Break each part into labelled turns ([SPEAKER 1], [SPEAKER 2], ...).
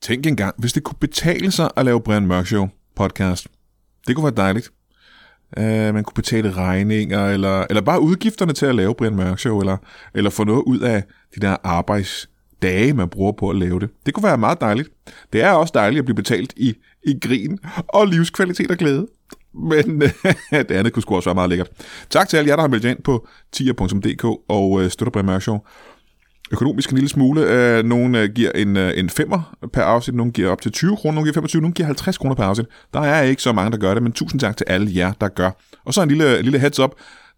[SPEAKER 1] Tænk engang, hvis det kunne betale sig at lave Brian Mørk Show podcast. Det kunne være dejligt. Uh, man kunne betale regninger, eller, eller bare udgifterne til at lave Brian Mørk Show, eller, eller få noget ud af de der arbejdsdage, man bruger på at lave det. Det kunne være meget dejligt. Det er også dejligt at blive betalt i, i grin og livskvalitet og glæde. Men det andet kunne sgu også være meget lækkert. Tak til alle jer, der har meldt jer ind på tier.dk og øh, støtter Brian Mørk Show økonomisk en lille smule. Øh, nogle øh, giver en, øh, en femmer per afsnit, nogle giver op til 20 kroner, nogle giver 25, nogle giver 50 kroner per afsnit. Der er ikke så mange, der gør det, men tusind tak til alle jer, der gør. Og så en lille, en lille heads up.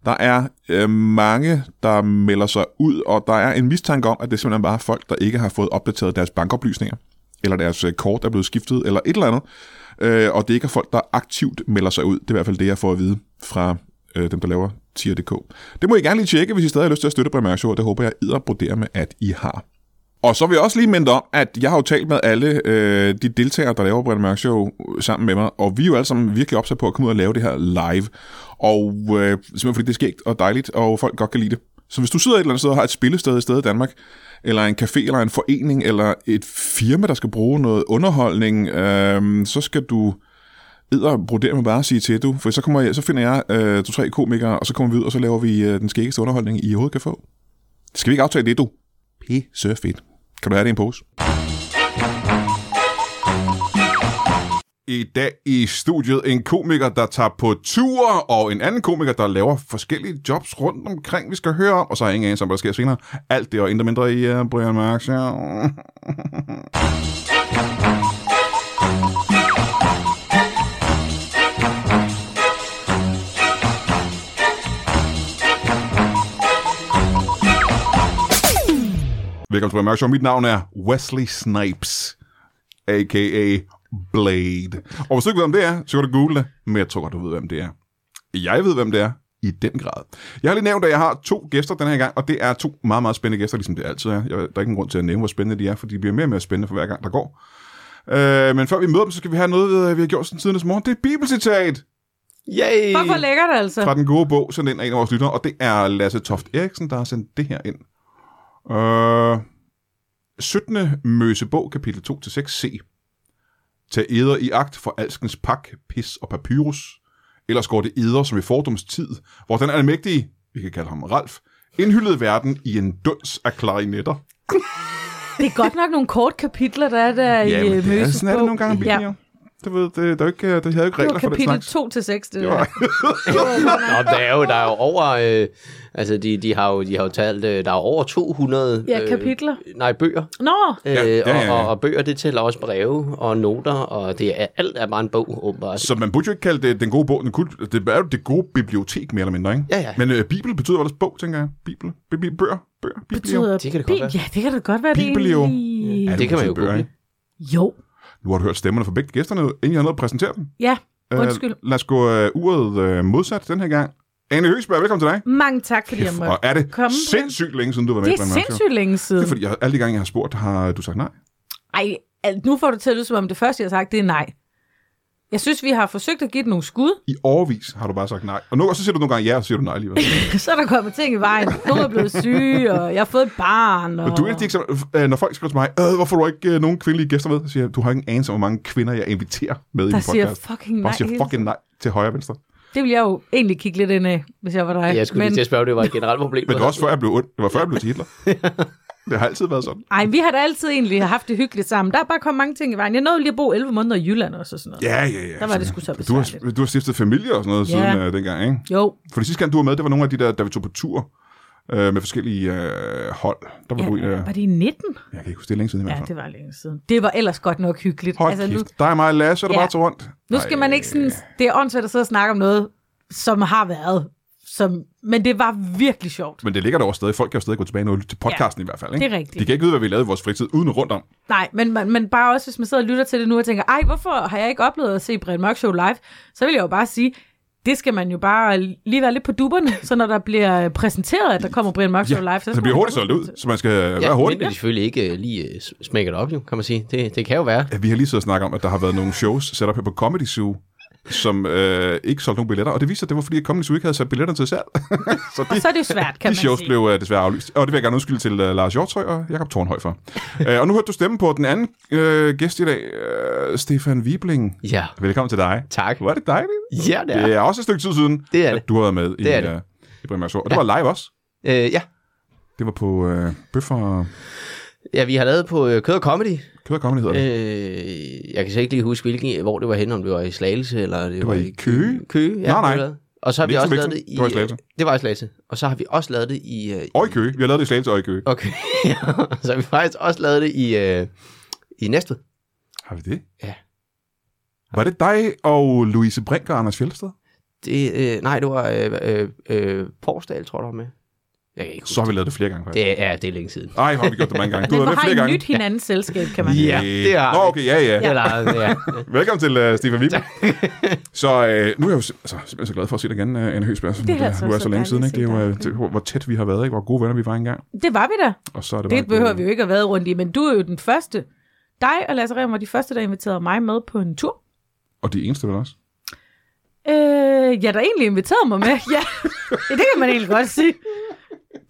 [SPEAKER 1] Der er øh, mange, der melder sig ud, og der er en mistanke om, at det simpelthen bare er folk, der ikke har fået opdateret deres bankoplysninger, eller deres øh, kort er blevet skiftet, eller et eller andet. Øh, og det ikke er folk, der aktivt melder sig ud. Det er i hvert fald det, jeg får at vide fra øh, dem, der laver tier.dk. Det må I gerne lige tjekke, hvis I stadig har lyst til at støtte Brian Show, og det håber jeg idder med, at I har. Og så vil jeg også lige minde om, at jeg har jo talt med alle øh, de deltagere, der laver Brian Mørk Show øh, sammen med mig, og vi er jo alle sammen virkelig opsat på at komme ud og lave det her live. Og øh, simpelthen fordi det er skægt og dejligt, og folk godt kan lide det. Så hvis du sidder et eller andet sted og har et spillested et sted i Danmark, eller en café, eller en forening, eller et firma, der skal bruge noget underholdning, øh, så skal du edder brodere med bare at sige til, du. For så, kommer jeg, så finder jeg øh, to-tre komikere, og så kommer vi ud, og så laver vi øh, den skæggeste underholdning, I overhovedet kan få. Skal vi ikke aftale det, du? Pisse fedt. Kan du have det i en pose? I dag i studiet en komiker, der tager på tur, og en anden komiker, der laver forskellige jobs rundt omkring, vi skal høre om, og så er ingen anelse om, hvad der sker senere. Alt det og intet mindre i uh, Brian Mørk Show. Velkommen til Brian Mørk Show. Mit navn er Wesley Snipes, a.k.a. Blade. Og hvis du ikke ved, hvem det er, så kan du google det, men jeg tror godt, du ved, hvem det er. Jeg ved, hvem det er i den grad. Jeg har lige nævnt, at jeg har to gæster den her gang, og det er to meget, meget spændende gæster, ligesom det altid er. Jeg, der er ikke en grund til at nævne, hvor spændende de er, for de bliver mere og mere spændende for hver gang, der går. Øh, men før vi møder dem, så skal vi have noget, øh, vi har gjort siden tidernes morgen. Det er et bibelcitat
[SPEAKER 2] Yay!
[SPEAKER 3] Fuck, hvor lækkert altså.
[SPEAKER 1] fra den gode bog, sendt ind af en af vores lyttere, og det er Lasse Toft Eriksen, der har sendt det her ind. Øh, 17. Møsebog, kapitel 2-6c. Tag eder i akt for alskens pak, pis og papyrus. Ellers går det eder som i fordums tid, hvor den almægtige, vi kan kalde ham Ralf, indhyldede verden i en duns af klarinetter.
[SPEAKER 3] Øh, Det er godt nok nogle kort kapitler, der er der i
[SPEAKER 1] men
[SPEAKER 3] øh,
[SPEAKER 1] det er
[SPEAKER 3] Møses
[SPEAKER 1] sådan er det
[SPEAKER 3] bog.
[SPEAKER 1] nogle gange.
[SPEAKER 3] Ja.
[SPEAKER 1] Ja. Det, ved, det, der er jo ikke, øh, det havde jo ikke
[SPEAKER 3] Det var
[SPEAKER 1] regler for den
[SPEAKER 3] kapitel
[SPEAKER 1] slags.
[SPEAKER 3] 2 til 6, det
[SPEAKER 1] var-
[SPEAKER 3] der.
[SPEAKER 2] Nå, der er jo, der er jo over... Øh, altså, de, de, har jo, de har jo talt... Øh, der er jo over 200...
[SPEAKER 3] Ja, kapitler.
[SPEAKER 2] Øh, nej, bøger.
[SPEAKER 3] Nå,
[SPEAKER 2] Øh,
[SPEAKER 1] Ja,
[SPEAKER 2] ja,
[SPEAKER 1] ja, ja, ja.
[SPEAKER 2] Og, og, og, bøger, det tæller også breve og noter, og det er, alt er bare en bog, åbenbart.
[SPEAKER 1] Så man burde jo ikke kalde det den gode bog, den kult, det er jo det gode bibliotek, mere eller mindre, ikke?
[SPEAKER 2] Ja, ja.
[SPEAKER 1] Men øh, Bibel betyder vel også bog, tænker jeg. Bibel, bi- bi- bøger, bøger, biblio.
[SPEAKER 3] betyder
[SPEAKER 2] Det kan det godt være.
[SPEAKER 3] Ja, det kan da godt være, det
[SPEAKER 1] Bibelio.
[SPEAKER 3] egentlig...
[SPEAKER 1] Ja,
[SPEAKER 2] det kan man jo
[SPEAKER 1] betyder
[SPEAKER 2] google.
[SPEAKER 1] ikke?
[SPEAKER 3] Jo,
[SPEAKER 1] Nu har du hørt stemmerne fra begge gæsterne, inden jeg har noget at præsentere dem.
[SPEAKER 3] ja.
[SPEAKER 1] Øh,
[SPEAKER 3] Undskyld.
[SPEAKER 1] lad os gå øh, uret øh, modsat den her gang. Anne Høgsberg, velkommen til dig.
[SPEAKER 3] Mange tak, fordi jeg
[SPEAKER 1] Og
[SPEAKER 3] måtte
[SPEAKER 1] er det
[SPEAKER 3] komme.
[SPEAKER 1] sindssygt længe siden, du var med
[SPEAKER 3] Det
[SPEAKER 1] i
[SPEAKER 3] er
[SPEAKER 1] Brian Mørk Show?
[SPEAKER 3] sindssygt længe
[SPEAKER 1] Det er
[SPEAKER 3] siden.
[SPEAKER 1] fordi, jeg, alle de gange, jeg har spurgt, har du sagt nej.
[SPEAKER 3] Ej, al- nu får du til at lyde, som om det første, jeg har sagt, det er nej. Jeg synes, vi har forsøgt at give det nogle skud.
[SPEAKER 1] I overvis har du bare sagt nej. Og nu og så siger du nogle gange ja, og så siger du nej alligevel.
[SPEAKER 3] Så er der kommet ting i vejen. Nogle er blevet syge, og jeg har fået et barn. Og...
[SPEAKER 1] Og du er et af de eksempler, øh, når folk skriver til mig, øh, hvorfor får du ikke øh, nogen kvindelige gæster med? Så siger jeg, du har ingen anelse om, hvor mange kvinder, jeg inviterer med i
[SPEAKER 3] der
[SPEAKER 1] min
[SPEAKER 3] siger
[SPEAKER 1] podcast.
[SPEAKER 3] fucking nej.
[SPEAKER 1] Bare siger fucking nej til højre og venstre.
[SPEAKER 3] Det ville jeg jo egentlig kigge lidt ind af, hvis jeg var dig.
[SPEAKER 2] Jeg skulle Men... lige til at spørge, om det var et generelt problem.
[SPEAKER 1] Men det var også før jeg blev ond. Det var før jeg blev til Hitler. Det har altid været sådan.
[SPEAKER 3] Ej, vi har da altid egentlig haft det hyggeligt sammen. Der er bare kommet mange ting i vejen. Jeg nåede lige at bo 11 måneder i Jylland også og sådan noget.
[SPEAKER 1] Ja, ja, ja.
[SPEAKER 3] Der var det sgu så
[SPEAKER 1] du har,
[SPEAKER 3] besværligt.
[SPEAKER 1] du har stiftet familie og sådan noget
[SPEAKER 3] Ja.
[SPEAKER 1] siden øh, dengang, ikke?
[SPEAKER 3] Jo,
[SPEAKER 1] For det sidste gang, du var med, det var nogle af de der, der vi tog på tur øh, med forskellige øh, hold. Der var
[SPEAKER 3] ja,
[SPEAKER 1] ja, du en af,
[SPEAKER 3] var det i 19?
[SPEAKER 1] jeg kan ikke huske, det er længe siden i
[SPEAKER 3] Ja,
[SPEAKER 1] hvert fald.
[SPEAKER 3] det var længe siden. Det var ellers godt nok hyggeligt. Altså,
[SPEAKER 1] Hold
[SPEAKER 3] nu,
[SPEAKER 1] kæft. Dig og mig og Lasse, der
[SPEAKER 3] Ja.
[SPEAKER 1] bare tog rundt.
[SPEAKER 3] nu skal man ikke sådan... Det er åndssvagt at sidde og snakke om noget, som har været. Som, men det var virkelig sjovt.
[SPEAKER 1] Men det ligger der også stadig. Folk kan jo stadig gå tilbage og lytte til podcasten i hvert fald. Ikke?
[SPEAKER 3] det er rigtigt.
[SPEAKER 1] De kan ikke vide, hvad vi lavede i vores fritid uden rundt om.
[SPEAKER 3] Nej, men, men, men bare også, hvis man sidder og lytter til det nu og tænker, ej, hvorfor har jeg ikke oplevet at se Brian Mørk Show live? Så vil jeg jo bare sige, det skal man jo bare lige være lidt på dupperne, så når der bliver præsenteret, at der kommer Brian Mørk Show
[SPEAKER 1] Så
[SPEAKER 3] live, så, skal
[SPEAKER 1] det bliver
[SPEAKER 3] man-
[SPEAKER 1] hurtigt solgt ud, så man skal ja,
[SPEAKER 2] Ja,
[SPEAKER 1] være hurtig.
[SPEAKER 2] men det er selvfølgelig ikke øh, lige øh, sm- smækker det op, jo, kan man sige. Det, det kan jo være.
[SPEAKER 1] Ja, vi har lige siddet og snakket om, at der har været nogle shows sat op her på Comedy Zoo, som øh, ikke solgte nogen billetter. Og det viste sig, at det var fordi, at Comedy Week havde sat billetter til salg. så de,
[SPEAKER 3] Og så er det jo svært, kan
[SPEAKER 1] de
[SPEAKER 3] man
[SPEAKER 1] shows
[SPEAKER 3] sige.
[SPEAKER 1] blev uh, desværre aflyst. Og det vil jeg gerne undskylde til uh, Lars Hjortøj og Jakob Tornhøj for. uh, og nu hørte du stemme på den anden uh, gæst i dag, uh, Stefan Wibling.
[SPEAKER 2] Ja,
[SPEAKER 1] Velkommen til dig.
[SPEAKER 2] tak.
[SPEAKER 1] Hvor er det dejligt.
[SPEAKER 2] Ja, det er.
[SPEAKER 1] Det er også et stykke tid siden,
[SPEAKER 2] Det er det.
[SPEAKER 1] at du har været med
[SPEAKER 2] Det er
[SPEAKER 1] i,
[SPEAKER 2] det.
[SPEAKER 1] Uh, i Brian Mørk Show. Og det var live også.
[SPEAKER 2] Øh, ja.
[SPEAKER 1] Det var på uh, Bøffer og
[SPEAKER 2] ja, vi har lavet på øh, Kød og Comedy.
[SPEAKER 1] Kød og Comedy, hedder det.
[SPEAKER 2] Øh, jeg kan så ikke lige huske, hvilken, hvor det var henne, om det var i Slagelse, eller det,
[SPEAKER 1] var i Køge?
[SPEAKER 2] Køge, ja.
[SPEAKER 1] Nå,
[SPEAKER 2] det
[SPEAKER 1] nej.
[SPEAKER 2] var lavet. Og så har vi
[SPEAKER 1] Nixon
[SPEAKER 2] også lavet
[SPEAKER 1] Nixon, det var
[SPEAKER 2] det i...
[SPEAKER 1] i Slagelse.
[SPEAKER 2] Det var i Slagelse. Og så har vi også lavet det i... øh,
[SPEAKER 1] Og i Køge. Vi har lavet det i Slagelse og i Køge.
[SPEAKER 2] Okay, ja. så har vi faktisk også lavet det i, øh, i Næstved.
[SPEAKER 1] Har vi det?
[SPEAKER 2] Ja.
[SPEAKER 1] Var det dig og Louise Brink og Anders Fjeldsted?
[SPEAKER 2] Det, øh, nej, det var øh, øh, øh, Porsdal, tror jeg, der var med. Jeg kan ikke
[SPEAKER 1] Så har vi lavet det flere gange. faktisk.
[SPEAKER 2] Det, ja, det er længe siden.
[SPEAKER 1] Ej, hvor har vi gjort det mange gange. Du
[SPEAKER 3] Men
[SPEAKER 1] har
[SPEAKER 3] hvor
[SPEAKER 1] lavet det
[SPEAKER 3] har
[SPEAKER 1] flere
[SPEAKER 3] I
[SPEAKER 1] gange.
[SPEAKER 3] nyt hinandens selskab, kan man
[SPEAKER 2] Ja.
[SPEAKER 3] sige.
[SPEAKER 2] det har
[SPEAKER 1] Nå,
[SPEAKER 2] vi.
[SPEAKER 1] okay, ja, ja.
[SPEAKER 2] Ja. Eller, ja.
[SPEAKER 1] Velkommen til uh, Stefan Wibling. så øh, nu er jeg jo sim- altså, simpelthen så glad for at se dig igen, uh, Anne Høsberg, som
[SPEAKER 3] Det er
[SPEAKER 1] det er,
[SPEAKER 3] altså
[SPEAKER 1] nu er
[SPEAKER 3] så
[SPEAKER 1] så længe siden.
[SPEAKER 3] dejligt
[SPEAKER 1] Ikke? Det er jo,
[SPEAKER 3] at
[SPEAKER 1] øh, det, hvor hvor tæt vi har været, ikke? hvor gode venner vi var engang.
[SPEAKER 3] Det var vi da.
[SPEAKER 1] Og så er det,
[SPEAKER 3] Det behøver vi jo ikke at være rundt i, men du er jo den første. Dig og Lasse Rem var de første, der inviterede mig med på en tur.
[SPEAKER 1] Og det eneste vel også.
[SPEAKER 3] Øh, ja, der egentlig inviterede mig med. Ja, Ja, det kan man egentlig godt sige.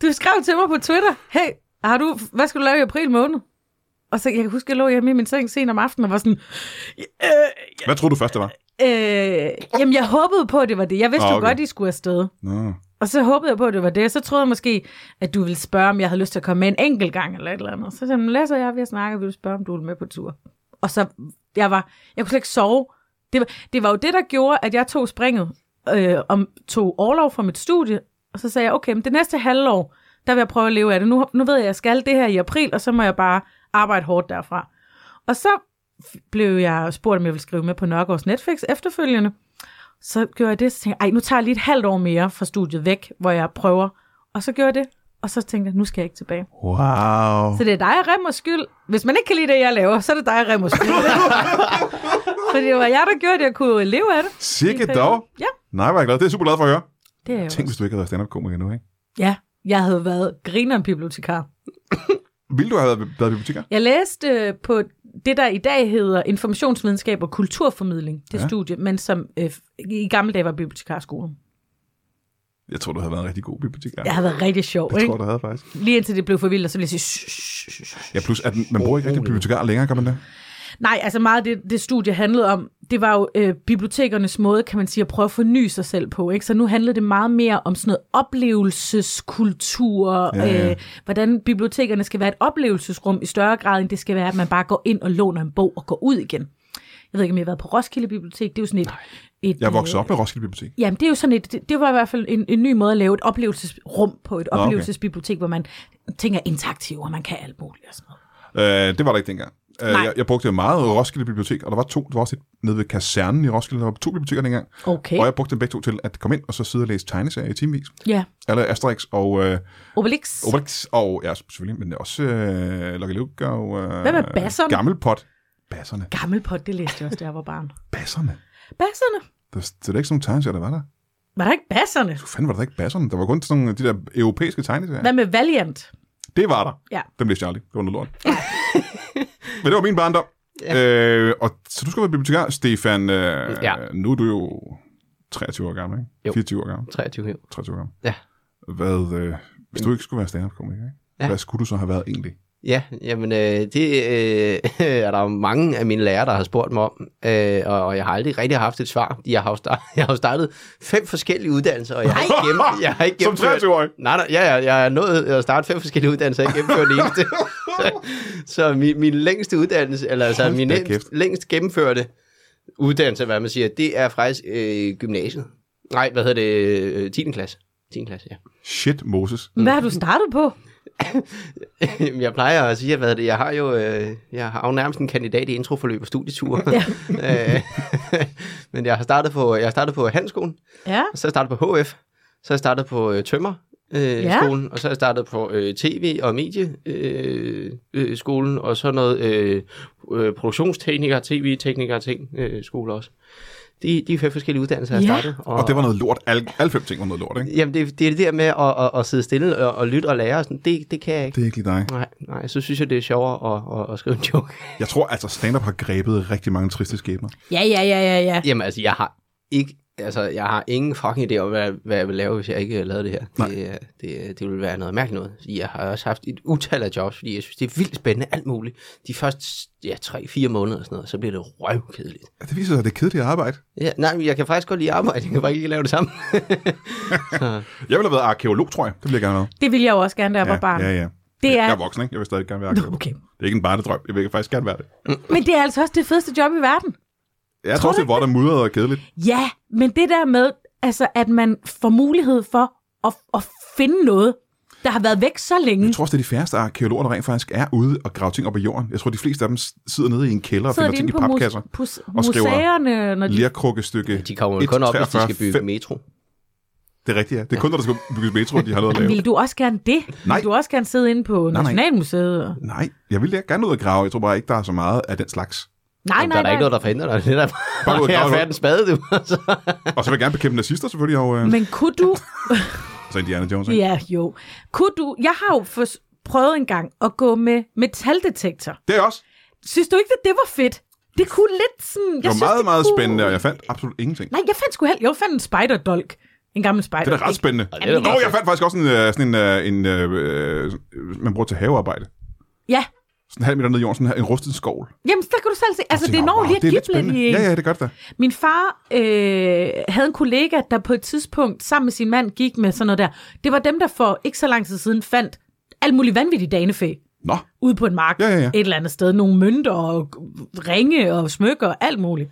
[SPEAKER 3] Du skrev til mig på Twitter, hey, har du, hvad skal du lave i april måned? Og så, jeg kan huske, jeg lå hjemme i min seng sent om aftenen og var sådan, øh,
[SPEAKER 1] Hvad troede du først, det var?
[SPEAKER 3] øh, jamen jeg håbede på, at det var det. Jeg vidste
[SPEAKER 1] Ah,
[SPEAKER 3] jo
[SPEAKER 1] okay.
[SPEAKER 3] godt, I skulle afsted.
[SPEAKER 1] Nå.
[SPEAKER 3] Og så håbede jeg på, at det var det. Så troede jeg måske, at du ville spørge, om jeg havde lyst til at komme med en enkelt gang eller et eller andet. Så sagde han, Lasse og jeg, vi har snakket, vi vil spørge, om du ville med på tur. Og så, jeg var, jeg kunne slet ikke sove. Det var, det var jo det, der gjorde, at jeg tog springet, øh, om tog overlov fra mit studie, og så sagde jeg, okay, men det næste halvår, der vil jeg prøve at leve af det. Nu, nu ved jeg, at jeg skal det her i april, og så må jeg bare arbejde hårdt derfra. Og så f- blev jeg spurgt, om jeg ville skrive med på Nørgaards Netflix efterfølgende så gjorde jeg det, så tænkte jeg, ej, nu tager jeg lige et halvt år mere fra studiet væk, hvor jeg prøver. Og så gjorde jeg det, og så tænkte jeg, nu skal jeg ikke tilbage.
[SPEAKER 1] Wow.
[SPEAKER 3] Så det er dig og Remmers skyld. Hvis man ikke kan lide det, jeg laver, så er det dig og Remmers skyld. Fordi det var jeg, der gjorde det, jeg kunne leve af det.
[SPEAKER 1] Sikke dog.
[SPEAKER 3] Ja,
[SPEAKER 1] Nej, var jeg glad. Det er jeg super glad for at høre.
[SPEAKER 3] det er jeg
[SPEAKER 1] Tænk,
[SPEAKER 3] jo.
[SPEAKER 1] hvis du ikke havde været stand-up-komiker nu, ikke?
[SPEAKER 3] Ja, jeg havde været grineren bibliotekar.
[SPEAKER 1] Ville du have været, været bibliotekar?
[SPEAKER 3] Jeg læste øh, på det, der i dag hedder informationsvidenskab og kulturformidling, det
[SPEAKER 1] Ja.
[SPEAKER 3] ja. studie, men som øh, i gamle dage var bibliotekarskolen.
[SPEAKER 1] Jeg tror, du havde været en rigtig god bibliotekar.
[SPEAKER 3] Det har været rigtig sjovt,
[SPEAKER 1] Jeg tror,
[SPEAKER 3] ikke?
[SPEAKER 1] du havde faktisk.
[SPEAKER 3] Lige indtil det blev for vildt, og så ville jeg sige, "Shh, shh, shh, shh, shh."
[SPEAKER 1] Ja, plus at man bruger ikke rigtig bibliotekar længere, kan man det?
[SPEAKER 3] Nej, altså meget af det, det studie handlede om, det var jo øh, bibliotekernes måde, kan man sige, at prøve at forny sig selv på. Ikke? Så nu handlede det meget mere om sådan noget oplevelseskultur,
[SPEAKER 1] Ja, ja.
[SPEAKER 3] Øh, hvordan bibliotekerne skal være et oplevelsesrum i større grad, end det skal være, at man bare går ind og låner en bog og går ud igen. Jeg ved ikke, om jeg har været på Roskilde Bibliotek. Det er jo sådan et... et øh,
[SPEAKER 1] Jeg voksede op med Roskilde Bibliotek.
[SPEAKER 3] Jamen, det er jo sådan et, det, det var i hvert fald en, en ny måde at lave et oplevelsesrum på, et
[SPEAKER 1] okay.
[SPEAKER 3] oplevelsesbibliotek, hvor man tænker interaktiv, og man kan alt muligt og sådan noget.
[SPEAKER 1] Øh, det var der ikke dengang. Øh,
[SPEAKER 3] Nej.
[SPEAKER 1] jeg, jeg brugte meget Roskilde Bibliotek, og der var to, der var også et nede ved kasernen i Roskilde, der var to biblioteker dengang.
[SPEAKER 3] Okay,
[SPEAKER 1] Og jeg brugte dem begge to til at komme ind og så sidde og læse tegneserier i timevis.
[SPEAKER 3] ja.
[SPEAKER 1] Eller Asterix og øh,
[SPEAKER 3] Obelix.
[SPEAKER 1] Obelix og, ja, selvfølgelig, men også øh, Lucky Luke og... Øh,
[SPEAKER 3] Hvad med basserne?
[SPEAKER 1] Gammelpot. Basserne.
[SPEAKER 3] Gammel pot, det læste jeg også, da jeg var barn.
[SPEAKER 1] Basserne.
[SPEAKER 3] Basserne?
[SPEAKER 1] Der, der var ikke sådan nogle tegneserier, der var der.
[SPEAKER 3] Var der ikke basserne?
[SPEAKER 1] Du fanden var der ikke basserne. Der var kun sådan nogle- de der europæiske tegneserier.
[SPEAKER 3] Hvad med Valiant?
[SPEAKER 1] Det var der.
[SPEAKER 3] Ja.
[SPEAKER 1] Dem læste jeg aldrig. Det var noget lort. Men det var min barndom. Ja. Øh, og, så du skal være bibliotekar, Stefan. Øh, ja.
[SPEAKER 2] Ja.
[SPEAKER 1] Nu er du jo 23 år gammel, ikke?
[SPEAKER 2] Jo.
[SPEAKER 1] 24 år gammel.
[SPEAKER 2] 23 år.
[SPEAKER 1] 23 år gammel.
[SPEAKER 2] Ja.
[SPEAKER 1] Hvad, øh, hvis du ikke skulle være stand up ikke?
[SPEAKER 2] Ja.
[SPEAKER 1] Hvad skulle du så have været egentlig?
[SPEAKER 2] Ja, jamen øh, det øh, er der jo mange af mine lærere, der har spurgt mig om, øh, og, og jeg har aldrig rigtig haft et svar. Jeg har jo startet, jeg har jo startet fem forskellige uddannelser, og jeg har ikke, gennem, jeg har ikke
[SPEAKER 1] Som
[SPEAKER 2] gennemført...
[SPEAKER 1] 23-årig?
[SPEAKER 2] Nej, nej, ja, ja, jeg er nået at starte fem forskellige uddannelser, jeg har ikke gennemført det eneste. så min, min længste uddannelse, eller altså
[SPEAKER 1] Hold
[SPEAKER 2] min
[SPEAKER 1] da
[SPEAKER 2] længst,
[SPEAKER 1] kæft.
[SPEAKER 2] længst gennemførte uddannelse, hvad man siger, det er faktisk øh, gymnasiet. Nej, hvad hedder det? Øh, 10. klasse. 10. klasse, ja.
[SPEAKER 1] Shit, Moses.
[SPEAKER 3] Hvad har du startet på?
[SPEAKER 2] Jamen, jeg plejer at sige, hvad det, jeg har jo øh, jeg har jo nærmest en kandidat i introforløb og studieture. Øh, Men jeg har startet på, jeg har startet på handskolen,
[SPEAKER 3] Ja.
[SPEAKER 2] og så har jeg startet på HF, så har jeg startet på øh, tømmer. Øh,
[SPEAKER 3] Ja.
[SPEAKER 2] ja. skolen, og så har jeg startet på øh, tv- og medieskolen, øh, øh, skolen, og så noget øh, øh, produktionstekniker, tv-tekniker ting, øh, skole også. De, de fem forskellige uddannelser, jeg
[SPEAKER 3] Ja.
[SPEAKER 2] har startet.
[SPEAKER 1] Og det var noget lort. Alle, alle fem ting var noget lort, ikke?
[SPEAKER 2] Jamen, det, det er det der med at, at, at sidde stille og, og lytte og lære, og sådan, det, det kan jeg ikke.
[SPEAKER 1] Det er ikke lige dig.
[SPEAKER 2] Nej, nej, så synes jeg, det er sjovere at, at, at skrive en joke.
[SPEAKER 1] Jeg tror altså, stand-up har grebet rigtig mange triste skæbner.
[SPEAKER 3] Ja, ja, ja, ja, ja.
[SPEAKER 2] Jamen altså, jeg har ikke, altså, jeg har ingen fucking idé om, hvad, hvad jeg vil lave, hvis jeg ikke øh, lavede det her. Det, øh, det, øh, det ville være noget mærkeligt noget. Jeg har også haft et utal af jobs, fordi jeg synes, det er vildt spændende, alt muligt. De første ja, 3-4 måneder og sådan noget, så bliver det røvkedeligt.
[SPEAKER 1] Ja, det viser sig, at det er kedeligt arbejde.
[SPEAKER 2] Ja, nej, men jeg kan faktisk godt lide arbejde, jeg kan bare ikke lige lave det samme.
[SPEAKER 1] Jeg ville have været arkeolog, tror jeg. Det ville jeg gerne have
[SPEAKER 3] Det ville jeg jo også gerne, da jeg var barn.
[SPEAKER 1] været. Ja, ja, ja.
[SPEAKER 3] Det
[SPEAKER 1] Jeg er
[SPEAKER 3] er...
[SPEAKER 1] voksen, ikke? Jeg vil stadig gerne være arkeolog.
[SPEAKER 3] Okay.
[SPEAKER 1] Det er ikke en barnedrøm. Jeg vil faktisk gerne være det.
[SPEAKER 3] Men det er altså også det fedeste job i verden.
[SPEAKER 1] Jeg tror også, det er vådt og mudret og kedeligt.
[SPEAKER 3] Ja, men det der med, altså, at man får mulighed for at, at finde noget, der har været væk så længe.
[SPEAKER 1] Jeg tror også, det er de færreste arkeologer, der rent faktisk er ude og grave ting op af jorden. Jeg tror, de fleste af dem s- sidder nede i en kælder og
[SPEAKER 3] sidder
[SPEAKER 1] finder
[SPEAKER 3] de
[SPEAKER 1] ting
[SPEAKER 3] inde
[SPEAKER 1] i
[SPEAKER 3] på mus,
[SPEAKER 1] papkasser.
[SPEAKER 3] pus,
[SPEAKER 1] og skriver
[SPEAKER 3] museerne, når de...
[SPEAKER 1] Lærkrukkestykke.
[SPEAKER 2] De kommer jo kun op, hvis de skal bygge
[SPEAKER 1] 5.
[SPEAKER 2] metro.
[SPEAKER 1] Det er rigtigt, ja. Det er kun, når der skal bygges metro, de har noget at lave.
[SPEAKER 3] Vil du også gerne det?
[SPEAKER 1] Nej.
[SPEAKER 3] Vil du også gerne sidde inde på
[SPEAKER 1] nej.
[SPEAKER 3] Nationalmuseet? og-
[SPEAKER 1] Nej, jeg vil gerne ud og grave. Jeg tror bare ikke, der er så meget af den slags.
[SPEAKER 3] Nej,
[SPEAKER 2] Jamen, der
[SPEAKER 3] nej,
[SPEAKER 2] er der ikke
[SPEAKER 3] nej.
[SPEAKER 2] noget, der forhindrer dig. Det er
[SPEAKER 1] Bare ud
[SPEAKER 2] bare,
[SPEAKER 1] og grave
[SPEAKER 2] jeg
[SPEAKER 1] nu.
[SPEAKER 2] er færdig en spade, du. Altså.
[SPEAKER 1] Og så vil jeg gerne bekæmpe nazister selvfølgelig, og øh,
[SPEAKER 3] Men kunne du...
[SPEAKER 1] så Indiana Jones. ikke?
[SPEAKER 3] Ja, jo. Kunne du... Jeg har jo fors- prøvet engang at gå med metaldetektor.
[SPEAKER 1] Det er også.
[SPEAKER 3] Synes du ikke, at det var fedt? Det kunne lidt sådan... Jeg
[SPEAKER 1] Det var
[SPEAKER 3] synes,
[SPEAKER 1] meget,
[SPEAKER 3] det
[SPEAKER 1] meget
[SPEAKER 3] kunne...
[SPEAKER 1] spændende, og jeg fandt absolut ingenting.
[SPEAKER 3] Nej, jeg fandt sgu heller... Jeg fandt en spejderdolk. En gammel spejder.
[SPEAKER 1] Det er da ret spændende.
[SPEAKER 2] Ja, det er da
[SPEAKER 1] Nå,
[SPEAKER 2] ret
[SPEAKER 3] Altså-
[SPEAKER 1] jeg fandt faktisk også en, øh, sådan en, øh, en øh, øh, man bruger til havearbejde.
[SPEAKER 3] Ja.
[SPEAKER 1] Sådan en halv meter ned i jorden, sådan her, en rustet skovl.
[SPEAKER 3] Jamen, så kan du selv se. Altså, det
[SPEAKER 1] Tænker,
[SPEAKER 3] når
[SPEAKER 1] wow,
[SPEAKER 3] lige at
[SPEAKER 1] det er lidt
[SPEAKER 3] gible lidt
[SPEAKER 1] spændende.
[SPEAKER 3] i en.
[SPEAKER 1] Ja, ja, det gør det da.
[SPEAKER 3] Min far øh, havde en kollega, der på et tidspunkt sammen med sin mand gik med sådan noget der. Det var dem, der for ikke så lang tid siden fandt alt muligt vanvittigt danefæ
[SPEAKER 1] Nå,
[SPEAKER 3] ude på en mark
[SPEAKER 1] Ja, ja, ja.
[SPEAKER 3] et eller andet sted. Nogle mønter og ringe og smykker og alt muligt.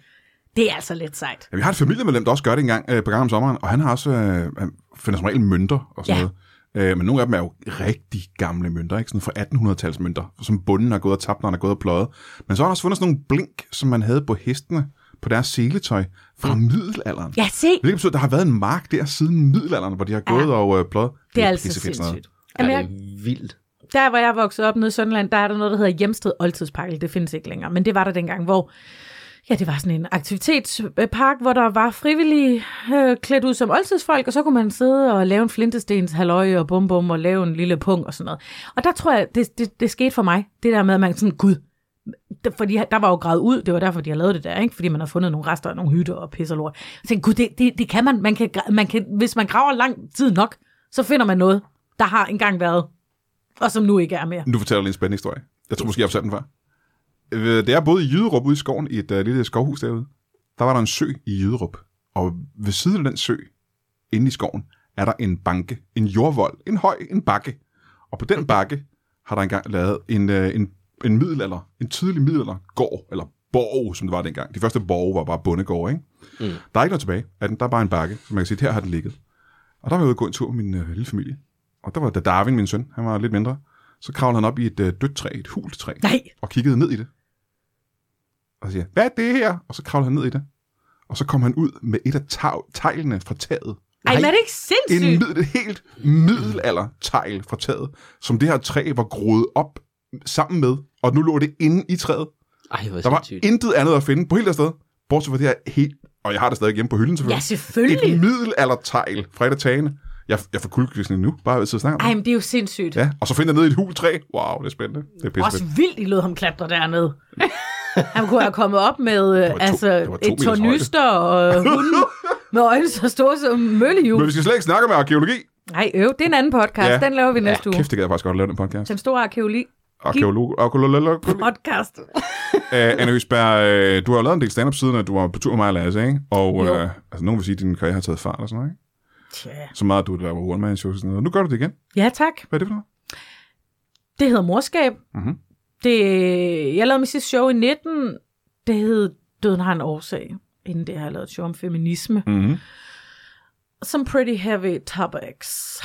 [SPEAKER 3] Det er altså lidt sejt.
[SPEAKER 1] ja, vi har et familiemedlem, der også gør det en gang øh, på gang om sommeren, og han har også, øh, han finder som regel mønter og sådan
[SPEAKER 3] Ja.
[SPEAKER 1] noget. Øh, men nogle af dem er jo rigtig gamle mønter, ikke? Sådan fra 1800-tals mønter, som bunden har gået og tabt, når han har gået og pløjet. Men så har han også fundet sådan nogle blink, som man havde på hestene, på deres seletøj, fra middelalderen.
[SPEAKER 3] Mm. Ja, se.
[SPEAKER 1] Hvilket betyder, at der har været en mark der siden middelalderen, hvor de har gået ja. og øh, pløjet.
[SPEAKER 3] Det er altså
[SPEAKER 1] pissefedt sådan noget.
[SPEAKER 3] sindssygt.
[SPEAKER 2] Ja,
[SPEAKER 3] Jamen,
[SPEAKER 2] det
[SPEAKER 3] jeg,
[SPEAKER 2] er vildt.
[SPEAKER 3] der, hvor jeg voksede op nede i Sønderland, der er der noget, der hedder Hjemsted Oldtidspakkel. Det findes ikke længere, men det var der dengang, hvor ja, det var sådan en aktivitetspark, hvor der var frivillige øh, klædt ud som oldtidsfolk, og så kunne man sidde og lave en flintestens halløj og bum bum og lave en lille pung og sådan noget. Og der tror jeg, det, det, det skete for mig, det der med, at man sådan, gud, der- fordi der var jo gravet ud, det var derfor, de havde lavet det der, ikke? fordi man har fundet nogle rester af nogle hytter og pis og lort. Jeg tænkte, gud, det, det, det kan man. Man, kan, gra- man kan, hvis man graver lang tid nok, så finder man noget, der har engang været, og som nu ikke er mere.
[SPEAKER 1] Nu fortæller jeg lige en spændende historie. Jeg tror måske, jeg har fortalt den før. Øh, Da jeg boede i Jyderup ude i skoven, i et uh, lille skovhus derude, der var der en sø i Jyderup. Og ved siden af den sø, inde i skoven, er der en banke, en jordvold, en høj, en bakke. Og på den bakke har der engang lavet en, øh, en, en middelalder, en tydelig middelalder gård, eller borg, som det var dengang. De første borge var bare bondegård, ikke? Mm. Der er ikke noget tilbage af den, der er bare en bakke, som man kan sige, her har den ligget. Og der var jeg ude og gå en tur med min øh, lille familie. Og der var da Darwin, min søn, han var lidt mindre, så kravlede han op i et øh, dødt træ, et hult træ,
[SPEAKER 3] Nej,
[SPEAKER 1] og kiggede ned i det. Og siger, hvad er det her? Og så kravlede han ned i det. Og så kom han ud med et af tav- teglene fra taget.
[SPEAKER 3] Ej,
[SPEAKER 2] Nej.
[SPEAKER 3] men er det ikke
[SPEAKER 1] En
[SPEAKER 3] sindssygt?
[SPEAKER 1] middel, et helt middelalder tegl fra taget, som det her træ var groet op sammen med, og nu lå det inde i træet.
[SPEAKER 2] Ej, hvor
[SPEAKER 1] Der var
[SPEAKER 2] sindssygt.
[SPEAKER 1] intet andet at finde på hele det sted, bortset fra det her helt, og jeg har det stadig hjemme på hylden
[SPEAKER 3] Ja,
[SPEAKER 1] selvfølgelig,
[SPEAKER 3] selvfølgelig.
[SPEAKER 1] et middelaldertegl fra et af tagene. Jeg, jeg får kuldegysning nu, bare ved at sidde og snakke om det.
[SPEAKER 3] Ej, men det er jo sindssygt.
[SPEAKER 1] Ja, og så finder jeg ned i et hul træ. Wow, det er spændende. Det er
[SPEAKER 3] Også
[SPEAKER 1] pisse
[SPEAKER 3] vildt, I lod ham klatre dernede. Han kunne have kommet op med øh,
[SPEAKER 1] var to-
[SPEAKER 3] altså,
[SPEAKER 1] det var to
[SPEAKER 3] et
[SPEAKER 1] meters
[SPEAKER 3] tornyster og øh, hunde med øjne så store som
[SPEAKER 1] Men
[SPEAKER 3] møllehjul.
[SPEAKER 1] vi skal slet ikke snakke om arkeologi.
[SPEAKER 3] Nej, øv, det er en anden podcast.
[SPEAKER 1] Ja.
[SPEAKER 3] Ja. Den laver vi næste uge.
[SPEAKER 1] Kæft, det gad jeg faktisk godt at lave den podcast.
[SPEAKER 3] Den store arkeologi
[SPEAKER 1] Arkeolog, arkeolog,
[SPEAKER 3] podcast.
[SPEAKER 1] øh, Anna Høsberg, øh, du har jo lavet en del stand-up siden, at du var på tur med mig og Lasse, ikke? Og
[SPEAKER 3] Jo.
[SPEAKER 1] øh, altså, nogen vil sige, at din karriere har taget fart og sådan noget, ikke?
[SPEAKER 3] Tja.
[SPEAKER 1] Så meget, at du laver one-man-shows og sådan noget. Nu gør du det igen.
[SPEAKER 3] Ja, tak.
[SPEAKER 1] Hvad er det for noget?
[SPEAKER 3] Det hedder Morskab.
[SPEAKER 1] Mhm.
[SPEAKER 3] Det, jeg lavede mit sidste show i 19. Det hed Døden har en årsag. Inden det har jeg lavet et show om feminisme.
[SPEAKER 1] Mm-hmm.
[SPEAKER 3] Some pretty heavy topics.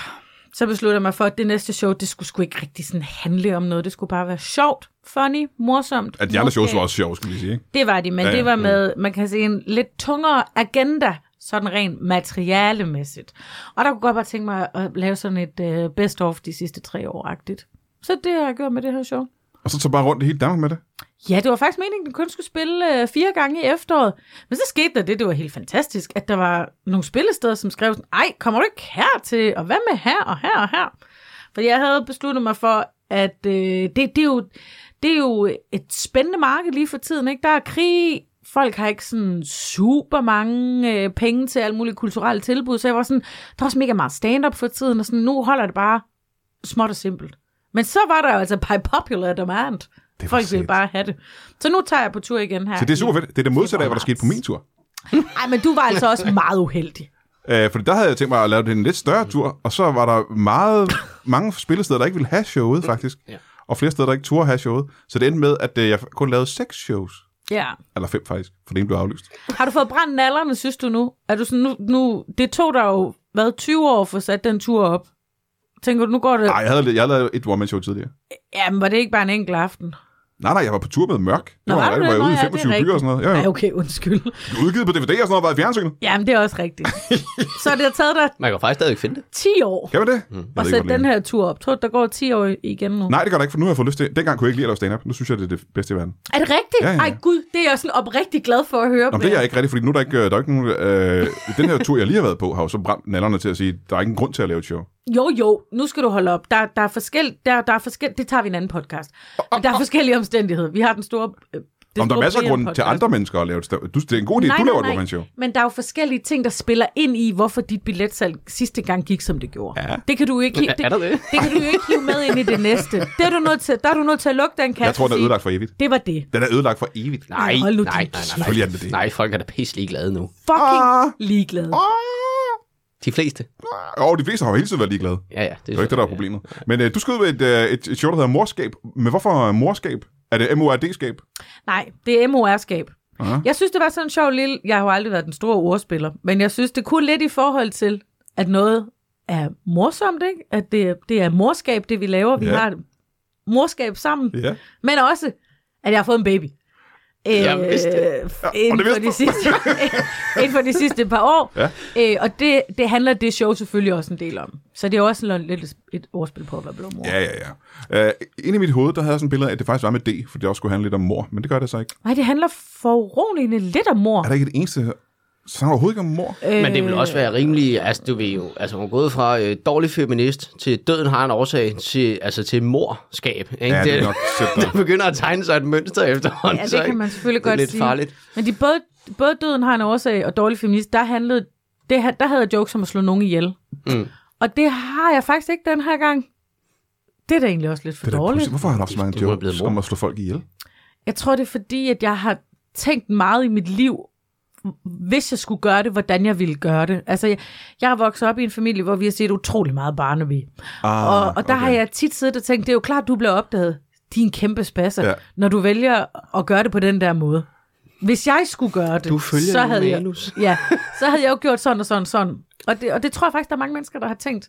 [SPEAKER 3] Så besluttede jeg mig for, at det næste show, det skulle sgu ikke rigtig sådan handle om noget. Det skulle bare være sjovt, funny, morsomt.
[SPEAKER 1] At de andre shows
[SPEAKER 3] morskab.
[SPEAKER 1] var også sjove, skulle vi sige, ikke?
[SPEAKER 3] Det var de, men
[SPEAKER 1] Ja,
[SPEAKER 3] ja,
[SPEAKER 1] ja.
[SPEAKER 3] det var med, man kan sige, en lidt tungere agenda, sådan rent materialemæssigt. Og der kunne godt bare tænke mig at lave sådan et øh, best of de sidste tre år-agtigt. Så det har jeg gjort med det her show.
[SPEAKER 1] Og så tager bare rundt i hele Danmark med det.
[SPEAKER 3] Ja, det var faktisk meningen, at den kun skulle spille øh, fire gange i efteråret. Men så skete der det, det var helt fantastisk, at der var nogle spillesteder, som skrev sådan, ej, kommer du ikke her til, og hvad med her og her og her? Fordi jeg havde besluttet mig for, at øh, det, det, er jo, det er jo et spændende marked lige for tiden, ikke? Der er krig, folk har ikke sådan super mange øh, penge til alle mulige kulturelle tilbud, så jeg var sådan, der er også mega meget stand-up for tiden, og sådan, nu holder det bare småt og simpelt. Men så var der jo altså by popular demand.
[SPEAKER 1] Det var
[SPEAKER 3] Folk ville
[SPEAKER 1] fedt.
[SPEAKER 3] bare have det. Så nu tager jeg på tur igen her.
[SPEAKER 1] Så det er super
[SPEAKER 3] i-
[SPEAKER 1] fedt. Det er det modsatte af, hvad der
[SPEAKER 3] februar.
[SPEAKER 1] skete på min tur.
[SPEAKER 3] Ej, men du var altså også meget uheldig.
[SPEAKER 1] Øh, fordi der havde jeg tænkt mig at lave en lidt større tur, og så var der meget, mange spillesteder, der ikke ville have showet, faktisk.
[SPEAKER 2] Ja.
[SPEAKER 1] Og flere steder, der ikke turde have showet. Så det endte med, at øh, jeg kun lavede seks shows.
[SPEAKER 3] Ja.
[SPEAKER 1] Eller fem, faktisk. For det ene blev aflyst.
[SPEAKER 3] Har du fået brændt nallerne, synes du nu? Er du sådan, nu, nu det tog dig jo, hvad, 20 år for at sat den tur op? Tænker du, nu går det...
[SPEAKER 1] Nej, jeg havde, jeg havde lavet et one-man-show tidligere.
[SPEAKER 3] Jamen, var det ikke bare en enkelt aften?
[SPEAKER 1] Nej, nej, jeg var på tur med Mørk. Det
[SPEAKER 3] Nå,
[SPEAKER 1] var,
[SPEAKER 3] var
[SPEAKER 1] jeg
[SPEAKER 3] du
[SPEAKER 1] var
[SPEAKER 3] det?
[SPEAKER 1] ude i
[SPEAKER 3] Nå, ja, det er
[SPEAKER 1] 25 byer og sådan noget. Ja,
[SPEAKER 3] Nej,
[SPEAKER 1] ja.
[SPEAKER 3] okay, undskyld.
[SPEAKER 1] Du er Udgivet på DVD og sådan noget, og været i fjernsynet.
[SPEAKER 3] Jamen, det er også rigtigt. Så det har taget dig
[SPEAKER 2] Man kan faktisk stadig finde det.
[SPEAKER 3] 10 år
[SPEAKER 1] Kan man det? Jeg
[SPEAKER 3] at
[SPEAKER 1] ved ikke,
[SPEAKER 3] sætte
[SPEAKER 1] hvor
[SPEAKER 3] den
[SPEAKER 1] længe.
[SPEAKER 3] her tur op. Tror du, der går 10 år igen nu?
[SPEAKER 1] Nej, det gør det ikke, for nu har jeg fået lyst til. Dengang kunne jeg ikke lide at lave stand-up. Nu synes jeg, det er det bedste i verden.
[SPEAKER 3] Er det rigtigt?
[SPEAKER 1] Ja, ja, ja.
[SPEAKER 3] Ej, gud, det er jeg sådan oprigtig glad for at
[SPEAKER 1] Nå,
[SPEAKER 3] høre.
[SPEAKER 1] men det er jeg ikke rigtigt, fordi nu er der ikke, øh, der er ikke nogen... Øh, den her tur, jeg lige har været på, har jo så brændt nallerne til at sige, der er ingen grund til at lave et show.
[SPEAKER 3] Jo, jo, nu skal du holde op. Der, der er forskel, der, der er forskel, det tager vi i en anden podcast. Men der er forskellige omstændigheder. Vi har den store... Øh, det
[SPEAKER 1] Om der er
[SPEAKER 3] store
[SPEAKER 1] masser af grunde
[SPEAKER 3] Brian-podcast.
[SPEAKER 1] til andre mennesker at lave et stand du, Det er en god idé, du laver et one-man-show.
[SPEAKER 3] Men der er jo forskellige ting, der spiller ind i, hvorfor dit billetsalg sidste gang gik, som det gjorde. Ja. Det kan du jo ikke,
[SPEAKER 2] Men er- er der det?
[SPEAKER 3] det kan du jo ikke hive med ind i det næste. Det er du nødt til, der er du nødt til at lukke den kasse.
[SPEAKER 1] Jeg tror, den
[SPEAKER 3] og
[SPEAKER 1] er
[SPEAKER 3] sige,
[SPEAKER 1] ødelagt for evigt.
[SPEAKER 3] Det var det.
[SPEAKER 1] Den er ødelagt for e- evigt.
[SPEAKER 2] Nej,
[SPEAKER 3] Hold nu
[SPEAKER 2] nej, nej,
[SPEAKER 3] din
[SPEAKER 2] nej,
[SPEAKER 1] Selvfølgelig er
[SPEAKER 2] nej.
[SPEAKER 1] den det.
[SPEAKER 2] Nej, folk er da pisse glade nu.
[SPEAKER 3] Fucking
[SPEAKER 1] Ah.
[SPEAKER 3] ligeglad.
[SPEAKER 2] De fleste.
[SPEAKER 1] Ah, Og de fleste har jo hele tiden været ligeglade.
[SPEAKER 2] Ja, ja.
[SPEAKER 1] Det er jo ikke det, der er problemet. Men øh, du skød et, øh, et, et show, der hedder Morskab. Men hvorfor øh, Morskab? Er det M-O-R-D-skab?
[SPEAKER 3] Nej, det er MOR-skab.
[SPEAKER 1] Ah.
[SPEAKER 3] Jeg synes, det var sådan en sjov lille... Jeg har jo aldrig været den store ordspiller, men jeg synes, det kunne lidt i forhold til, at noget er morsomt, ikke? At det, det er morskab, det vi laver. Vi
[SPEAKER 1] Ja.
[SPEAKER 3] har et morskab sammen.
[SPEAKER 1] Ja.
[SPEAKER 3] Men også, at jeg har fået en baby. Øh,
[SPEAKER 2] Jeg vidste det.
[SPEAKER 1] og det
[SPEAKER 3] inden,
[SPEAKER 1] vidste
[SPEAKER 3] for
[SPEAKER 1] du.
[SPEAKER 3] de sidste, inden for de sidste par år.
[SPEAKER 1] Ja.
[SPEAKER 3] Øh, og det, det handler det show selvfølgelig også en del om. Så det er også sådan lidt et ordspil på at være blevet mor.
[SPEAKER 1] Ja, ja, ja. Øh, inde i mit hoved, der havde jeg sådan et billede af, at det faktisk var med D, fordi det også skulle handle lidt om mor. Men det gør det så ikke.
[SPEAKER 3] Nej, det handler foruroligende lidt om mor.
[SPEAKER 1] Er der ikke et eneste... Så handler det overhovedet ikke om mor.
[SPEAKER 2] Men det vil også være rimeligt, altså du ved jo, altså hun er gået fra øh, dårlig feminist til døden har en årsag til, altså til morskab. Ikke?
[SPEAKER 1] Ja, det er nok sødt nok.
[SPEAKER 2] der begynder at tegne sig et mønster efterhånden.
[SPEAKER 3] Ja,
[SPEAKER 2] så,
[SPEAKER 3] det
[SPEAKER 2] ikke?
[SPEAKER 3] kan man selvfølgelig
[SPEAKER 2] Det er
[SPEAKER 3] godt
[SPEAKER 2] lidt
[SPEAKER 3] sige.
[SPEAKER 2] farligt.
[SPEAKER 3] Men de både, både døden har en årsag og dårlig feminist, der handlede, det, ha- der havde jeg jokes om at slå nogen ihjel.
[SPEAKER 2] Mm.
[SPEAKER 3] Og det har jeg faktisk ikke den her gang. Det er da egentlig også lidt for
[SPEAKER 1] Det er da
[SPEAKER 3] dårligt.
[SPEAKER 1] pludselig- Hvorfor har du haft så mange
[SPEAKER 2] Du er blevet
[SPEAKER 1] jokes
[SPEAKER 2] mor.
[SPEAKER 1] om at slå folk ihjel?
[SPEAKER 3] Jeg tror, det er fordi, at jeg har tænkt meget i mit liv, hvis jeg skulle gøre det, hvordan jeg ville gøre det. Altså, jeg, jeg har vokset op i en familie, hvor vi har set utrolig meget Barnaby.
[SPEAKER 1] Ah,
[SPEAKER 3] Og, og der har jeg tit siddet og tænkt, det er jo klart, du bliver opdaget. Din kæmpe spasser,
[SPEAKER 1] Ja.
[SPEAKER 3] ja. når du vælger at gøre det på den der måde. Hvis jeg skulle gøre det,
[SPEAKER 2] Du følger
[SPEAKER 3] så
[SPEAKER 2] jo
[SPEAKER 3] havde jeg,
[SPEAKER 2] manus.
[SPEAKER 3] ja, så havde jeg jo gjort sådan og sådan og sådan. Og det, og det tror jeg faktisk, der er mange mennesker, der har tænkt.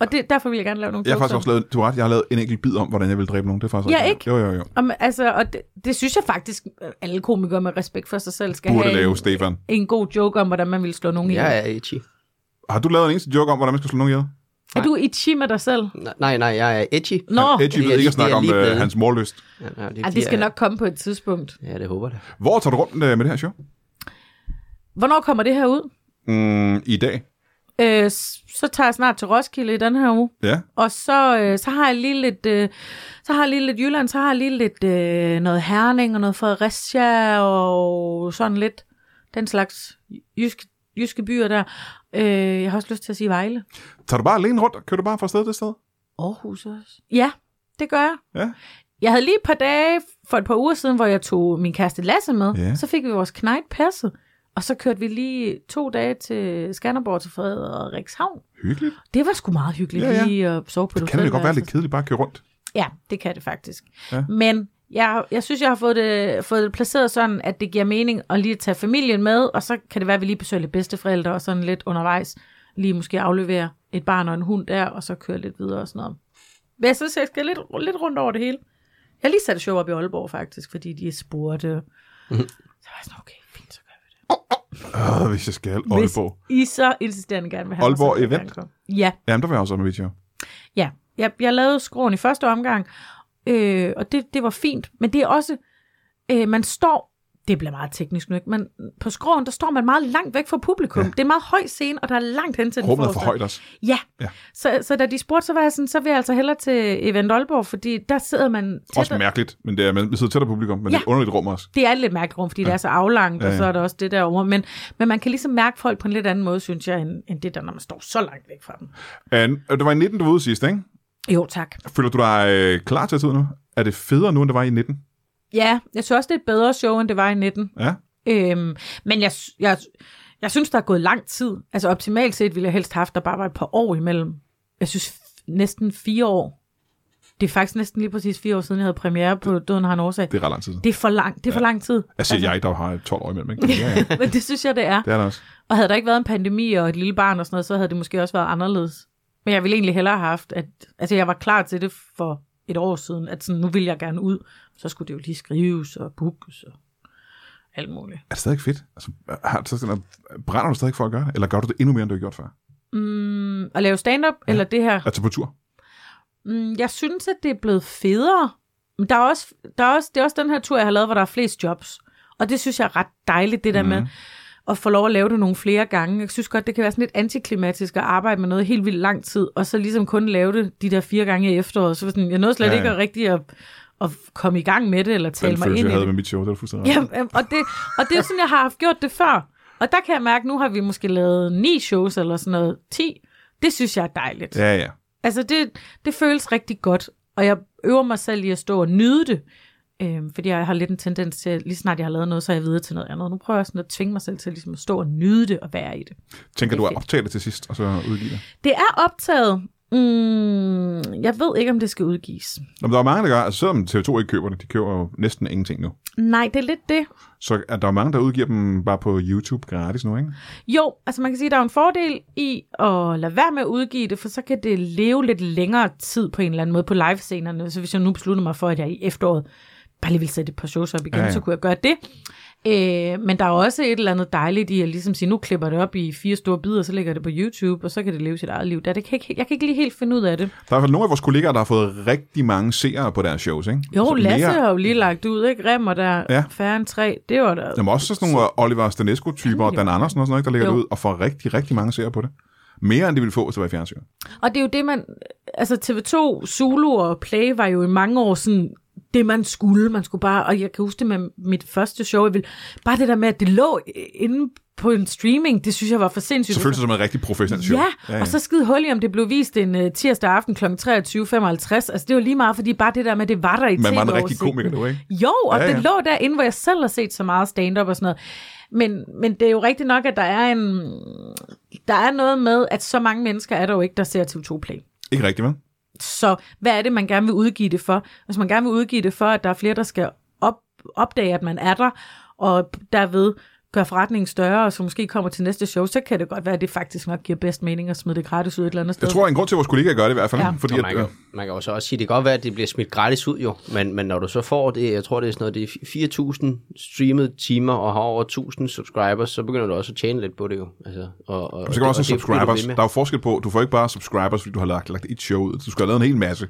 [SPEAKER 3] Og det, derfor vil jeg gerne lave nogle
[SPEAKER 1] Jeg har
[SPEAKER 3] jokes
[SPEAKER 1] faktisk
[SPEAKER 3] om
[SPEAKER 1] også lavet, du har ret, jeg har lavet en enkelt bid om, hvordan jeg vil dræbe nogen. Det er faktisk
[SPEAKER 3] Ja,
[SPEAKER 1] rigtigt.
[SPEAKER 3] ikke?
[SPEAKER 1] Jo, jo, jo.
[SPEAKER 3] det. Om, altså, og det, det synes jeg faktisk, øh, alle komikere med respekt for sig selv skal
[SPEAKER 1] Burde
[SPEAKER 3] have
[SPEAKER 1] lave,
[SPEAKER 3] en,
[SPEAKER 1] Stefan.
[SPEAKER 3] en god joke om, hvordan man ville slå nogen ihjel.
[SPEAKER 2] Jeg er edgy.
[SPEAKER 1] Har du lavet en eneste joke om, hvordan man skal slå nogen ihjel?
[SPEAKER 3] Er du i chi med dig selv?
[SPEAKER 2] Nej, Nej, nej, jeg er edgy.
[SPEAKER 3] Nå, ja,
[SPEAKER 1] Edgy ved
[SPEAKER 2] Det er
[SPEAKER 1] ikke at
[SPEAKER 2] lige-
[SPEAKER 1] snakke
[SPEAKER 2] det er
[SPEAKER 1] om
[SPEAKER 2] lige
[SPEAKER 1] øh,
[SPEAKER 2] blevet.
[SPEAKER 1] hans morlyst.
[SPEAKER 2] Ja, nej, det,
[SPEAKER 3] det skal
[SPEAKER 2] jeg-
[SPEAKER 3] nok komme på et tidspunkt.
[SPEAKER 2] Ja, det håber jeg da.
[SPEAKER 1] Hvor tager du rundt øh, med det her show?
[SPEAKER 3] Hvornår kommer det her ud?
[SPEAKER 1] Mm, I dag.
[SPEAKER 3] Øh, s- så tager jeg snart til Roskilde i den her uge.
[SPEAKER 1] Ja.
[SPEAKER 3] Og så, øh, så har jeg lige lidt, øh, så har jeg lige lidt Jylland, så har jeg lige lidt øh, noget Herning og noget Fredericia og sådan lidt den slags jyske, jyske byer der. Øh, jeg har også lyst til at sige Vejle.
[SPEAKER 1] Tager du bare alene rundt? Kører du bare fra sted til sted?
[SPEAKER 3] Aarhus også. Ja, det gør jeg.
[SPEAKER 1] Ja.
[SPEAKER 3] Jeg havde lige et par dage for et par uger siden, hvor jeg tog min kæreste Lasse med.
[SPEAKER 1] Ja.
[SPEAKER 3] Så fik vi vores knejt passet. Og så kørte vi lige to dage til Skanderborg til Frederikshavn.
[SPEAKER 1] Hyggeligt.
[SPEAKER 3] Det var sgu meget hyggeligt
[SPEAKER 1] Ja, ja.
[SPEAKER 3] lige at sove på det.
[SPEAKER 1] Det kan det godt
[SPEAKER 3] altså-
[SPEAKER 1] være lidt kedeligt bare at køre rundt.
[SPEAKER 3] Ja, det kan det faktisk.
[SPEAKER 1] Ja.
[SPEAKER 3] Ja. Men jeg, jeg synes, jeg har fået det, fået det placeret sådan, at det giver mening at lige tage familien med, og så kan det være, at vi lige besøger lidt bedsteforældre og sådan lidt undervejs. Lige måske aflevere et barn og en hund der, og så køre lidt videre og sådan noget. Men jeg synes, jeg skal lidt, lidt rundt over det hele. Jeg har lige sat et show op i Aalborg faktisk, fordi de spurgte. Så var jeg sådan, okay, fint, så gør vi det.
[SPEAKER 1] Øh, hvis jeg skal. Aalborg.
[SPEAKER 3] Hvis I så insisterende gerne vil have mig,
[SPEAKER 1] Aalborg
[SPEAKER 3] så vil jeg
[SPEAKER 1] Event?
[SPEAKER 3] gerne komme. Ja,
[SPEAKER 1] Jamen, der var jeg også med video.
[SPEAKER 3] Ja, jeg, jeg lavede skråen i første omgang, øh, og det, det var fint, men det er også, øh, man står det bliver meget teknisk nu, ikke? men på skråen, der står man meget langt væk fra publikum. Ja. Det er en meget høj scene, og der er langt hen til den
[SPEAKER 1] Rummet er
[SPEAKER 3] forreste.
[SPEAKER 1] for højt også.
[SPEAKER 3] Ja,
[SPEAKER 1] Ja.
[SPEAKER 3] ja. Så, så da de spurgte, så var jeg sådan, så vil jeg altså hellere til Event Aalborg, fordi der sidder man tæt.
[SPEAKER 1] Også mærkeligt, men det er, man sidder tættere på publikum, men ja.
[SPEAKER 3] Ja.
[SPEAKER 1] det er et underligt rum også.
[SPEAKER 3] Det er et lidt mærkeligt rum, fordi ja. det er så aflangt, ja,
[SPEAKER 1] Ja, ja.
[SPEAKER 3] ja. og så er der også det derovre. Men, men man kan ligesom mærke folk på en lidt anden måde, synes jeg, end, end det der, når man står så langt væk fra dem.
[SPEAKER 1] Anne, og øh, det var i 19, du var ude sidst, ikke?
[SPEAKER 3] Jo, tak.
[SPEAKER 1] Føler du dig øh, klar til at tage ud nu? Er det federe nu, end det var i 19?
[SPEAKER 3] Ja, jeg synes også, det er et bedre show, end det var i 19.
[SPEAKER 1] Ja.
[SPEAKER 3] Øhm, men jeg, sy- jeg, jeg synes, der er gået lang tid. Altså optimalt set ville jeg helst have haft, der bare var et par år imellem. Jeg synes f- næsten fire år. Det er faktisk næsten lige præcis fire år siden, jeg havde premiere på Døden har en årsag.
[SPEAKER 1] Det er ret lang tid. siden.
[SPEAKER 3] Det Altså- er for lang, det er for lang tid.
[SPEAKER 1] Jeg siger jeg, der har 12 år imellem, ikke? Ja, ja.
[SPEAKER 3] Men det synes jeg, det er.
[SPEAKER 1] Det er der også.
[SPEAKER 3] Og havde der ikke været en pandemi og et lille barn og sådan noget, så havde det måske også været anderledes. Men jeg ville egentlig hellere have haft, at altså jeg var klar til det for et år siden, at sådan, nu vil jeg gerne ud. Så skulle det jo lige skrives og bookes og alt muligt.
[SPEAKER 1] Er det stadig fedt? Altså, har, så, brænder du stadig for at gøre det? Eller gør du det endnu mere, end du har gjort før?
[SPEAKER 3] Mm, at lave stand-up ja. eller det her?
[SPEAKER 1] Altså på tur?
[SPEAKER 3] Mm, jeg synes, at det er blevet federe. Men der er også, der er også, det er også den her tur, jeg har lavet, hvor der er flest jobs. Og det synes jeg er ret dejligt, det der mm.
[SPEAKER 1] Mhm.
[SPEAKER 3] med at få lov at lave det nogle flere gange. Jeg synes godt, det kan være sådan lidt antiklimatisk at arbejde med noget helt vildt lang tid, og så ligesom kun lave det de der fire gange i efteråret. Så var sådan, jeg nåede slet
[SPEAKER 1] Ja,
[SPEAKER 3] ja,
[SPEAKER 1] ja.
[SPEAKER 3] ja. ikke at rigtig at, at komme i gang med det, eller tale
[SPEAKER 1] Den
[SPEAKER 3] mig ind i
[SPEAKER 1] følelse,
[SPEAKER 3] det.
[SPEAKER 1] jeg havde med mit show, det var fuldstændig ret.
[SPEAKER 3] Ja, øhm, og det, og det er jo sådan, jeg har haft gjort det før. Og der kan jeg mærke, at nu har vi måske lavet ni shows eller sådan noget. Ti. Det synes jeg er dejligt.
[SPEAKER 1] Ja, ja.
[SPEAKER 3] Altså, det, det føles rigtig godt. Og jeg øver mig selv i at stå og nyde det. Øhm, fordi jeg har lidt en tendens til, at lige snart jeg har lavet noget, så er jeg videre til noget andet. Nu prøver jeg sådan at tvinge mig selv til ligesom at stå og nyde det og være i det.
[SPEAKER 1] Tænker
[SPEAKER 3] Det er
[SPEAKER 1] du at
[SPEAKER 3] fedt.
[SPEAKER 1] optage det til sidst, og så udgive det?
[SPEAKER 3] Det er optaget. Mm, jeg ved ikke, om det skal udgives.
[SPEAKER 1] Nå, men der er mange, der gør, altså selvom TV2 ikke køber det, de køber jo næsten ingenting nu.
[SPEAKER 3] Nej, det er lidt det.
[SPEAKER 1] Så er der jo mange, der udgiver dem bare på YouTube gratis nu, ikke?
[SPEAKER 3] Jo, altså man kan sige, at der er en fordel i at lade være med at udgive det, for så kan det leve lidt længere tid på en eller anden måde på livescenerne. Så hvis jeg nu beslutter mig for, at jeg i efteråret bare lige vil sætte et par shows op igen,
[SPEAKER 1] Ja,
[SPEAKER 3] ja,
[SPEAKER 1] ja.
[SPEAKER 3] ja. så kunne jeg gøre det. Øh, men der er også et eller andet dejligt i at ligesom sige, nu klipper jeg det op i fire store bidder, så lægger jeg det på YouTube, og så kan det leve sit eget liv. Der, det kan jeg, ikke, jeg kan ikke lige helt finde ud af det.
[SPEAKER 1] Der er i hvert fald nogle af vores kollegaer, der har fået rigtig mange seere på deres shows, ikke?
[SPEAKER 3] Jo,
[SPEAKER 1] Så
[SPEAKER 3] Lasse
[SPEAKER 1] mere-
[SPEAKER 3] har jo lige lagt ud, ikke? Remmer der,
[SPEAKER 1] Ja.
[SPEAKER 3] ja. færre end tre, det var der.
[SPEAKER 1] Jamen også sådan nogle Oliver Stanesco-typer og Dan Andersen og sådan noget, der lægger
[SPEAKER 3] Jo.
[SPEAKER 1] det ud og får rigtig, rigtig mange seere på det. Mere end de ville få, hvis det var i fjernsynet.
[SPEAKER 3] Og det er jo det, man... Altså TV2, Zulu og Play var jo i mange år sådan det, man skulle. Man skulle bare... Og jeg kan huske det med mit første show. Jeg ville, bare det der med, at det lå inde på en streaming, det synes jeg var for sindssygt.
[SPEAKER 1] Så føles det som et rigtig professionelt show.
[SPEAKER 3] Ja, ja, ja, og så skide hul i, om det blev vist en uh, tirsdag aften kl. 23.55. Altså, det var lige meget, fordi bare det der med, det var der i
[SPEAKER 1] Man var en
[SPEAKER 3] TV-oversigten.
[SPEAKER 1] rigtig komiker nu, ikke?
[SPEAKER 3] Jo, og
[SPEAKER 1] Ja,
[SPEAKER 3] ja,
[SPEAKER 1] ja.
[SPEAKER 3] ja. det lå derinde, hvor jeg selv har set så meget stand-up og sådan noget. Men, men det er jo rigtigt nok, at der er en... Der er noget med, at så mange mennesker er der jo ikke, der ser TV2 Play.
[SPEAKER 1] Ikke rigtigt, vel?
[SPEAKER 3] Så hvad er det, man gerne vil udgive det for? Hvis man gerne vil udgive det for, at der er flere, der skal op, opdage, at man er der, og derved gør forretningen større, og så måske kommer til næste show, så kan det godt være, at det faktisk nok giver bedst mening at smide det gratis ud et eller andet sted.
[SPEAKER 1] Jeg tror, der er en grund til, at vores kollegaer gør det i hvert fald.
[SPEAKER 3] Ja.
[SPEAKER 1] ikke? Fordi
[SPEAKER 2] Og
[SPEAKER 1] at,
[SPEAKER 2] man, kan,
[SPEAKER 1] øh,
[SPEAKER 2] man kan jo så også sige, det kan godt være, at det bliver smidt gratis ud jo, men, men når du så får det, jeg tror det er sådan noget, det er 4.000 streamede timer og har over 1.000 subscribers, så begynder du også at tjene lidt på det jo. Altså, og, og,
[SPEAKER 1] så kan du også
[SPEAKER 2] og
[SPEAKER 1] have
[SPEAKER 2] det bliver du
[SPEAKER 1] subscribers.
[SPEAKER 2] ved med.
[SPEAKER 1] Der er jo forskel på, du får ikke bare subscribers, fordi du har lagt, lagt et show ud. Du skal have lavet en hel masse.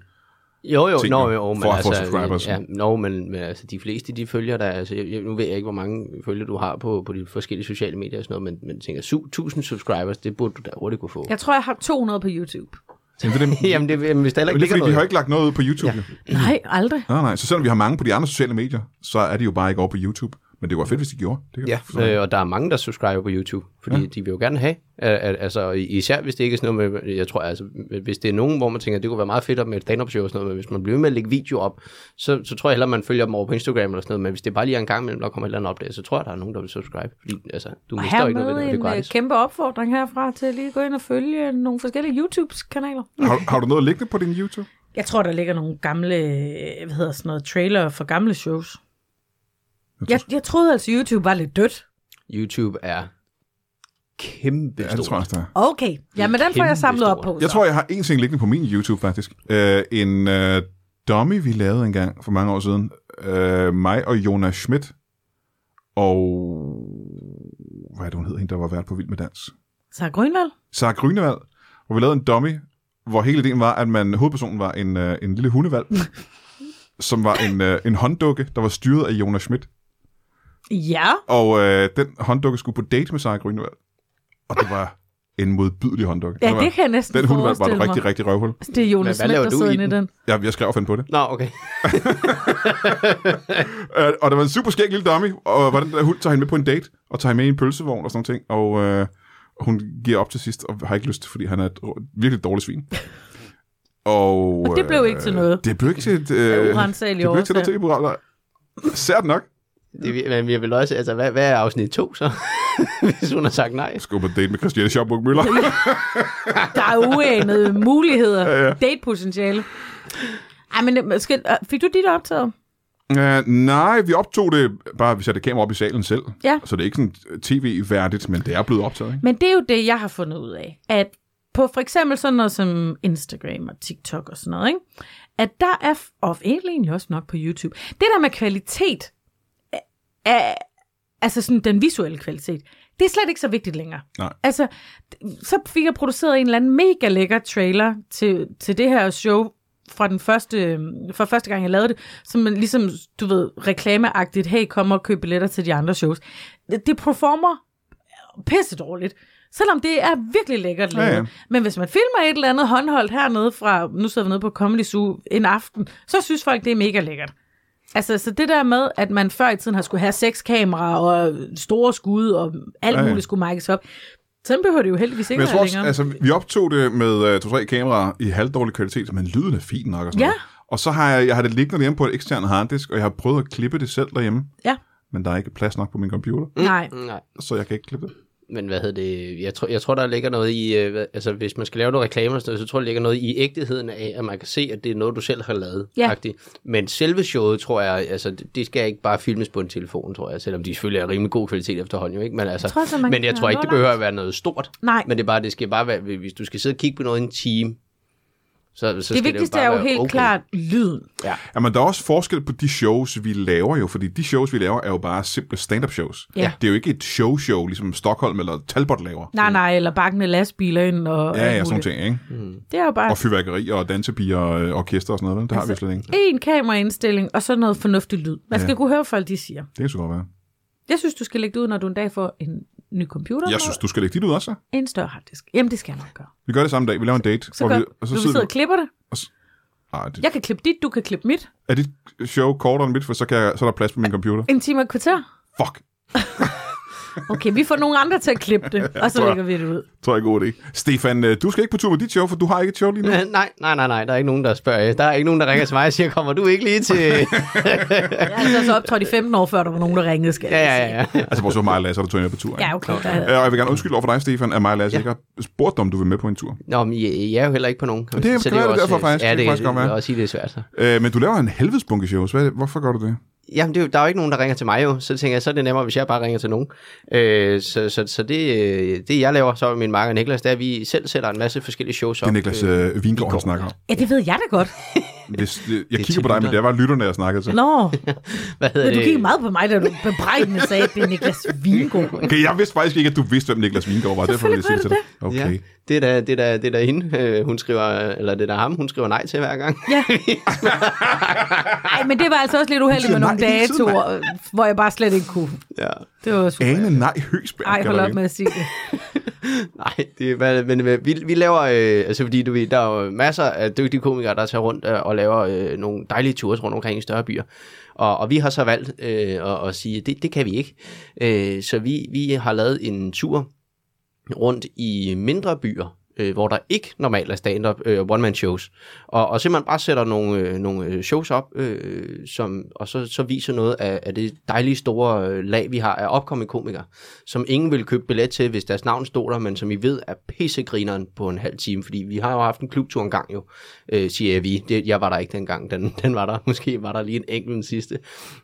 [SPEAKER 2] Jo, jo,
[SPEAKER 1] ting,
[SPEAKER 2] nå,
[SPEAKER 1] jo,
[SPEAKER 2] jo, men
[SPEAKER 1] for at få
[SPEAKER 2] altså,
[SPEAKER 1] subscribers.
[SPEAKER 2] Ja, nå, men, men altså, de fleste, de følger dig, altså, jeg, jeg- nu ved jeg ikke, hvor mange følger du har på, på de forskellige sociale medier og sådan noget, men, men tænker, 7.000 subscribers, det burde du da hurtigt kunne få. Ja.
[SPEAKER 3] Jeg tror, jeg har 200 på YouTube.
[SPEAKER 2] Mhm.
[SPEAKER 1] Jamen, det er, det,
[SPEAKER 2] Jamen, det, jamen, hvis der heller
[SPEAKER 1] men det
[SPEAKER 2] ikke
[SPEAKER 1] er
[SPEAKER 2] ligger
[SPEAKER 1] fordi,
[SPEAKER 2] noget...
[SPEAKER 1] vi har ikke lagt noget ud på YouTube. Ja.
[SPEAKER 3] Nej, aldrig.
[SPEAKER 1] Nej, nej. Så selvom vi har mange på de andre sociale medier, så er de jo bare ikke over på YouTube. Men det var fedt, hvis de gjorde. Det kan jeg forstå.
[SPEAKER 2] Ja, øh, og der er mange, der subscriber på YouTube, fordi ja. de vil jo gerne have, at, at, altså især hvis det ikke er sådan noget med, jeg tror altså, hvis det er nogen, hvor man tænker, det kunne være meget fedt at med et stand-up show og sådan noget, men hvis man bliver ved med at lægge video op, så, så tror jeg hellere, man følger dem over på Instagram eller sådan noget, men hvis det bare lige er en gang imellem, der kommer et eller andet opdage, så tror jeg, der er nogen, der vil subscribe, fordi altså, du
[SPEAKER 3] Og
[SPEAKER 2] mister jo ikke noget ved
[SPEAKER 3] hermed
[SPEAKER 2] det, og det er
[SPEAKER 3] en øh,
[SPEAKER 2] gratis.
[SPEAKER 3] kæmpe opfordring herfra til at lige gå ind og følge nogle forskellige YouTube-kanaler.
[SPEAKER 1] Har, har du noget at lægge på din YouTube?
[SPEAKER 3] Jeg tror, der ligger nogle gamle, øh, hvad hedder sådan noget, trailer for gamle shows. Jeg, jeg troede altså, YouTube var lidt dødt.
[SPEAKER 2] YouTube er kæmpe
[SPEAKER 1] Ja, det tror jeg, også, der er.
[SPEAKER 3] Okay, ja, men den får
[SPEAKER 2] kæmpe
[SPEAKER 3] jeg samlet op
[SPEAKER 2] stort.
[SPEAKER 3] på.
[SPEAKER 1] Jeg
[SPEAKER 3] så.
[SPEAKER 1] tror, jeg har en ting liggende på min YouTube, faktisk. Øh, en øh, dummy, vi lavede engang for mange år siden. Øh, mig og Jonas Schmidt. Og... Hvad er det, hun hed? Hende, der var vært på Vild med Dans.
[SPEAKER 3] Så Grønvald?
[SPEAKER 1] Sara Grynevald, hvor vi lavede en dummy, hvor hele ideen var, at man, hovedpersonen var en, øh, en lille hundevalg, som var en, øh, en hånddukke, der var styret af Jonas Schmidt.
[SPEAKER 3] Ja.
[SPEAKER 1] Og øh, den hånddukke skulle på date med Sarah Grønvald. Og det var en modbydelig hånddukke.
[SPEAKER 3] Ja,
[SPEAKER 1] Det var-
[SPEAKER 3] det kan jeg næsten
[SPEAKER 1] den hundevalg var
[SPEAKER 3] forestille
[SPEAKER 1] et
[SPEAKER 3] mig.
[SPEAKER 1] rigtig, rigtig røvhul.
[SPEAKER 3] Det er Jonas
[SPEAKER 2] Hvad-
[SPEAKER 3] Schmidt,
[SPEAKER 2] hvad laver
[SPEAKER 3] der
[SPEAKER 2] du
[SPEAKER 3] sidder
[SPEAKER 2] i
[SPEAKER 3] inde i den.
[SPEAKER 1] Jeg, jeg skrev og fandt på det.
[SPEAKER 2] Nå, okay.
[SPEAKER 1] Øh, og der var en super skæg lille dummy, og hvordan den der hund tager hende med på en date, og tager hende med i en pølsevogn og sådan noget ting, og øh, hun giver op til sidst, og har ikke lyst, fordi han er et rå- virkelig dårligt svin. Og,
[SPEAKER 3] Og det blev ikke til noget.
[SPEAKER 1] Det blev ikke til et... Øh,
[SPEAKER 3] urensagelige
[SPEAKER 1] det blev ikke til noget
[SPEAKER 3] årsager.
[SPEAKER 1] tv-program, nej. Sært nok.
[SPEAKER 2] Det, men vi vil også, altså, hvad, hvad er afsnit 2 så? Hvis hun har sagt nej.
[SPEAKER 1] Skub på date med Christiane Schaubuk Møller.
[SPEAKER 3] Der er uanede muligheder. ja, ja. Datepotentiale. Ej, men øh, skal, øh, fik du dit optaget?
[SPEAKER 1] uh, nej, vi optog det, bare vi satte kamera op i salen selv.
[SPEAKER 3] Ja.
[SPEAKER 1] Så det er ikke sådan tv-værdigt, men det er blevet optaget, ikke?
[SPEAKER 3] Men det er jo det, jeg har fundet ud af. At på for eksempel sådan noget som Instagram og TikTok og sådan noget, ikke? at der er, f- og egentlig egentlig også nok på YouTube, det der med kvalitet, af, altså sådan den visuelle kvalitet, det er slet ikke så vigtigt længere.
[SPEAKER 1] Nej.
[SPEAKER 3] Altså, d- så fik jeg produceret en eller anden mega lækker trailer til, til det her show, fra den første, øhm, fra første gang, jeg lavede det, som man ligesom, du ved, reklameagtigt, hey, kom og køb billetter til de andre shows. Det, det performer pisse dårligt. Selvom det er virkelig lækkert lavet.
[SPEAKER 1] Ja,
[SPEAKER 3] Ja,
[SPEAKER 1] ja.
[SPEAKER 3] ja. Men hvis man filmer et eller andet håndholdt hernede fra, nu sidder vi nede på Comedy Zoo en aften, så synes folk, det er mega lækkert. Altså, så det der med, at man før i tiden har skulle have seks kameraer og store skud og alt
[SPEAKER 1] Ja,
[SPEAKER 3] ja,
[SPEAKER 1] ja.
[SPEAKER 3] ja. muligt skulle markes op. Sådan behøver det jo heldigvis ikke
[SPEAKER 1] Men jeg
[SPEAKER 3] være
[SPEAKER 1] tror også,
[SPEAKER 3] længere.
[SPEAKER 1] altså, vi optog det med uh, to-tre kameraer i halvdårlig kvalitet, men lyden er fin nok og sådan
[SPEAKER 3] Ja.
[SPEAKER 1] noget. Og så har jeg, jeg har det liggende derhjemme på et ekstern harddisk, og jeg har prøvet at klippe det selv derhjemme,
[SPEAKER 3] Ja,
[SPEAKER 1] men der er ikke plads nok på min computer,
[SPEAKER 2] Mm.
[SPEAKER 3] nej.
[SPEAKER 2] Nej.
[SPEAKER 1] så jeg kan ikke klippe det.
[SPEAKER 2] Men hvad hedder det? Jeg tror, jeg tror der ligger noget i, øh, hvad- altså hvis man skal lave nogle reklamer, og sådan noget, så tror jeg, der ligger noget i ægtheden af, at man kan se, at det er noget, du selv har lavet.
[SPEAKER 3] Ja.
[SPEAKER 2] agtigt. Men selve showet, tror jeg, altså det- det skal ikke bare filmes på en telefon, tror jeg, selvom de selvfølgelig er rimelig god kvalitet efterhånden, jo ikke? Men, altså,
[SPEAKER 3] Jeg tror altså, man
[SPEAKER 2] men jeg
[SPEAKER 3] kan
[SPEAKER 2] tror ikke,
[SPEAKER 3] nå
[SPEAKER 2] det
[SPEAKER 3] langt.
[SPEAKER 2] behøver at være noget stort.
[SPEAKER 3] Nej.
[SPEAKER 2] Men det er bare, det skal bare være, hvis du skal sidde og kigge på noget i en time, så, så
[SPEAKER 3] Det
[SPEAKER 2] skal
[SPEAKER 3] vigtigste
[SPEAKER 2] det
[SPEAKER 3] er
[SPEAKER 2] jo bare
[SPEAKER 3] jo
[SPEAKER 2] være
[SPEAKER 3] helt
[SPEAKER 2] okay.
[SPEAKER 3] okay. klart lyden.
[SPEAKER 1] Jamen, der er også forskel på de shows, vi laver jo, fordi de shows, vi laver, er jo bare simple stand-up shows.
[SPEAKER 3] Ja.
[SPEAKER 1] Det er jo ikke et show-show, ligesom Stockholm eller Talbot laver.
[SPEAKER 3] Nej, nej, eller bakken af lastbiler ind og
[SPEAKER 1] Mm. Ja,
[SPEAKER 3] alt
[SPEAKER 1] ja, sådan nogle
[SPEAKER 3] muligt.
[SPEAKER 1] ting, ikke?
[SPEAKER 3] Det er jo bare
[SPEAKER 1] Og fyrværkerier og dansepiger og øh, orkester og sådan noget, vel? det altså, har vi slet ikke.
[SPEAKER 3] en kameraindstilling og så noget fornuftig lyd. Man skal ja. kunne høre, hvad folk de siger.
[SPEAKER 1] Det kan så godt være.
[SPEAKER 3] Jeg synes, du skal lægge det ud, når du en dag får en ny computer.
[SPEAKER 1] Jeg
[SPEAKER 3] og
[SPEAKER 1] synes, du skal lægge dit ud også. så.
[SPEAKER 3] En større harddisk. Jamen, det skal jeg nok gøre.
[SPEAKER 1] Vi gør det samme dag. Vi laver en date.
[SPEAKER 3] Så,
[SPEAKER 1] og
[SPEAKER 3] gør,
[SPEAKER 1] vi, og så sidder
[SPEAKER 3] vi og klipper det.
[SPEAKER 1] Ej, det,
[SPEAKER 3] Jeg kan klippe dit, du kan klippe mit.
[SPEAKER 1] Er dit show kortere end mit, for så, kan jeg, så er der plads på min computer?
[SPEAKER 3] En time og et kvarter.
[SPEAKER 1] Fuck,
[SPEAKER 3] Okay, vi får nogle andre til at klippe det, og så
[SPEAKER 1] Tror jeg.
[SPEAKER 3] lægger vi det ud.
[SPEAKER 1] tror jeg er en god idé. Stefan, øh, du skal ikke på tur med dit show, for du har ikke et show lige nu.
[SPEAKER 2] Øh, Nej, nej, nej, nej. Der er ikke nogen, der spørger. Der er ikke nogen, der ringer til mig og siger, kommer du ikke lige til...
[SPEAKER 3] Jeg er altså så optrådt i 15 år, før der var nogen, der ringede, skal
[SPEAKER 2] ja,
[SPEAKER 3] jeg
[SPEAKER 2] ja,
[SPEAKER 3] sige.
[SPEAKER 2] ja.
[SPEAKER 1] Altså, hvor så mig og Lasse, der tog jeg med på tur.
[SPEAKER 3] Ja, okay. Der,
[SPEAKER 1] Øh, Og jeg vil gerne undskylde over for dig, Stefan, at mig og Lasse ja. ikke har spurgt dig, om du vil med på en tur.
[SPEAKER 2] Nå, men I, I er jo heller ikke på nogen.
[SPEAKER 1] det kan være, det er derfor, faktisk.
[SPEAKER 2] Ja,
[SPEAKER 1] Det
[SPEAKER 2] det,
[SPEAKER 1] kan faktisk godt
[SPEAKER 2] det,
[SPEAKER 1] være.
[SPEAKER 2] det, også sige, det er svært. Så.
[SPEAKER 1] Øh, men du laver en helvedes bunke shows. Hvad, hvorfor gør du det?
[SPEAKER 2] Jamen, det er jo, der er jo ikke nogen, der ringer til mig jo. Så tænker jeg, så er det nemmere, hvis jeg bare ringer til nogen. Øh, så så, så det, øh, det, jeg laver så med min marker Niklas, det er, at vi selv sætter en masse forskellige shows
[SPEAKER 1] Det
[SPEAKER 2] op.
[SPEAKER 1] er Niklas øh, Vingård, han
[SPEAKER 2] Vingård.
[SPEAKER 1] snakker om.
[SPEAKER 3] ja, det ved jeg da godt.
[SPEAKER 1] Hvis, øh, jeg
[SPEAKER 2] er
[SPEAKER 1] kigger på dig, men det var lytterne, jeg snakkede til.
[SPEAKER 3] Nå,
[SPEAKER 2] Hvad hedder
[SPEAKER 3] men du
[SPEAKER 2] det?
[SPEAKER 3] kiggede meget på mig, da du bebrejdende sagde, at det er Niklas Vingård.
[SPEAKER 1] Okay, jeg vidste faktisk ikke, at du vidste, hvem Niklas Vingård var. Derfor ville jeg sige det til dig.
[SPEAKER 2] Ja,
[SPEAKER 1] Okay.
[SPEAKER 2] det er da, det er da, det er da hende, øh, hun skriver, eller det er da ham, hun skriver nej til hver gang.
[SPEAKER 3] Ja. Ej, men det var altså også lidt uheldigt
[SPEAKER 1] siger
[SPEAKER 3] med nogle
[SPEAKER 1] nej hele tiden,
[SPEAKER 3] datoer, hvor jeg bare slet ikke kunne.
[SPEAKER 2] Ja.
[SPEAKER 3] Det var super.
[SPEAKER 1] Ane Nej Høgsberg.
[SPEAKER 3] Ej,
[SPEAKER 1] kalder
[SPEAKER 3] hold
[SPEAKER 1] jeg
[SPEAKER 3] op
[SPEAKER 1] hende.
[SPEAKER 3] med at sige det.
[SPEAKER 2] Nej, det er, hvad- men øh, vi, vi laver, øh, altså fordi du ved, der er jo masser af dygtige komikere, der tager rundt øh, og laver øh, nogle dejlige ture rundt omkring i større byer. Og, og vi har så valgt øh, at, at sige, at det, det kan vi ikke. Øh, så vi, vi har lavet en tur rundt i mindre byer, øh, hvor der ikke normalt er stand-up øh, one-man-shows. Og, og simpelthen bare sætter nogle, øh, nogle øh, shows op, øh, som, og så, så viser noget af, af det dejlige store øh, lag, vi har af opkommende komikere, som ingen vil købe billet til, hvis deres navn stod der, men som I ved er pissegrineren på en halv time, fordi vi har jo haft en klubtur en gang jo, øh, siger jeg vi. Det, jeg var der ikke dengang, den, den var der. Måske var der lige en enkelt den sidste.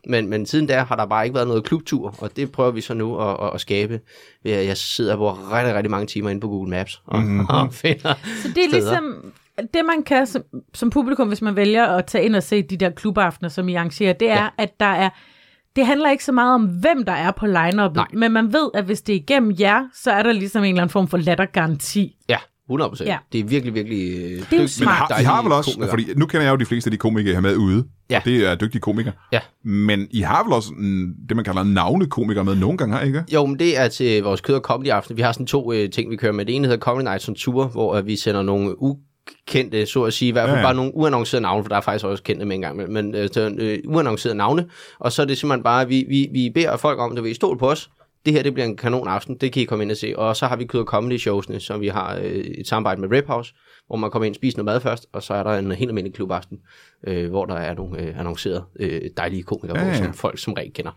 [SPEAKER 2] Men, men siden da har der bare ikke været noget klubtur, og det prøver vi så nu at, at, at skabe. ved at Jeg sidder og bruger rigtig, rigtig mange timer inde på Google Maps og, mm-hmm. og finder
[SPEAKER 3] Så det er
[SPEAKER 2] steder.
[SPEAKER 3] ligesom det, man kan som, som publikum, hvis man vælger at tage ind og se de der klubaftener, som I arrangerer, det er, ja. at der er det handler ikke så meget om, hvem der er på line
[SPEAKER 2] Nej.
[SPEAKER 3] men man ved, at hvis det er igennem jer, så er der ligesom en eller anden form for lattergaranti.
[SPEAKER 2] Ja, 100%.
[SPEAKER 3] Ja.
[SPEAKER 2] Ja. Det er virkelig, virkelig... øh,
[SPEAKER 3] jo
[SPEAKER 2] dygtige,
[SPEAKER 1] Men
[SPEAKER 3] smart.
[SPEAKER 1] har, de
[SPEAKER 2] dejlige
[SPEAKER 1] har vel også,
[SPEAKER 2] komikere.
[SPEAKER 1] fordi nu kender jeg jo de fleste af de komikere, jeg har med ude,
[SPEAKER 2] Ja.
[SPEAKER 1] og det er dygtige komikere.
[SPEAKER 2] Ja.
[SPEAKER 1] Men I har vel også mm, det, man kalder navnekomikere med nogle gange, har I ikke?
[SPEAKER 2] Jo, men det er til vores kød- og comedy-aften. Vi har sådan to øh, ting, vi kører med. Det ene hedder Comedy Nights on Tour, hvor øh, vi sender nogle ukendte, så at sige, i hvert fald
[SPEAKER 1] Ja, ja.
[SPEAKER 2] ja, ja. bare nogle uannoncerede navne, for der er faktisk også kendte med en gang, imellem, men øh, så, øh, uannoncerede navne. Og så er det simpelthen bare, vi, vi, vi beder folk om, at vi stol på os. Det her, det bliver en kanon aften, det kan I komme ind og se. Og så har vi kød- og comedy-showsene, som vi har øh, et samarbejde med Rap House, hvor man kommer ind og spiser noget mad først, og så er der en helt almindelig klubaften, øh, hvor der er nogle øh, annoncerede øh, dejlige komikere,
[SPEAKER 1] Ja,
[SPEAKER 2] ja,
[SPEAKER 1] ja.
[SPEAKER 2] ja. som folk som regel kender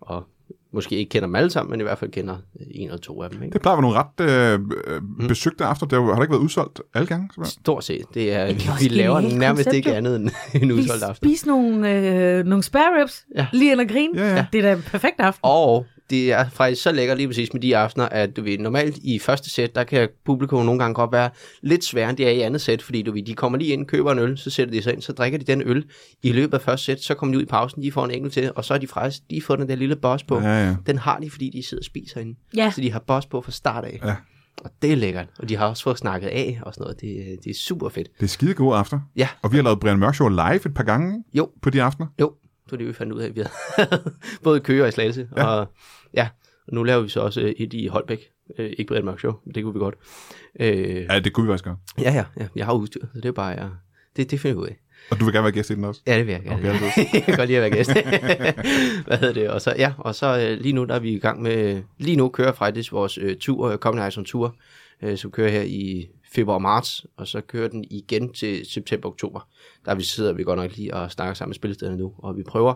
[SPEAKER 2] og måske ikke kender dem alle sammen, men i hvert fald kender øh, en eller to af dem. Ikke?
[SPEAKER 1] Det plejer at være nogle ret øh, øh,
[SPEAKER 2] Mm.
[SPEAKER 1] besøgte aftener. Der har der ikke været udsolgt alle gange. simpelthen?
[SPEAKER 2] Stort set. Det er,
[SPEAKER 3] det er også
[SPEAKER 2] vi laver
[SPEAKER 3] genialt
[SPEAKER 2] nærmest
[SPEAKER 3] koncept,
[SPEAKER 2] ikke
[SPEAKER 3] jo.
[SPEAKER 2] andet end en
[SPEAKER 3] Vi
[SPEAKER 2] udsolgt aften.
[SPEAKER 3] spise nogle, øh, nogle spare ribs,
[SPEAKER 2] Ja.
[SPEAKER 3] lige ind og grine.
[SPEAKER 1] Ja, ja.
[SPEAKER 3] Det er da en perfekt aften.
[SPEAKER 2] Og det er faktisk så lækkert lige præcis med de aftener, at du ved, normalt i første sæt, der kan publikum nogle gange godt være lidt sværere, end det er i andet sæt, fordi du ved, de kommer lige ind, køber en øl, så sætter de sig ind, så drikker de den øl i løbet af første sæt, så kommer de ud i pausen, de får en enkelt til, og så er de faktisk, de får den der lille boss på.
[SPEAKER 1] Ja, ja.
[SPEAKER 2] Den har de, fordi de sidder og spiser inde.
[SPEAKER 3] Ja.
[SPEAKER 2] Så de har boss på fra start af.
[SPEAKER 1] Ja.
[SPEAKER 2] Og det er lækkert. Og de har også fået snakket af og sådan noget. Det, øh, det er super fedt.
[SPEAKER 1] Det er skide gode aftener.
[SPEAKER 2] Ja,
[SPEAKER 1] Og vi har lavet Brian Mørk Show live et par gange ikke?
[SPEAKER 2] jo,
[SPEAKER 1] på de aftener.
[SPEAKER 2] jo. Det var det, vi fandt ud af. Vi havde både i Køge og i Slagelse. Ja. Og, ja. og nu laver vi så også øh, et i Holbæk. Øh, ikke Brian Mørk Show, men det kunne vi godt. Øh, ja.
[SPEAKER 1] Ja, det kunne vi faktisk gøre.
[SPEAKER 2] ja, ja, ja. Jeg har udstyr, så det er bare, ja. det, det finder vi ud af.
[SPEAKER 1] Og du vil gerne være gæst i den også.
[SPEAKER 2] Ja, det vil jeg gerne.
[SPEAKER 1] Okay, altså.
[SPEAKER 2] jeg kan godt lide at være gæst. Hvad hedder det? Og så, ja, og så øh, lige nu, der er vi i gang med, lige nu kører faktisk vores øh, tur, øh, Comedy Horizon Tour, øh, som kører her i februar og marts, og så kører den igen til september og oktober. Der vi sidder vi godt nok lige og snakker sammen med spillestederne nu, og vi prøver,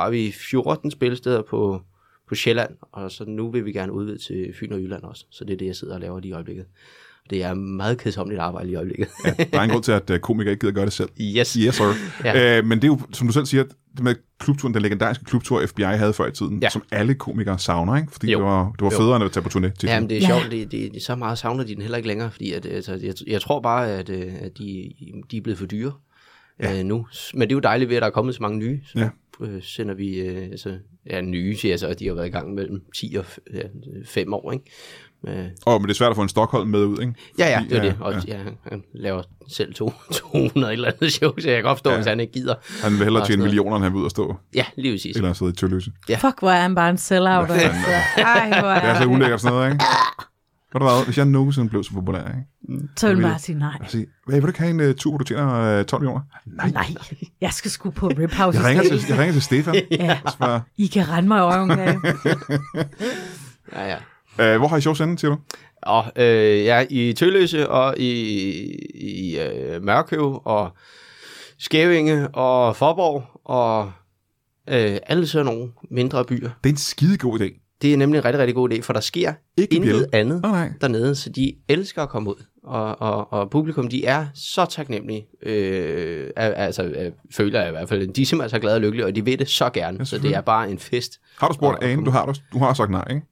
[SPEAKER 2] har vi 14 spillesteder på, på Sjælland, og så nu vil vi gerne udvide til Fyn og Jylland også, så det er det, jeg sidder og laver lige i øjeblikket. Det er meget kedsomligt arbejde lige i øjeblikket.
[SPEAKER 1] Der er en grund til, at øh, komikere ikke gider gøre det selv.
[SPEAKER 2] yes.
[SPEAKER 1] Yes, sir. ja.
[SPEAKER 2] Ja.
[SPEAKER 1] øh, men det er jo, som du selv siger, det med klubturen, den legendariske klubtur, FBI havde før i tiden, ja.
[SPEAKER 2] Ja.
[SPEAKER 1] som alle komikere savner, ikke? fordi
[SPEAKER 2] Jo.
[SPEAKER 1] det var, det var
[SPEAKER 2] Jo.
[SPEAKER 1] federe end at tage på turné. Til
[SPEAKER 2] Ja, men det er
[SPEAKER 3] Ja.
[SPEAKER 2] sjovt. Det, det, det, så meget savner de den heller ikke længere, fordi at, altså, jeg, jeg tror bare, at, øh, at de, de er blevet for dyre ja. øh, nu. Men det er jo dejligt ved, at der er kommet så mange nye. Så
[SPEAKER 1] Ja.
[SPEAKER 2] øh, sender vi, øh, altså, ja, nye siger jeg så, at de har været i gang mellem 10 og 5 år, ikke? Øh,
[SPEAKER 1] Og, men det er svært at få en Stockholm med ud, ikke?
[SPEAKER 2] Ja, ja, det er
[SPEAKER 1] ja,
[SPEAKER 2] det. Og
[SPEAKER 1] ja.
[SPEAKER 2] ja. Jeg, han laver selv to, 200 et eller andet show, så jeg kan godt forstå, ja. hvis han ikke gider.
[SPEAKER 1] Han vil hellere
[SPEAKER 2] Og
[SPEAKER 1] tjene
[SPEAKER 2] sådan noget.
[SPEAKER 1] millioner, end han vil ud og stå,
[SPEAKER 2] Ja, lige præcis.
[SPEAKER 1] eller sidde i tølløse.
[SPEAKER 2] Ja.
[SPEAKER 3] Fuck, hvor er han bare en sellout.
[SPEAKER 1] Hvad fanden
[SPEAKER 3] altså. Ej, hvor
[SPEAKER 1] Det er altså
[SPEAKER 3] er
[SPEAKER 1] så
[SPEAKER 3] det.
[SPEAKER 1] ulækkert sådan noget, ikke? Ved du hvad, hvis jeg nogensinde blev så populær, ikke?
[SPEAKER 3] Så vil jeg bare sige nej.
[SPEAKER 1] Altså, hey, vil du ikke have en uh, tur, hvor du tjener uh, 12 millioner? Nej.
[SPEAKER 3] Nej, jeg skal sgu på Rip House.
[SPEAKER 1] Jeg ringer til, jeg ringer til Stefan.
[SPEAKER 3] Ja,
[SPEAKER 1] og spørger,
[SPEAKER 3] I kan rende mig i øjen. ja.
[SPEAKER 2] Ja, ja.
[SPEAKER 1] øh, hvor har I shows andet, siger du?
[SPEAKER 2] Og øh, jeg er i Tølløse og i, i øh, Mørkøv og Skævinge og Forborg og øh, alle sådan nogle mindre byer.
[SPEAKER 1] Det er en skidegod idé.
[SPEAKER 2] Det er nemlig en rigtig, rigtig god idé, for der sker
[SPEAKER 1] Ikke Ah. en
[SPEAKER 2] intet
[SPEAKER 1] bjælde.
[SPEAKER 2] andet
[SPEAKER 1] Åh, nej.
[SPEAKER 2] dernede, så de elsker at komme ud. Og, og, og publikum, de er så taknemmelige, øh, al- altså øh, føler jeg i hvert fald. De er simpelthen så glade og lykkelige, og de vil det så gerne,
[SPEAKER 1] Ja,
[SPEAKER 2] ja, så det
[SPEAKER 1] selvfølgelig.
[SPEAKER 2] er bare en fest.
[SPEAKER 1] Har du spurgt
[SPEAKER 2] Og- og-
[SPEAKER 1] Ane? Du har, du, du har sagt nej, ikke?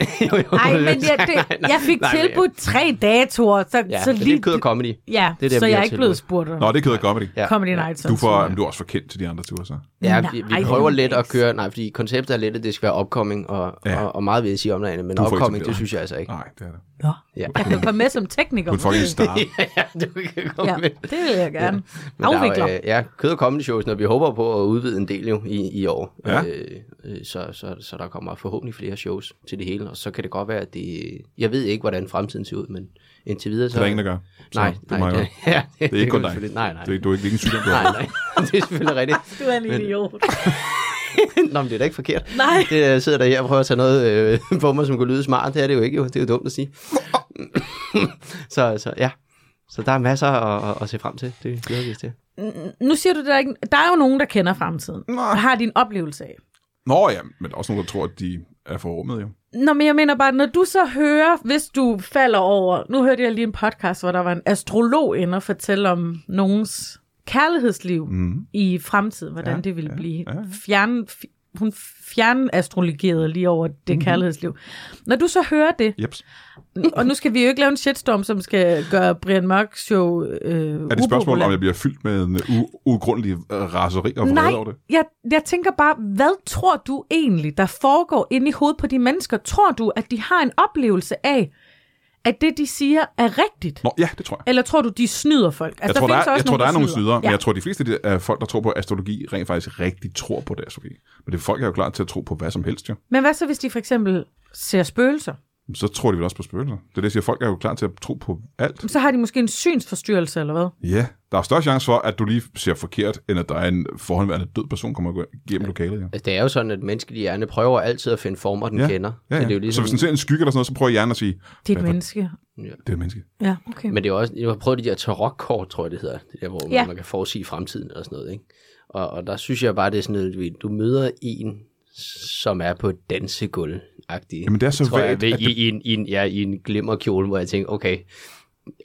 [SPEAKER 2] jo, jo,
[SPEAKER 3] Ej, men jeg, det,
[SPEAKER 2] nej, nej,
[SPEAKER 3] jeg fik
[SPEAKER 2] nej, men-
[SPEAKER 3] tilbudt tre datoer, så,
[SPEAKER 2] Ja,
[SPEAKER 3] så
[SPEAKER 2] så
[SPEAKER 3] lige...
[SPEAKER 2] det kød og comedy.
[SPEAKER 3] ja,
[SPEAKER 2] det er det,
[SPEAKER 3] så
[SPEAKER 2] vi
[SPEAKER 3] jeg er
[SPEAKER 2] har
[SPEAKER 3] ikke blevet
[SPEAKER 2] tilbudt.
[SPEAKER 3] spurgt om
[SPEAKER 1] Nå, det køder comedy.
[SPEAKER 2] Ja.
[SPEAKER 3] Comedy Nights.
[SPEAKER 1] Du,
[SPEAKER 3] on
[SPEAKER 1] får,
[SPEAKER 3] Tour.
[SPEAKER 1] jamen, du er også for kendt til de andre ture, så.
[SPEAKER 2] Ja,
[SPEAKER 3] Nej,
[SPEAKER 2] vi, vi
[SPEAKER 3] ej,
[SPEAKER 2] prøver
[SPEAKER 3] hvor
[SPEAKER 2] lidt at
[SPEAKER 3] nice.
[SPEAKER 2] køre, nej, fordi konceptet er lidt, at det skal være opkoming, og,
[SPEAKER 1] Ja.
[SPEAKER 2] ja. og, og meget vil jeg sige om det andet, men
[SPEAKER 1] Du får
[SPEAKER 2] opkoming,
[SPEAKER 1] etableret.
[SPEAKER 2] det synes jeg altså ikke.
[SPEAKER 1] Nej, det er det.
[SPEAKER 3] Nå,
[SPEAKER 2] Ja.
[SPEAKER 3] jeg kan komme med som tekniker.
[SPEAKER 1] Du er fucking star.
[SPEAKER 2] ja, du kan komme
[SPEAKER 3] Ja,
[SPEAKER 2] med.
[SPEAKER 3] det vil jeg gerne.
[SPEAKER 2] Men der er jo,
[SPEAKER 3] Afvikler.
[SPEAKER 2] øh, ja, kød og comedy shows, når vi håber på at udvide en del jo i, i år.
[SPEAKER 1] Ja.
[SPEAKER 2] Øh, øh, så, så, så der kommer forhåbentlig flere shows til det hele, og så kan det godt være, at det... Jeg ved ikke, hvordan fremtiden ser ud, men indtil videre... Så,
[SPEAKER 1] Det er der ingen, der gør. Så
[SPEAKER 2] Nej,
[SPEAKER 1] det er
[SPEAKER 2] nej,
[SPEAKER 1] meget
[SPEAKER 2] det,
[SPEAKER 1] godt.
[SPEAKER 2] ja, det,
[SPEAKER 1] Det er ikke
[SPEAKER 2] kan
[SPEAKER 1] kun dig.
[SPEAKER 2] selvfølgelig- Nej, nej.
[SPEAKER 1] Det er, du er ikke det er ikke en sygdom, du har.
[SPEAKER 2] Nej, nej, det er selvfølgelig rigtigt.
[SPEAKER 3] Du er en idiot.
[SPEAKER 2] Nå, men det er da ikke forkert.
[SPEAKER 3] Nej.
[SPEAKER 2] Det øh, sidder der her og prøver at tage noget øh, på mig, som kunne lyde smart. Det er det jo ikke, jo. Det er jo dumt at sige. så, så ja. Så der er masser at, at, at se frem til. Det glæder vi os til.
[SPEAKER 3] Nu siger du det der ikke. Der er jo nogen, der kender fremtiden.
[SPEAKER 1] Nå.
[SPEAKER 3] Og har din oplevelse af.
[SPEAKER 1] Nå ja, men der er også nogen, der tror, at de er for rummet, jo.
[SPEAKER 3] Nå, men jeg mener bare, når du så hører, hvis du falder over... Nu hørte jeg lige en podcast, hvor der var en astrolog inde og fortælle om nogens kærlighedsliv mm. i fremtiden, hvordan
[SPEAKER 1] Mhm. Ja,
[SPEAKER 3] det ville blive.
[SPEAKER 1] ja, ja.
[SPEAKER 3] Fjern, f- hun fjernastrologerede lige over det
[SPEAKER 1] Mhm.
[SPEAKER 3] mm. kærlighedsliv. Når du så hører det,
[SPEAKER 1] Jeps.
[SPEAKER 3] og nu skal vi jo ikke lave en shitstorm, som skal gøre Brian Mørk show øh,
[SPEAKER 1] Er det et spørgsmål, om jeg bliver fyldt med en u- ugrundelig øh, raseri og
[SPEAKER 3] Nej,
[SPEAKER 1] vrede over det?
[SPEAKER 3] jeg, jeg tænker bare, hvad tror du egentlig, der foregår inde i hovedet på de mennesker? Tror du, at de har en oplevelse af, at det, de siger, er rigtigt?
[SPEAKER 1] Nå, ja, det tror jeg.
[SPEAKER 3] Eller tror du, de snyder folk? Altså,
[SPEAKER 1] jeg tror, Altså, der,
[SPEAKER 3] findes
[SPEAKER 1] er, jeg tror, der er nogle
[SPEAKER 3] snyder.
[SPEAKER 1] sider, ja. men jeg tror, de fleste af de af folk, der tror på astrologi, rent faktisk rigtig tror på det astrologi. Men det, folk er jo klar til at tro på hvad som helst, jo.
[SPEAKER 3] Men hvad så, hvis de for eksempel ser spøgelser?
[SPEAKER 1] Så tror de vel også på spøgelser. Det er det, jeg siger. Folk er jo klar til at tro på alt.
[SPEAKER 3] Så har de måske en synsforstyrrelse, eller hvad?
[SPEAKER 1] Ja, der er større chance for, at du lige ser forkert, end at der er en forhåndværende død person, kommer gennem ja. lokalet, ja.
[SPEAKER 2] Altså, det er jo sådan, at menneskelig hjerne prøver altid at finde former, den
[SPEAKER 1] Ja.
[SPEAKER 2] kender.
[SPEAKER 1] Ja, ja.
[SPEAKER 2] Så det er
[SPEAKER 1] Så
[SPEAKER 2] jo ligesom,
[SPEAKER 1] hvis den ser en skygge eller sådan noget, så prøver hjernen at sige,
[SPEAKER 3] Det er
[SPEAKER 1] Hvad
[SPEAKER 3] et
[SPEAKER 1] for-
[SPEAKER 3] menneske.
[SPEAKER 1] det er et menneske.
[SPEAKER 3] Ja,
[SPEAKER 1] Mm.
[SPEAKER 3] okay.
[SPEAKER 2] Men det er jo også, jeg har prøvet de der tarotkort, tror jeg det hedder, det der, hvor
[SPEAKER 3] Ja.
[SPEAKER 2] ja. man kan forudsige fremtiden og sådan noget, ikke? Og, og der synes jeg bare, det er sådan noget, du ved, du møder en, som er på et dansegulv agtig
[SPEAKER 1] Jamen, det er så
[SPEAKER 2] tror jeg,
[SPEAKER 1] vagt,
[SPEAKER 2] ved,
[SPEAKER 1] at
[SPEAKER 2] i, i, en, i, en, ja, i en glimmerkjole, hvor jeg tænker, okay,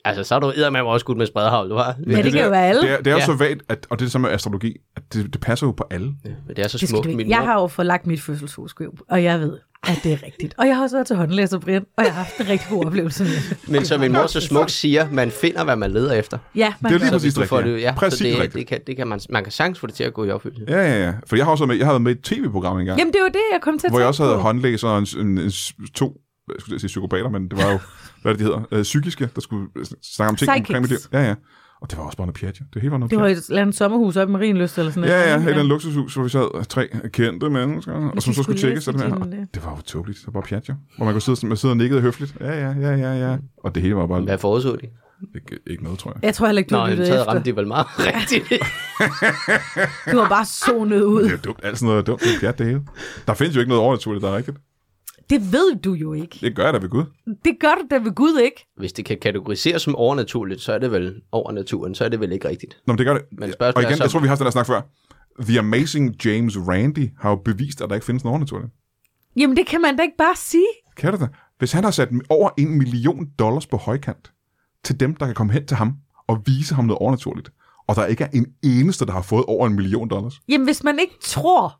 [SPEAKER 2] altså så er du eddermame også skudt med spredhavl, du har.
[SPEAKER 3] Men det kan
[SPEAKER 1] der-
[SPEAKER 3] jo være alle.
[SPEAKER 1] Det er, det er ja.
[SPEAKER 2] Ja.
[SPEAKER 1] jo så vagt, at, og det er det samme med astrologi, at det, det passer jo på alle.
[SPEAKER 2] Ja, men det er så
[SPEAKER 3] Det skal
[SPEAKER 2] smukt.
[SPEAKER 3] du
[SPEAKER 2] Min
[SPEAKER 3] ikke.
[SPEAKER 2] mor,
[SPEAKER 3] Jeg har jo forlagt mit fødselshoroskop, og jeg ved, at det er rigtigt. Og jeg har også været til håndlæser, Brian, og jeg har haft en rigtig god oplevelse. med det.
[SPEAKER 2] Men som min mor så smukt siger, man finder, hvad man leder efter.
[SPEAKER 3] Ja, man
[SPEAKER 1] Det er
[SPEAKER 3] gør
[SPEAKER 1] lige
[SPEAKER 2] Så
[SPEAKER 1] præcis
[SPEAKER 2] hvis du
[SPEAKER 1] rigtigt.
[SPEAKER 2] får det, ja,
[SPEAKER 1] Præcis
[SPEAKER 2] så det,
[SPEAKER 1] rigtigt.
[SPEAKER 2] det, kan, det kan man, man kan sagtens få det til at gå i opfyldelse.
[SPEAKER 1] Ja, ja, ja. For jeg har også været med, jeg har været med i et tv-program engang.
[SPEAKER 3] Jamen, det var det, jeg kom til at
[SPEAKER 1] hvor jeg
[SPEAKER 3] tænke
[SPEAKER 1] også havde
[SPEAKER 3] på.
[SPEAKER 1] håndlæser og en, en, en, to jeg skulle til at sige psykopater, men det var jo, hvad er det, de hedder, øh, psykiske, der skulle snakke om ting
[SPEAKER 3] Psychics.
[SPEAKER 1] omkring det. Ja, ja. Og det var også bare noget pjat, jo. Det hele var noget
[SPEAKER 3] Det var
[SPEAKER 1] pjat.
[SPEAKER 3] i et eller andet sommerhus oppe i Marienlyst eller sådan
[SPEAKER 1] Ja, ja, et
[SPEAKER 3] noget.
[SPEAKER 1] eller andet luksushus, hvor vi sad tre kendte mennesker, og som
[SPEAKER 3] de
[SPEAKER 1] så
[SPEAKER 3] skulle
[SPEAKER 1] skulle tjekke sig det
[SPEAKER 3] læse
[SPEAKER 1] her.
[SPEAKER 3] din,
[SPEAKER 1] Og
[SPEAKER 3] øh,
[SPEAKER 1] det var jo tåbeligt, det var bare pjat, jo. Hvor man kunne sidde, sådan- man sidde og nikkede høfligt. Ja, ja, ja, ja, ja. Og det hele var bare
[SPEAKER 2] Hvad forudså de?
[SPEAKER 1] ikke, ikke noget, tror jeg.
[SPEAKER 3] Jeg tror heller ikke, du
[SPEAKER 2] Nå,
[SPEAKER 3] lyttede
[SPEAKER 2] jamen, så ramte
[SPEAKER 3] efter.
[SPEAKER 2] de vel meget rigtigt.
[SPEAKER 3] Du var bare zonet ud.
[SPEAKER 1] Det er jo dumt, alt sådan noget er dumt, det er pjat det hele. Der findes jo ikke noget overnaturligt, der er rigtigt.
[SPEAKER 3] Det ved du jo ikke.
[SPEAKER 1] Det gør jeg da ved Gud.
[SPEAKER 3] Det gør du da ved Gud ikke.
[SPEAKER 2] Hvis det kan kategoriseres som overnaturligt, så er det vel over naturen, så er det vel ikke rigtigt.
[SPEAKER 1] Nå, men det gør det.
[SPEAKER 2] Men spørgsmålet
[SPEAKER 1] og igen,
[SPEAKER 2] er så-
[SPEAKER 1] jeg tror, vi har haft den her snak før. The Amazing James Randi har jo bevist, at der ikke findes nogen overnaturlig.
[SPEAKER 3] Jamen, det kan man da ikke bare sige.
[SPEAKER 1] Kan du det? Hvis han har sat over en million dollars på højkant til dem, der kan komme hen til ham og vise ham noget overnaturligt, og der ikke er en eneste, der har fået over en million dollars.
[SPEAKER 3] Jamen, hvis man ikke tror,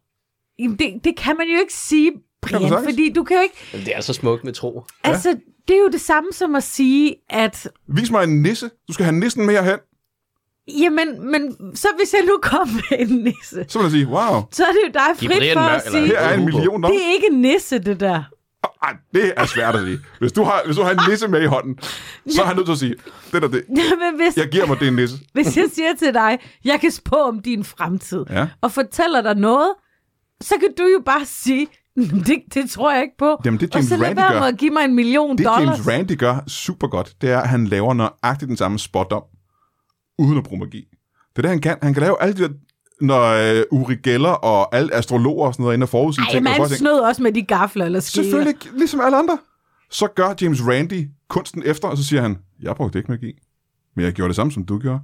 [SPEAKER 3] jamen det, det kan man jo ikke sige,
[SPEAKER 1] Kan man
[SPEAKER 3] Brian,
[SPEAKER 1] sagtens.
[SPEAKER 3] fordi du kan jo ikke...
[SPEAKER 2] Jamen, det er så smukt med tro.
[SPEAKER 3] Ja. Altså, det er jo det samme som at sige, at...
[SPEAKER 1] Vis mig en nisse. Du skal have nissen med herhen.
[SPEAKER 3] Jamen, men så hvis jeg nu kom med en nisse,
[SPEAKER 1] Så vil jeg sige, wow,
[SPEAKER 3] så er det jo dig
[SPEAKER 2] Giv
[SPEAKER 3] frit
[SPEAKER 2] Brian
[SPEAKER 3] for at
[SPEAKER 2] mørk, eller-
[SPEAKER 3] sige,
[SPEAKER 1] her er en million
[SPEAKER 3] det
[SPEAKER 1] dollars.
[SPEAKER 3] er ikke en nisse, det der.
[SPEAKER 1] Ej, det er svært at sige. Hvis du har, hvis du har en nisse med i hånden, så er han nødt til at sige, det er det.
[SPEAKER 3] Jamen, hvis,
[SPEAKER 1] Jeg giver mig det en nisse.
[SPEAKER 3] hvis jeg siger til dig, jeg kan spå om din fremtid,
[SPEAKER 1] Ja.
[SPEAKER 3] og fortæller dig noget, så kan du jo bare sige, det, det tror jeg ikke på.
[SPEAKER 1] Jamen, det er
[SPEAKER 3] og
[SPEAKER 1] James
[SPEAKER 3] så lad
[SPEAKER 1] Randi gør.
[SPEAKER 3] være med at give mig en million
[SPEAKER 1] Det
[SPEAKER 3] dollars.
[SPEAKER 1] James Randi gør super godt, det er, at han laver nøjagtigt den samme spotdom, uden at bruge magi. Det er det, han kan. Han kan lave alle de der, når øh, Uri Geller og alle astrologer og sådan noget er inde og forudsige
[SPEAKER 3] Ej,
[SPEAKER 1] ting. og
[SPEAKER 3] man
[SPEAKER 1] forudsige ting.
[SPEAKER 3] snød også med de gafler eller skeer.
[SPEAKER 1] Selvfølgelig, ikke, ligesom alle andre. Så gør James Randi kunsten efter, og så siger han, jeg brugte ikke magi, men jeg gjorde det samme, som du gjorde.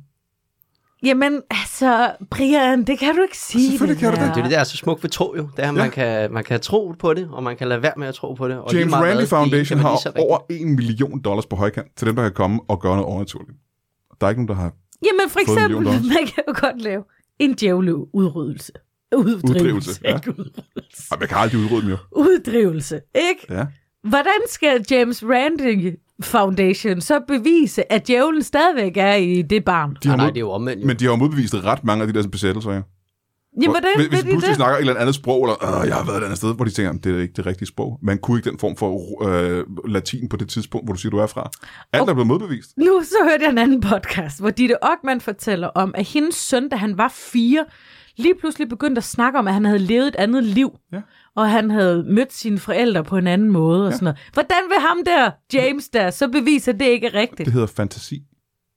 [SPEAKER 3] Jamen, altså, Brian, det kan du ikke sige.
[SPEAKER 1] Altså, Selvfølgelig kan du
[SPEAKER 2] Det er det, der er så smukt ved tro, jo. Det er, at man,
[SPEAKER 1] Ja.
[SPEAKER 2] kan, man kan tro på det, og man kan lade være med at tro på det. Og lige
[SPEAKER 1] James
[SPEAKER 2] meget hvad,
[SPEAKER 1] Randi
[SPEAKER 2] det
[SPEAKER 1] Foundation
[SPEAKER 2] kan være
[SPEAKER 1] har
[SPEAKER 2] lige så rigtigt.
[SPEAKER 1] over 1 million dollars på højkant til dem, der kan komme og gøre noget overnaturligt. Der er ikke nogen, der har
[SPEAKER 3] Jamen, for
[SPEAKER 1] Fået en
[SPEAKER 3] eksempel,
[SPEAKER 1] million dollars.
[SPEAKER 3] man kan jo godt lave en djævleudryddelse. Uddrivelse.
[SPEAKER 1] Uddrivelse, ja.
[SPEAKER 3] Ikke udryddelse.
[SPEAKER 1] Ej, man kan aldrig udrydde dem jo.
[SPEAKER 3] Uddrivelse, ikke?
[SPEAKER 1] Ja.
[SPEAKER 3] Hvordan skal James Randi Foundation så bevise, at djævlen stadigvæk er i det barn?
[SPEAKER 1] De
[SPEAKER 2] Nej, nej,
[SPEAKER 1] mod-
[SPEAKER 2] det er jo omvendt. Jo.
[SPEAKER 1] Men de har jo modbevist ret mange af de der sådan, besættelser, ja.
[SPEAKER 3] Jamen, hvordan
[SPEAKER 1] hvis, hvis
[SPEAKER 3] ved
[SPEAKER 1] de
[SPEAKER 3] de
[SPEAKER 1] pludselig
[SPEAKER 3] det?
[SPEAKER 1] snakker et eller andet sprog, eller "Åh, jeg har været et andet sted, hvor de tænker, det er ikke det rigtige sprog. Man kunne ikke den form for øh, latin på det tidspunkt, hvor du siger, du er fra. Alt er blevet modbevist.
[SPEAKER 3] Nu så hørte jeg en anden podcast, hvor Ditte Ockmann fortæller om, at hendes søn, da han var fire, lige pludselig begyndte at snakke om, at han havde levet et andet liv.
[SPEAKER 1] Ja.
[SPEAKER 3] Og han havde mødt sine forældre på en anden måde og sådan noget. Hvordan vil ham der, James der, så bevise, at det ikke er rigtigt?
[SPEAKER 1] Det hedder fantasi.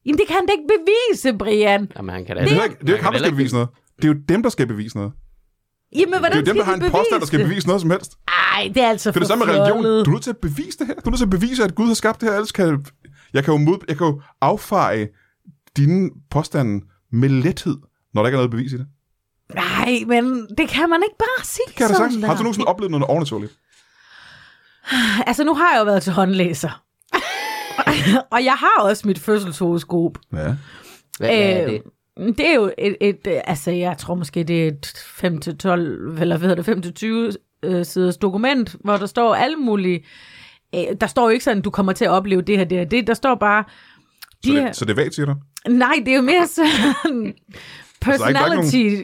[SPEAKER 3] Jamen, det kan han da ikke bevise, Brian.
[SPEAKER 2] Jamen, han kan da
[SPEAKER 1] Men det er jo ikke, det er jo ikke ham,
[SPEAKER 2] han
[SPEAKER 1] der
[SPEAKER 2] kan
[SPEAKER 1] skal
[SPEAKER 2] da
[SPEAKER 1] bevise noget. Det er jo dem, der skal bevise noget.
[SPEAKER 3] Jamen,
[SPEAKER 1] Det er
[SPEAKER 3] hvordan
[SPEAKER 1] jo dem, der har
[SPEAKER 3] skal de
[SPEAKER 1] en påstand, der skal
[SPEAKER 3] bevise det?
[SPEAKER 1] bevise noget som helst.
[SPEAKER 3] Ej, det er altså
[SPEAKER 1] Det er det samme med religion. Du er nødt til at bevise det her. Du er nødt til at bevise, at Gud har skabt det her. Ellers kan jeg, kan jo mod, jeg kan jo affeje dine påstande med lethed, når der ikke er noget bevis i det.
[SPEAKER 3] Nej, men det kan man ikke bare sige
[SPEAKER 1] Det kan jeg da
[SPEAKER 3] sådan
[SPEAKER 1] sagtens.
[SPEAKER 3] der.
[SPEAKER 1] Har du nogensinde oplevet noget overnaturligt?
[SPEAKER 3] Altså, nu har jeg jo været til håndlæser. og jeg har også mit fødselshoroskop. Øhm,
[SPEAKER 1] Ja.
[SPEAKER 2] Hvad, hvad er det?
[SPEAKER 3] det? det er jo et, et, øh, altså jeg tror måske, det er et 5-12, eller hvad hedder det, 5-20 øh, siders dokument, hvor der står alle mulige, øh, der står jo ikke sådan, du kommer til at opleve det her, det her, det, der står bare, de
[SPEAKER 1] Så,
[SPEAKER 3] her,
[SPEAKER 2] Mm.
[SPEAKER 1] det, så det er vagt, siger du?
[SPEAKER 3] nej, det er jo mere sådan
[SPEAKER 1] der er ikke- der er ikke nogen-
[SPEAKER 3] personality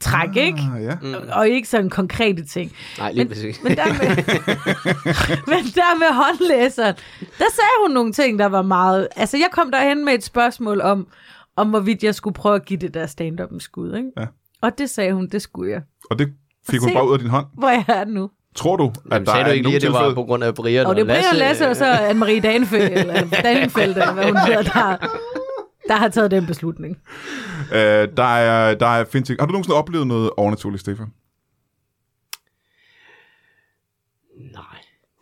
[SPEAKER 3] træk, ikke?
[SPEAKER 1] Ah, ja.
[SPEAKER 3] Og ikke sådan konkrete ting.
[SPEAKER 2] Nej, lige præcis.
[SPEAKER 3] Men der med, men der med håndlæseren, der sagde hun nogle ting, der var meget... Altså, jeg kom derhen med et spørgsmål om, om hvorvidt jeg skulle prøve at give det der stand-up en skud, ikke?
[SPEAKER 1] Ja.
[SPEAKER 3] Og det sagde hun, det skulle jeg.
[SPEAKER 2] Mm.
[SPEAKER 1] Og det fik hun
[SPEAKER 3] Se.
[SPEAKER 1] bare ud af din hånd.
[SPEAKER 3] Hvor jeg er nu.
[SPEAKER 1] Tror du, at
[SPEAKER 2] Jamen,
[SPEAKER 1] der
[SPEAKER 2] sagde du
[SPEAKER 1] er
[SPEAKER 2] ikke lige,
[SPEAKER 1] nogle
[SPEAKER 2] at det var
[SPEAKER 1] tilfælde?
[SPEAKER 2] på grund af Brian
[SPEAKER 3] Og det er Brian Lasse, og så Anne-Marie Danfeldt, eller Danfeldt, eller hvad hun hedder, der, der har taget den beslutning.
[SPEAKER 1] Øh, der er, der er findes ikke. Har du nogensinde oplevet noget overnaturligt, Stefan?
[SPEAKER 2] Nej,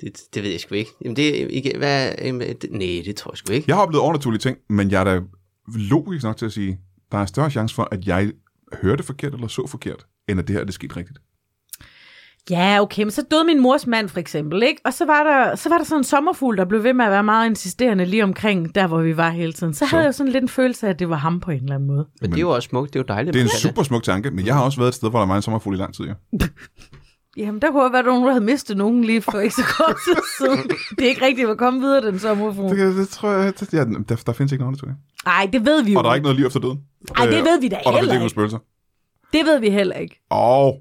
[SPEAKER 2] det, det ved jeg sgu ikke. Jamen, det, er ikke hvad, jamen, det, nej, det tror jeg sgu ikke.
[SPEAKER 1] Jeg har oplevet overnaturlige ting, men jeg er da logisk nok til at sige, der er større chance for, at jeg hørte forkert eller så forkert, end at det her det skete rigtigt.
[SPEAKER 3] Ja, okay, men så døde min mors mand for eksempel, ikke? Og så var der, så var der sådan en sommerfugl, der blev ved med at være meget insisterende lige omkring der, hvor vi var hele tiden. Så, så. havde jeg jo sådan lidt en følelse af, at det var ham på en eller anden måde.
[SPEAKER 2] Men det er jo også smukt, det er jo dejligt.
[SPEAKER 1] Det er
[SPEAKER 2] man kan
[SPEAKER 1] en super smuk tanke, men jeg har også været et sted, hvor der var en sommerfugl i lang tid. Ja.
[SPEAKER 3] Jamen, der kunne have været nogen, der havde mistet nogen lige for ikke så kort tid siden. Det er ikke rigtigt at komme videre, den sommerfugl.
[SPEAKER 1] Det, det tror jeg, det, ja, der, der findes ikke noget overnaturligt.
[SPEAKER 3] Nej, det ved vi jo.
[SPEAKER 1] Og der er ikke noget liv efter døden. Øh,
[SPEAKER 3] Ej, det ved vi da
[SPEAKER 1] Og der findes
[SPEAKER 3] heller
[SPEAKER 1] ikke nogen
[SPEAKER 3] ikke.
[SPEAKER 1] spøgelser.
[SPEAKER 3] Det ved vi heller ikke.
[SPEAKER 1] Og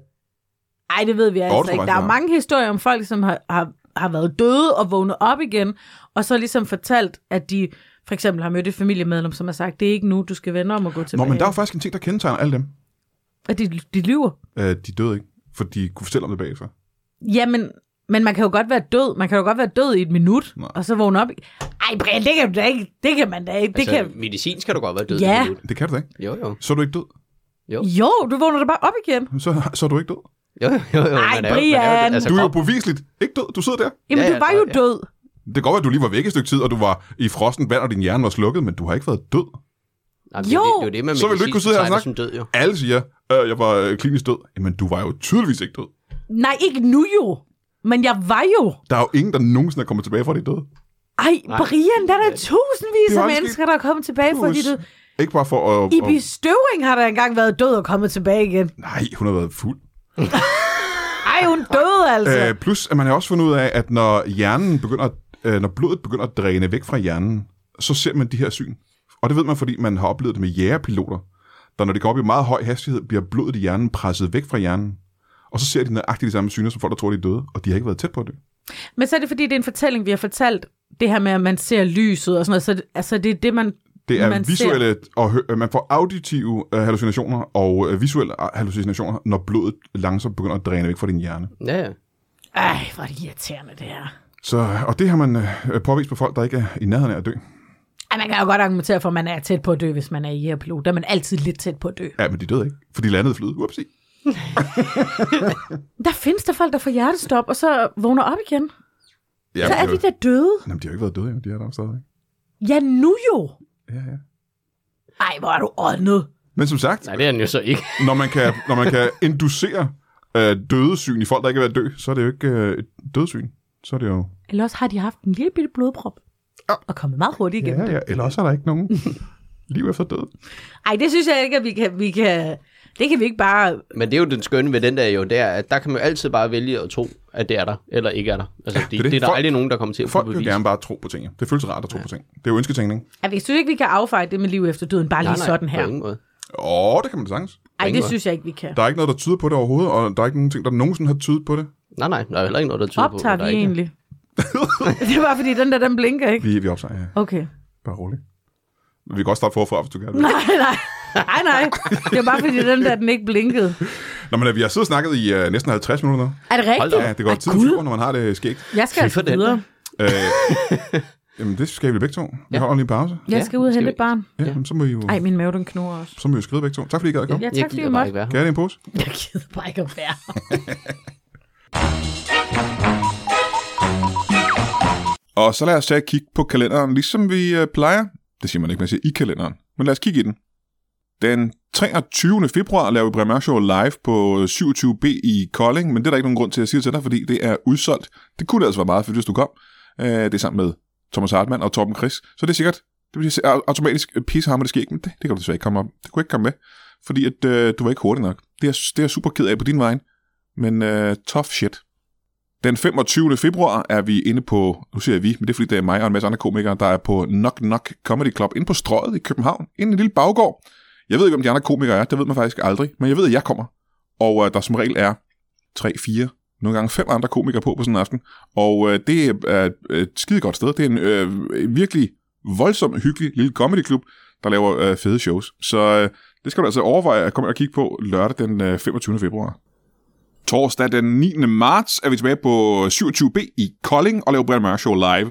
[SPEAKER 3] Nej, det ved vi
[SPEAKER 1] tror
[SPEAKER 3] altså
[SPEAKER 1] faktisk,
[SPEAKER 3] ikke. Der
[SPEAKER 1] vi
[SPEAKER 3] er jo
[SPEAKER 1] har.
[SPEAKER 3] mange historier om folk, som har, har, har været døde og vågnet op igen, og så ligesom fortalt, at de for eksempel har mødt et familiemedlem, som har sagt, det er ikke nu, du skal vende om og gå
[SPEAKER 1] Nå,
[SPEAKER 3] tilbage.
[SPEAKER 1] men der er jo faktisk en ting, der kendetegner alle dem.
[SPEAKER 3] At de, de lyver.
[SPEAKER 1] Øh, de døde ikke, for de kunne fortælle om det bagefter.
[SPEAKER 3] Jamen, men man kan jo godt være død. Man kan jo godt være død i et minut,
[SPEAKER 1] Nej.
[SPEAKER 3] Nej. og så vågne op. Ej, Brian, det kan, du da ikke. det kan man da ikke. Det
[SPEAKER 2] altså,
[SPEAKER 3] altså, kan...
[SPEAKER 2] Medicinsk kan du godt være død.
[SPEAKER 3] Ja.
[SPEAKER 2] i minut.
[SPEAKER 1] Det kan du da ikke.
[SPEAKER 2] Jo, jo.
[SPEAKER 1] Så er du ikke død.
[SPEAKER 3] Jo, du vågner da bare op igen.
[SPEAKER 1] Så, så er du ikke død.
[SPEAKER 2] jo, jo, jo
[SPEAKER 3] Ej,
[SPEAKER 2] man er jo- man er jo-
[SPEAKER 3] Brian.
[SPEAKER 1] Du er jo
[SPEAKER 2] krop-
[SPEAKER 1] bevisligt ikke død. Du sidder der.
[SPEAKER 3] Jamen, ja,
[SPEAKER 2] Ja, ja,
[SPEAKER 3] du var
[SPEAKER 2] så-
[SPEAKER 3] jo
[SPEAKER 2] ja.
[SPEAKER 3] død.
[SPEAKER 1] Det kan godt være, at du lige var væk et stykke tid, og du var i frosten vand, og din hjerne var slukket, men du har ikke været død.
[SPEAKER 2] Nej, men det er
[SPEAKER 3] Jo.
[SPEAKER 2] Det, det er jo det, man
[SPEAKER 1] Så vil du ikke kunne sidde her og
[SPEAKER 2] betegner
[SPEAKER 1] snakke?
[SPEAKER 2] som død, jo.
[SPEAKER 1] Alle siger, øh, jeg var øh, klinisk død. Jamen, du var jo tydeligvis ikke død.
[SPEAKER 3] Nej, ikke nu jo. Men jeg var jo.
[SPEAKER 1] Der er jo ingen, der nogensinde er kommet tilbage fra, at de er døde.
[SPEAKER 3] Ej,
[SPEAKER 2] Nej.
[SPEAKER 3] Brian, der er der
[SPEAKER 1] Det
[SPEAKER 3] tusindvis
[SPEAKER 1] er
[SPEAKER 3] af
[SPEAKER 1] også
[SPEAKER 3] mennesker, der er kommet tilbage fra de døde.
[SPEAKER 1] Ikke bare for at... at
[SPEAKER 3] Ibi Støvring har da engang været død og kommet tilbage igen.
[SPEAKER 1] nej, hun har været fuld.
[SPEAKER 3] Ej, hun døde altså.
[SPEAKER 1] Øh, plus, at man har også fundet ud af, at når hjernen begynder, at- øh, når blodet begynder at dræne væk fra hjernen, så ser man de her syn. Og det ved man, fordi man har oplevet det med jægerpiloter, der når de går op i meget høj hastighed, bliver blodet i hjernen presset væk fra hjernen. Og så ser de nøjagtigt de samme syner, som folk, der tror, de er døde, og de har ikke været tæt på at dø.
[SPEAKER 3] Men så er det, fordi det er en fortælling, vi har fortalt. Det her med, at man ser lyset og sådan noget. Så det, altså, det er det, man...
[SPEAKER 1] Det er man
[SPEAKER 3] Man ser-
[SPEAKER 1] visuelle, og hø- øh, man får auditive øh, hallucinationer og øh, visuelle hallucinationer, når blodet langsomt begynder at dræne væk fra din hjerne.
[SPEAKER 2] Ja, ja.
[SPEAKER 3] Ej, hvor er det irriterende, det her.
[SPEAKER 1] Så, og det har man øh, påvist på folk, der ikke er i nærheden af at dø.
[SPEAKER 3] Ej, man kan jo godt argumentere for, at man er tæt på at dø, hvis man er i Airplo. Der er man altid lidt tæt på at dø.
[SPEAKER 1] Ja, men de døde ikke, for de landede i flyet. Upsi.
[SPEAKER 3] Der findes der folk, der får hjertestop, og så vågner op igen.
[SPEAKER 1] Ja,
[SPEAKER 3] Så er
[SPEAKER 1] men det
[SPEAKER 3] de der døde.
[SPEAKER 1] Jamen, de har jo ikke været døde, jo. de er der jo stadigvæk.
[SPEAKER 3] Ja, nu jo.
[SPEAKER 1] Ja, ja.
[SPEAKER 3] Ej, hvor er du åndet.
[SPEAKER 1] Men som sagt,
[SPEAKER 2] Nej, det er den jo så ikke.
[SPEAKER 1] når man kan, når man kan inducere øh, dødesyn i folk, der ikke er ved at dø, så er det jo ikke øh, et dødesyn. Så er det jo...
[SPEAKER 3] Eller også har de haft en lille bitte blodprop. Og kommet meget hurtigt igennem
[SPEAKER 1] Ja,
[SPEAKER 3] det.
[SPEAKER 1] ja, ellers er der ikke nogen liv efter døden.
[SPEAKER 3] Ej, det synes jeg ikke, at vi kan... Vi kan det kan vi ikke bare...
[SPEAKER 2] Men det er jo den skønne ved den der jo, der, at der kan man jo altid bare vælge at tro, at det er der, eller ikke er der. Altså, det,
[SPEAKER 1] er
[SPEAKER 2] det,
[SPEAKER 1] det.
[SPEAKER 2] det, er der
[SPEAKER 1] Folk-
[SPEAKER 2] aldrig nogen, der kommer til at
[SPEAKER 1] Folk
[SPEAKER 2] kunne
[SPEAKER 1] vil
[SPEAKER 2] bevise.
[SPEAKER 1] gerne bare tro på ting. Det føles rart at tro på ting. Det er jo ønsketænkning.
[SPEAKER 3] At vi synes ikke, vi kan affeje det med liv efter døden, bare
[SPEAKER 2] Nej,
[SPEAKER 3] lige
[SPEAKER 2] nej,
[SPEAKER 3] sådan her.
[SPEAKER 2] På ingen måde.
[SPEAKER 1] Åh, det kan man sagtens.
[SPEAKER 3] Ej, det
[SPEAKER 2] ingen
[SPEAKER 3] synes jeg ikke, vi kan.
[SPEAKER 1] Der er ikke noget, der tyder på det overhovedet, og der er ikke nogen ting, der nogensinde har tydet på det.
[SPEAKER 2] Nej, nej, der er heller ikke noget, der tyder på,
[SPEAKER 3] Optager
[SPEAKER 2] at der
[SPEAKER 3] vi
[SPEAKER 2] ikke er.
[SPEAKER 3] egentlig? det er bare fordi, den der, den blinker, ikke?
[SPEAKER 1] Vi, vi optager, ja.
[SPEAKER 3] Okay.
[SPEAKER 1] Bare roligt. Vi kan godt starte forfra, hvis du gerne vil.
[SPEAKER 3] Nej, nej. Nej, nej. Det var bare fordi, den der, den ikke blinkede.
[SPEAKER 1] Nå, men øh, vi har siddet og snakket i uh, næsten 50 minutter. nu.
[SPEAKER 3] Er det
[SPEAKER 2] Hold da
[SPEAKER 3] rigtigt?
[SPEAKER 1] Ja, det går
[SPEAKER 3] Ej,
[SPEAKER 1] tiden
[SPEAKER 3] Gud.
[SPEAKER 1] flyver, når man har det skægt.
[SPEAKER 3] Jeg skal
[SPEAKER 2] Fy
[SPEAKER 3] altså
[SPEAKER 2] for den.
[SPEAKER 3] videre.
[SPEAKER 1] Øh, jamen, det skal vi begge to. Vi holder lige en pause.
[SPEAKER 3] Jeg
[SPEAKER 2] Ja,
[SPEAKER 3] skal ud og
[SPEAKER 2] skal
[SPEAKER 3] hente
[SPEAKER 2] vi-
[SPEAKER 3] et barn.
[SPEAKER 1] Ja, jamen, så må I jo,
[SPEAKER 3] Ej, min mave, den knurrer også.
[SPEAKER 1] så må I jo skride begge to. Tak fordi I gad at komme.
[SPEAKER 3] Ja,
[SPEAKER 2] Jeg
[SPEAKER 3] tak fordi
[SPEAKER 2] gider
[SPEAKER 3] vi
[SPEAKER 2] bare
[SPEAKER 3] måtte.
[SPEAKER 2] ikke være her.
[SPEAKER 1] Kan jeg have det i en pose?
[SPEAKER 3] Jeg gider bare ikke at være her.
[SPEAKER 1] Og så lad os tage et kig på kalenderen, ligesom vi øh, plejer. Det siger man ikke, man siger i kalenderen. Men lad os kigge i den. Den 23. februar laver vi Brian Mørk Show live på 27B i Kolding, men det er der ikke nogen grund til at sige til dig, fordi det er udsolgt. Det kunne altså være meget fedt, hvis du kom. Øh, Det er sammen med Thomas Hartmann og Torben Chris, så det er sikkert det bliver au- automatisk øh, pissehammer, det sker ikke, men det, det kan du desværre ikke komme op. Det kunne ikke komme med, fordi at, øh, du var ikke hurtig nok. Det er, det er jeg super ked af på din vej, men øh, tough shit. Den 25. februar er vi inde på, nu siger jeg vi, men det er fordi, det er mig og en masse andre komikere, der er på Knock Knock Comedy Club inde på Strøget i København, inde i en lille baggård. Jeg ved ikke, om de andre komikere er, det ved man faktisk aldrig, men jeg ved, at jeg kommer. og øh, der som regel er tre, fire, nogle gange fem andre komikere på på sådan en aften, og øh, det er øh, et skide godt sted. Det er en øh, virkelig voldsomt hyggelig lille comedyklub, der laver øh, fede shows. Så øh, det skal du altså overveje at komme og kigge på lørdag den øh, 25. februar. Torsdag den 9. marts er vi tilbage på 27B i Kolding og laver Brian Mørk Show live.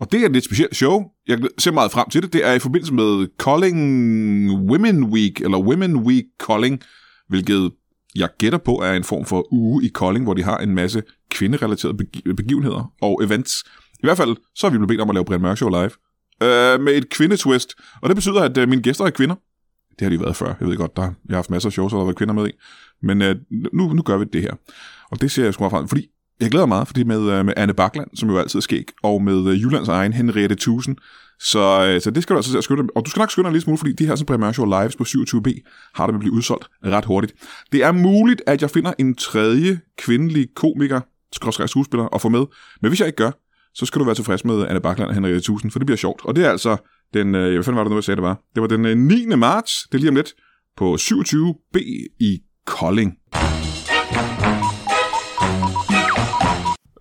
[SPEAKER 1] Og det er et lidt specielt show. Jeg ser meget frem til det. Det er i forbindelse med Kolding Women Week, eller Women Week Kolding, hvilket jeg gætter på er en form for uge i Kolding, hvor de har en masse kvinderelaterede begi- begivenheder og events. I hvert fald, så er vi blevet bedt om at lave Brian Mørk Show live. Øh, med et kvindetwist. Og det betyder, at øh, mine gæster er kvinder. Det har de været før. Jeg ved godt, der, jeg har haft masser af shows, hvor der har været kvinder med i. Men øh, nu, nu gør vi det her. Og det ser jeg sgu meget frem til, fordi jeg glæder mig meget, fordi med, øh, med Anne Bakland, som jo altid er skæg, og med øh, Jyllands egen Henriette Tusen. Så, øh, så det skal du altså se at skynde dig. Og du skal nok skynde dig en lille smule, fordi de her sådan, Premier Show Lives på 27B har det med at blive udsolgt ret hurtigt. Det er muligt, at jeg finder en tredje kvindelig komiker, skråstrej skuespiller, og få med. Men hvis jeg ikke gør, så skal du være tilfreds med Anne Bakland og Henriette Tusen, for det bliver sjovt. Og det er altså den, øh, hvad fanden var det nu, jeg sagde, det var? Det var den øh, 9. marts, det er lige om lidt, på 27B i Kolding.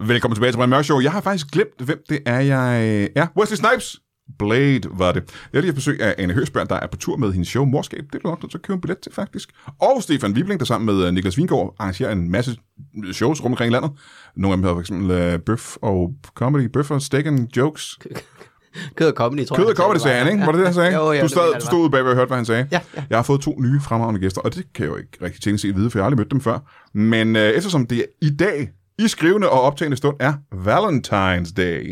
[SPEAKER 1] Velkommen tilbage til Brian Mørk Show. Jeg har faktisk glemt, hvem det er, jeg er. Wesley Snipes! Blade var det. Jeg har lige haft besøg af Anne Høsberg, der er på tur med hendes show Morskab. Det bliver nok nødt til at købe en billet til, faktisk. Og Stefan Wibling, der sammen med øh, Niklas Vingård arrangerer en masse shows rundt omkring i landet. Nogle af dem hedder for eksempel øh, Bøf og Comedy, Bøf og Stekken Jokes.
[SPEAKER 2] Kød og comedy, tror
[SPEAKER 1] Kød og
[SPEAKER 2] jeg.
[SPEAKER 1] comedy, sagde han, ikke? Var det det, han sagde?
[SPEAKER 2] Jo, ja,
[SPEAKER 1] du
[SPEAKER 2] det
[SPEAKER 1] stod,
[SPEAKER 2] mener
[SPEAKER 1] du
[SPEAKER 2] jeg,
[SPEAKER 1] stod ude bag, og hørte, hvad han sagde.
[SPEAKER 2] Ja, ja.
[SPEAKER 1] Jeg har fået to nye fremragende gæster, og det kan jeg jo ikke rigtig tænke sig vide, for jeg har aldrig mødt dem før. Men øh, eftersom det i dag, i skrivende og optagende stund, er Valentine's Day,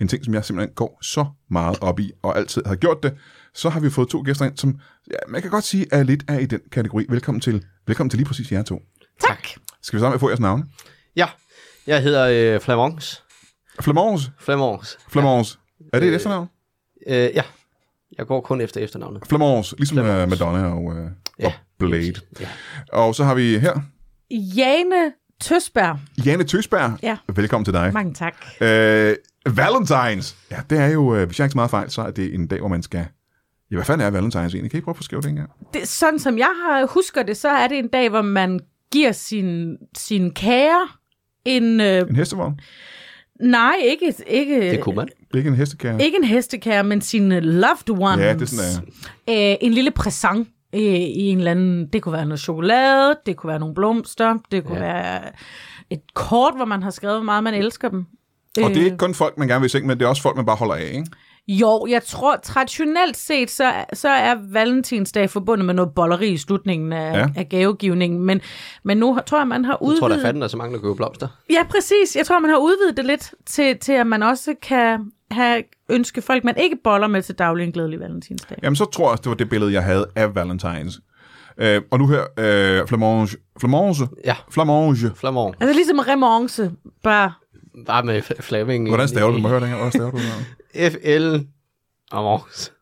[SPEAKER 1] en ting, som jeg simpelthen går så meget op i, og altid har gjort det, så har vi fået to gæster ind, som ja, man kan godt sige er lidt af i den kategori. Velkommen til, velkommen til lige præcis jer to.
[SPEAKER 3] Tak.
[SPEAKER 1] Skal vi sammen få jeres navne?
[SPEAKER 2] Ja, jeg hedder øh, Flamons.
[SPEAKER 1] Flamance.
[SPEAKER 2] Flamons.
[SPEAKER 1] Flamance. Er det et efternavn?
[SPEAKER 2] Øh, ja, jeg går kun efter efternavnet.
[SPEAKER 1] Flamance, ligesom Flamance. Madonna og, øh,
[SPEAKER 2] Ja,
[SPEAKER 1] og Blade.
[SPEAKER 2] Ja.
[SPEAKER 1] Og så har vi her
[SPEAKER 3] Jane Tøsberg.
[SPEAKER 1] Janne Tøsberg,
[SPEAKER 3] Ja.
[SPEAKER 1] velkommen til dig.
[SPEAKER 3] Mange tak.
[SPEAKER 1] Øh, Valentines! Ja, det er jo, øh, hvis jeg ikke så meget fejl, så er det en dag, hvor man skal... Ja, hvad fanden er Valentines egentlig? Kan I prøve at forskrive det engang?
[SPEAKER 3] Det, sådan som jeg har, husker det, så er det en dag, hvor man giver sin, sin kære en... Øh,
[SPEAKER 1] En hestevogn?
[SPEAKER 3] nej, ikke, ikke,
[SPEAKER 2] Det kunne man.
[SPEAKER 1] Ikke en hestekære?
[SPEAKER 3] ikke en hestekære, men sine loved ones.
[SPEAKER 1] Ja, det er sådan,
[SPEAKER 3] øh, en lille præsent øh, i en eller anden... Det kunne være noget chokolade, det kunne være nogle blomster, det kunne
[SPEAKER 2] Ja.
[SPEAKER 3] ja. være et kort, hvor man har skrevet, hvor meget man elsker dem.
[SPEAKER 1] øh.
[SPEAKER 3] Øh,
[SPEAKER 1] Og det er ikke kun folk, man gerne vil i seng med, det er også folk, man bare holder af, ikke?
[SPEAKER 3] Jo, jeg tror traditionelt set, så, så er valentinsdag forbundet med noget bolleri i slutningen af,
[SPEAKER 1] Ja.
[SPEAKER 3] ja. af gavegivningen. Men, men nu har- tror jeg, man har
[SPEAKER 2] Jeg
[SPEAKER 3] udvidet...
[SPEAKER 2] tror, der fanden er så mange, der køber blomster.
[SPEAKER 3] Ja, præcis. Jeg tror, man har udvidet det lidt til, til at man også kan have ønske folk, man ikke boller med til daglig en glædelig valentinsdag.
[SPEAKER 1] Jamen, så tror jeg også, det var det billede, jeg havde af Valentines. Øh, og nu her, øh, Flamange. Flamange?
[SPEAKER 2] Ja,
[SPEAKER 1] Flamange.
[SPEAKER 2] Flamon.
[SPEAKER 3] Altså ligesom remonce, bare...
[SPEAKER 2] Bare med fl- Fleming. i-
[SPEAKER 1] Hvordan staver du det? Må jeg høre det her? Hvordan staver du det her?
[SPEAKER 2] FL. Amors.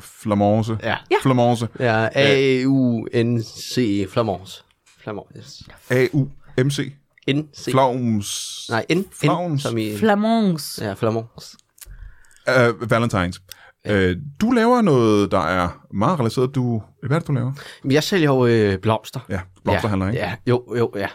[SPEAKER 1] Flamange.
[SPEAKER 2] Ja.
[SPEAKER 3] Ja.
[SPEAKER 1] Flamange.
[SPEAKER 2] Ja,
[SPEAKER 1] Øh.
[SPEAKER 2] A-U-N-C. Flamons. Flamons.
[SPEAKER 1] A-U-M-C.
[SPEAKER 2] N-C.
[SPEAKER 1] Flaums.
[SPEAKER 2] Nej, N. N,
[SPEAKER 1] Flavns.
[SPEAKER 2] som i...
[SPEAKER 3] Flamons.
[SPEAKER 2] Ja, Flamons.
[SPEAKER 1] Uh, Valentines. Uh, du laver noget, der er meget relateret. Du, hvad er det, du laver?
[SPEAKER 2] Men jeg sælger jo øh, blomster.
[SPEAKER 1] Ja, blomsterhandler,
[SPEAKER 2] ja,
[SPEAKER 1] ikke?
[SPEAKER 2] Ja, jo, jo, ja.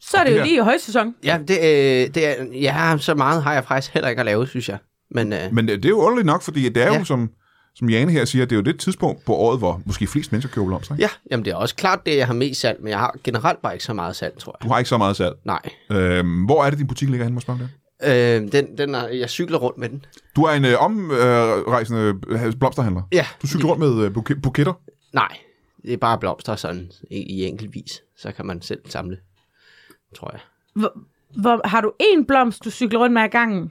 [SPEAKER 3] Så er
[SPEAKER 1] det
[SPEAKER 3] det jo
[SPEAKER 1] der-
[SPEAKER 3] lige i højsæson.
[SPEAKER 2] Ja, det, øh, det er, ja, så meget har jeg faktisk heller ikke at lave, synes jeg. Men øh,
[SPEAKER 1] Men øh, det er jo underligt nok, fordi det er ja. jo,
[SPEAKER 2] Ja.
[SPEAKER 1] som, som Jane her siger, det er jo det tidspunkt på året, hvor måske flest mennesker køber blomster. Ikke?
[SPEAKER 2] ja, jamen det er også klart det, jeg har mest salg, men jeg har generelt bare ikke så meget salg, tror jeg.
[SPEAKER 1] Du har ikke så meget salg.
[SPEAKER 2] Nej.
[SPEAKER 1] Uh, hvor er det, din butik ligger henne, må jeg spørge om det?
[SPEAKER 2] Øh, den, den er, jeg cykler rundt med den.
[SPEAKER 1] Du er en øh, omrejsende øh, blomsterhandler.
[SPEAKER 2] Ja.
[SPEAKER 1] Du cykler rundt med øh, buke- buketter.
[SPEAKER 2] Nej, det er bare blomster sådan i, i enkeltvis. Så kan man selv samle, tror jeg.
[SPEAKER 3] Hvor, hvor, har du en blomst, du cykler rundt med ad gangen?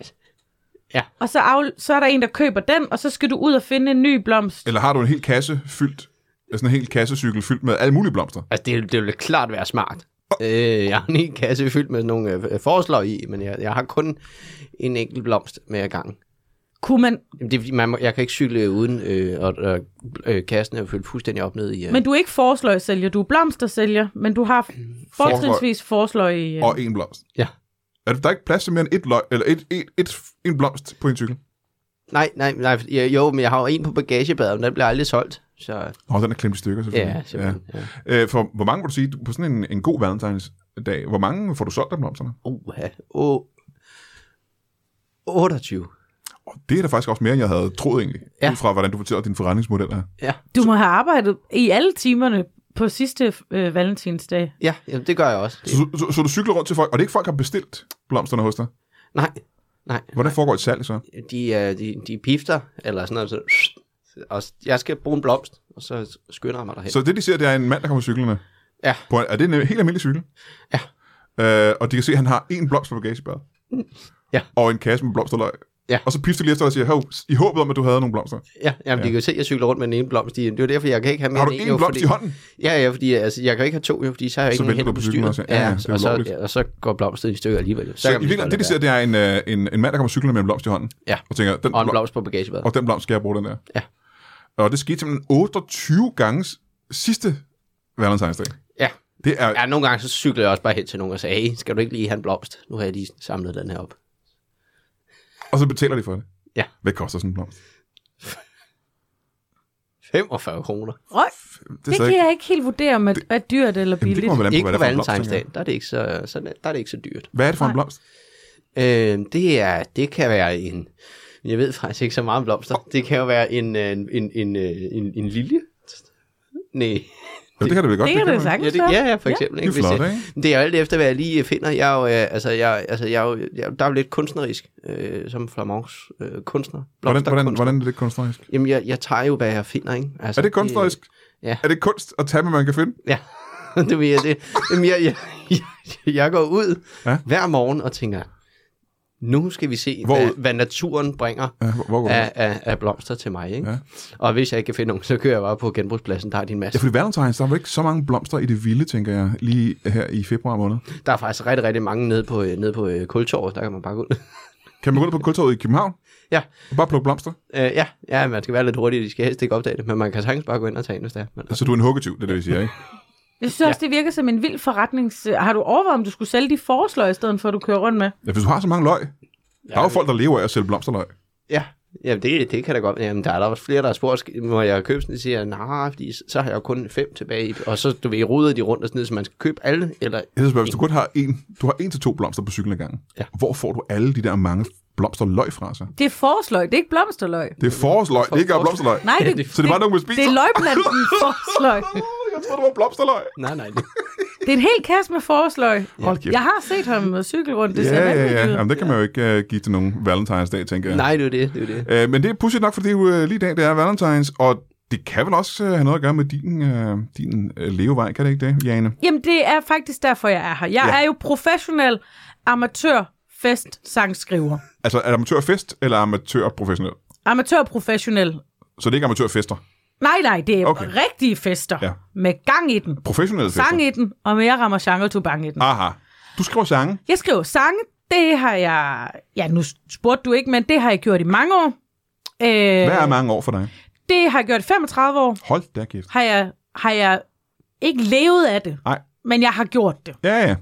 [SPEAKER 2] Ja.
[SPEAKER 3] Og så, af, så er der en, der køber den, og så skal du ud og finde en ny blomst.
[SPEAKER 1] Eller har du en hel kasse fyldt, øh, sådan en hel kassecykel fyldt med alle mulige blomster?
[SPEAKER 2] Altså, det, det ville klart være smart. Øh, jeg har en hel kasse fyldt med sådan nogle øh, forslag i, men jeg, jeg har kun en enkelt blomst med ad gangen.
[SPEAKER 3] Kunne man,
[SPEAKER 2] Jamen, det er fordi, man må, jeg kan ikke cykle uden, øh, og øh, øh, kassen er fyldt fuldstændig op ned i... Øh.
[SPEAKER 3] men du er ikke forsløg sælger, du er blomstersælger, men du har fortrinsvis forsløg i... øh,
[SPEAKER 1] Og en blomst.
[SPEAKER 2] Ja.
[SPEAKER 1] Er der, der er ikke plads til mere end et løg, eller et, et, et, en blomst på en cykel?
[SPEAKER 2] Nej, nej, nej. ja, Jo, men jeg har jo en på bagagebadet, men den bliver aldrig solgt. Så
[SPEAKER 1] Nå, den er klemt i stykker, selvfølgelig.
[SPEAKER 2] ja, simpelthen. Ja. Ja.
[SPEAKER 1] Øh, for hvor mange, vil du sige, du- på sådan en, en god valentinsdag, hvor mange får du solgt af blomsterne?
[SPEAKER 2] Uha. Åh. 28.
[SPEAKER 1] Og det er da faktisk også mere, end jeg havde troet egentlig, ja.
[SPEAKER 2] Ja.
[SPEAKER 1] ud fra hvordan du fortæller, at din forretningsmodel er.
[SPEAKER 2] Ja,
[SPEAKER 3] Du må have arbejdet i alle timerne på sidste øh, valentinsdag.
[SPEAKER 2] ja jamen, det gør jeg også. Det,
[SPEAKER 1] Så, så, så, du cykler rundt til folk, og det er ikke folk, der har bestilt blomsterne hos dig.
[SPEAKER 2] nej, nej.
[SPEAKER 1] Hvordan foregår et salg så?
[SPEAKER 2] De, øh, de, de pifter, eller sådan noget. Så, og jeg skal bruge en blomst, og så skynder jeg mig derhen.
[SPEAKER 1] Så det, de ser, det er en mand, der kommer cyklerne.
[SPEAKER 2] Ja.
[SPEAKER 1] På en, er det en øh, helt almindelig cykel?
[SPEAKER 2] Ja.
[SPEAKER 1] Øh, og de kan se, at han har en blomst på bagagebæret.
[SPEAKER 2] Ja.
[SPEAKER 1] Og en kasse med blomsterløg.
[SPEAKER 2] Ja.
[SPEAKER 1] Og så pifter de lige efter dig og siger, hov, i håbet om, at du havde nogle blomster.
[SPEAKER 2] Ja, jamen, ja. de kan jo se, at jeg cykler rundt med den ene blomst. i- Det er jo derfor, jeg kan ikke have mere
[SPEAKER 1] har du
[SPEAKER 2] end
[SPEAKER 1] en
[SPEAKER 2] jo,
[SPEAKER 1] blomst
[SPEAKER 2] fordi,
[SPEAKER 1] i hånden?
[SPEAKER 2] Ja, ja, fordi altså, jeg kan jo ikke have to, jo, fordi så har jeg
[SPEAKER 1] Så
[SPEAKER 2] ikke
[SPEAKER 1] vælter
[SPEAKER 2] nogen
[SPEAKER 1] du
[SPEAKER 2] hænder på
[SPEAKER 1] på cyklen
[SPEAKER 2] styret.
[SPEAKER 1] også, ja. Ja, ja, det er
[SPEAKER 2] og, så,
[SPEAKER 1] ulovligt.
[SPEAKER 2] ja, og så går blomstet i stykker alligevel. Jo.
[SPEAKER 1] Så,
[SPEAKER 2] kan
[SPEAKER 1] i
[SPEAKER 2] man lige så godt
[SPEAKER 1] virkeligheden, det, de
[SPEAKER 2] lade
[SPEAKER 1] ser, det er en, øh, en, en mand, der kommer cyklende med en blomst i hånden.
[SPEAKER 2] Ja.
[SPEAKER 1] Og tænker, den
[SPEAKER 2] være. og en
[SPEAKER 1] blomst,
[SPEAKER 2] blomst på bagagebæret.
[SPEAKER 1] og den blomst skal jeg bruge den der.
[SPEAKER 2] Ja.
[SPEAKER 1] Og det skete simpelthen 28 gange sidste valentinsdag.
[SPEAKER 2] Ja.
[SPEAKER 1] Det er,
[SPEAKER 2] Ja, nogle gange så cyklede jeg også bare hen til nogen og sagde, hey, skal du ikke lige have en blomst? Nu har jeg lige samlet den her op.
[SPEAKER 1] Og så betaler de for det.
[SPEAKER 2] Ja.
[SPEAKER 1] Hvad koster sådan en blomst?
[SPEAKER 2] 45 kroner.
[SPEAKER 3] Røg.
[SPEAKER 1] Det,
[SPEAKER 3] Det
[SPEAKER 1] så
[SPEAKER 3] kan jeg ikke helt vurdere, om det er dyrt eller
[SPEAKER 1] Jamen, det
[SPEAKER 3] billigt.
[SPEAKER 1] kommer vel an på,
[SPEAKER 2] Ikke
[SPEAKER 1] hvad
[SPEAKER 2] på
[SPEAKER 1] det er for en blomst. tænker jeg.
[SPEAKER 2] valentinsdagen, der er det ikke så, så, der er det ikke så dyrt.
[SPEAKER 1] Hvad er det for en
[SPEAKER 3] Nej.
[SPEAKER 1] blomst?
[SPEAKER 2] Øh, det, er, det kan være en, jeg ved faktisk ikke så meget om blomster, det kan jo være en, øh, en, en, en, øh, en, en lilje. Nej.
[SPEAKER 1] Ja, det kan det vel godt.
[SPEAKER 3] det kan det
[SPEAKER 1] man-
[SPEAKER 2] Ja,
[SPEAKER 3] sagtens
[SPEAKER 2] det,
[SPEAKER 3] være.
[SPEAKER 2] ja, ja, for
[SPEAKER 3] Ja.
[SPEAKER 2] eksempel.
[SPEAKER 1] Det er
[SPEAKER 2] Hvis
[SPEAKER 1] flot,
[SPEAKER 2] jeg-
[SPEAKER 1] ikke?
[SPEAKER 2] Men Det er jo alt efter, hvad jeg lige finder. Jeg er jo, øh, altså, jeg, altså, jeg, er jo, jeg der er jo lidt kunstnerisk, øh, som flamance øh, kunstner.
[SPEAKER 1] Hvordan, hvordan,
[SPEAKER 2] Blomsterkunstner.
[SPEAKER 1] hvordan er det kunstnerisk?
[SPEAKER 2] Jamen, jeg, jeg tager jo, hvad jeg finder, ikke? Altså,
[SPEAKER 1] Er det kunstnerisk?
[SPEAKER 2] ja.
[SPEAKER 1] Er det kunst at tage, hvad man kan finde?
[SPEAKER 2] Ja, det ved jeg. Det. Jamen, jeg, jeg, jeg, jeg går ud
[SPEAKER 1] Ja.
[SPEAKER 2] ja. hver morgen og tænker, nu skal vi se,
[SPEAKER 1] Hvor-
[SPEAKER 2] hvad, hvad naturen bringer
[SPEAKER 1] Ja, hvor, hvor går det?
[SPEAKER 2] af, af, af blomster til mig. Ikke?
[SPEAKER 1] Ja.
[SPEAKER 2] Ja. Og hvis jeg ikke kan finde nogen, så kører jeg bare på genbrugspladsen, der er din
[SPEAKER 1] Ja,
[SPEAKER 2] masse.
[SPEAKER 1] fordi Valentine's, der var ikke så mange blomster i det vilde, tænker jeg, lige her i februar måned.
[SPEAKER 2] Der er faktisk rigtig, rigtig mange nede på, øh, nede på øh, Kultorvet, der kan man bare gå ud.
[SPEAKER 1] Kan man gå ned på kultorvet i København
[SPEAKER 2] ja,
[SPEAKER 1] og bare plukke blomster?
[SPEAKER 2] Øh, ja, ja, man skal være lidt hurtig, de skal helst ikke opdage det, men man kan sagtens bare gå ind og tage en, hvis det er. Men,
[SPEAKER 1] Så Altså, du er en huggetyv, det er det, vi siger, ikke?
[SPEAKER 3] Jeg synes også, det virker som en vild forretnings... øh, Har du overvejet, om du skulle sælge de forsløg, i stedet for, at du kører rundt med?
[SPEAKER 1] Ja, hvis du har så mange løg. Der er jo folk, der lever af at sælge blomsterløg.
[SPEAKER 2] ja, ja det, det kan da godt Jamen, der er der også flere, der har spurgt, "Skal- må jeg købe sådan, de siger, nej, fordi så har jeg jo kun fem tilbage, i- og så du ved, ruder de rundt og sådan noget, så man skal købe alle, eller
[SPEAKER 1] Jeg synes bare, hvis du kun har en, du har en til to blomster på cyklen ad gangen,
[SPEAKER 2] Ja.
[SPEAKER 1] hvor får du alle de der mange blomsterløg fra sig?
[SPEAKER 3] Det er forsløg, det er ikke blomsterløg.
[SPEAKER 1] Det er forårsløg, det er ikke er blomsterløg.
[SPEAKER 3] Nej, det,
[SPEAKER 1] Så det var nogen, man spiser?
[SPEAKER 3] Det er løgplanten forsløg.
[SPEAKER 1] Jeg tror det var blomsterløg.
[SPEAKER 2] nej, nej, det,
[SPEAKER 3] Det er en hel kasse med forsløg.
[SPEAKER 1] Hold kæft.
[SPEAKER 3] Jeg har set ham cykle rundt. Det
[SPEAKER 1] Ja,
[SPEAKER 3] ser
[SPEAKER 1] ja, ja.
[SPEAKER 3] vanvittigt ud.
[SPEAKER 1] Jamen, det kan man jo ikke uh, give til nogen valentinsdag, tænker jeg.
[SPEAKER 2] nej, det er jo det, det er jo det.
[SPEAKER 1] Øh, men det er pudsigt nok, for det er jo øh, lige i dag, det er Valentines, og det kan vel også øh, have noget at gøre med din, øh, din øh, levevej, kan det ikke det, Jane?
[SPEAKER 3] Jamen, det er faktisk derfor, jeg er her. Jeg
[SPEAKER 1] Ja.
[SPEAKER 3] er jo professionel amatør festsangskriver.
[SPEAKER 1] Altså, er det amatørfest eller amatørprofessionel?
[SPEAKER 3] Amatørprofessionel.
[SPEAKER 1] Så det er ikke amatørfester.
[SPEAKER 3] Nej, nej, det er
[SPEAKER 1] Okay.
[SPEAKER 3] okay. rigtige fester.
[SPEAKER 1] Ja.
[SPEAKER 3] Med gang i den,
[SPEAKER 1] Professionelle fester.
[SPEAKER 3] sang i den, og mere rammer genre to bang i den.
[SPEAKER 1] Aha. Du skriver sange.
[SPEAKER 3] Jeg skriver sange. Det har jeg... Ja, nu spurgte du ikke, men det har jeg gjort i mange år. Øh,
[SPEAKER 1] Hvad er mange år for dig?
[SPEAKER 3] Det har jeg gjort i 35 år.
[SPEAKER 1] Hold da kæft.
[SPEAKER 3] Har jeg, har jeg ikke levet af det,
[SPEAKER 1] Nej.
[SPEAKER 3] men jeg har gjort det.
[SPEAKER 1] Ja, ja.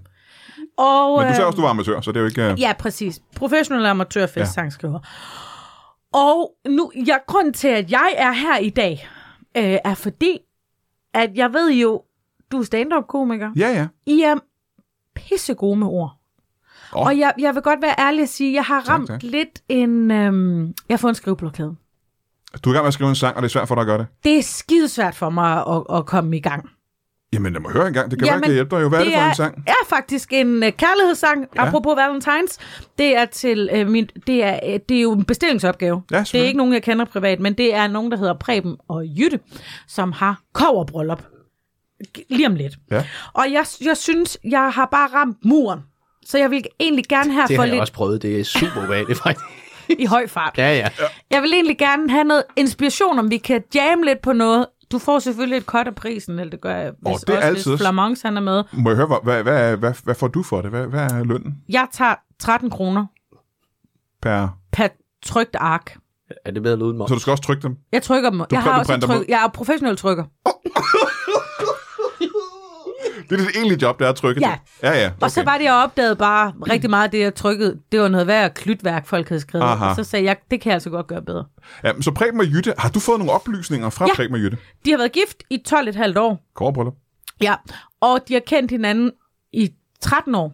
[SPEAKER 3] Og,
[SPEAKER 1] Men du sagde
[SPEAKER 3] øh,
[SPEAKER 1] også, du var amatør, så det er jo ikke... Øh...
[SPEAKER 3] Ja, præcis. Professionel amatørfestsangskriver. Ja. Og nu, jeg, grunden til, at jeg er her i dag, øh, er fordi, at jeg ved jo, du er stand-up-komiker.
[SPEAKER 1] Ja, ja.
[SPEAKER 3] I er pissegode med ord.
[SPEAKER 1] Åh.
[SPEAKER 3] Oh. Og jeg, jeg vil godt være ærlig og sige, at jeg har ramt
[SPEAKER 1] tak.
[SPEAKER 3] lidt en... Øhm, jeg har fået en skriveblokade.
[SPEAKER 1] Du er i gang med at skrive en sang, og det er svært for dig at gøre det.
[SPEAKER 3] Det er skidesvært for mig at, at komme i gang.
[SPEAKER 1] Jamen, lad mig høre en gang. Det kan være,
[SPEAKER 3] Jamen,
[SPEAKER 1] det hjælper dig jo. Hvad er det for en sang?
[SPEAKER 3] er faktisk en øh, kærlighedssang,
[SPEAKER 1] Ja.
[SPEAKER 3] ja. apropos Valentines. Det er til øh, min, det er, øh, det er jo en bestillingsopgave.
[SPEAKER 1] Ja,
[SPEAKER 3] det er
[SPEAKER 1] selvfølgelig.
[SPEAKER 3] ikke nogen, jeg kender privat, men det er nogen, der hedder Preben og Jytte, som har koverbryllup. G- Lige om lidt.
[SPEAKER 1] Ja.
[SPEAKER 3] Og jeg, jeg synes, jeg har bare ramt muren. Så jeg vil egentlig gerne have
[SPEAKER 2] Det
[SPEAKER 3] for
[SPEAKER 2] har jeg
[SPEAKER 3] lidt
[SPEAKER 2] også prøvet, det er super uvanligt faktisk.
[SPEAKER 3] i høj fart.
[SPEAKER 2] Ja, ja.
[SPEAKER 3] Jeg vil egentlig gerne have noget inspiration, om vi kan jamme lidt på noget. Du får selvfølgelig et cut af prisen, eller det gør jeg, hvis,
[SPEAKER 1] det er
[SPEAKER 3] også,
[SPEAKER 1] altid.
[SPEAKER 3] hvis Flamance han er med.
[SPEAKER 1] Må jeg høre, hvad, hvad, hvad, hvad, hvad får du for det? Hvad, hvad er lønnen
[SPEAKER 3] Jeg tager 13 kroner
[SPEAKER 1] per...
[SPEAKER 3] per trygt ark.
[SPEAKER 2] Er det bedre uden mig?
[SPEAKER 1] Så du skal også trykke dem?
[SPEAKER 3] Jeg trykker dem. jeg
[SPEAKER 1] prøver-
[SPEAKER 3] har
[SPEAKER 1] du
[SPEAKER 3] også en
[SPEAKER 1] printer dem
[SPEAKER 3] tryk,
[SPEAKER 1] ud?
[SPEAKER 3] jeg er professionel trykker.
[SPEAKER 1] Det er dit egentlige job, det er at trykke
[SPEAKER 3] Ja.
[SPEAKER 1] det. Ja, ja. Okay.
[SPEAKER 3] Og så var det, jeg opdagede bare rigtig meget af det, jeg trykkede. Det var noget værd klytværk, folk havde skrevet.
[SPEAKER 1] Aha.
[SPEAKER 3] Og så sagde jeg, det kan jeg altså godt gøre bedre.
[SPEAKER 1] ja, men så Preben og Jytte, har du fået nogle oplysninger fra ja.
[SPEAKER 3] Ja.
[SPEAKER 1] Preben og Jytte?
[SPEAKER 3] De har været gift i 12,5 år.
[SPEAKER 1] Kårebryllup.
[SPEAKER 3] Ja. Og de har kendt hinanden i 13 år.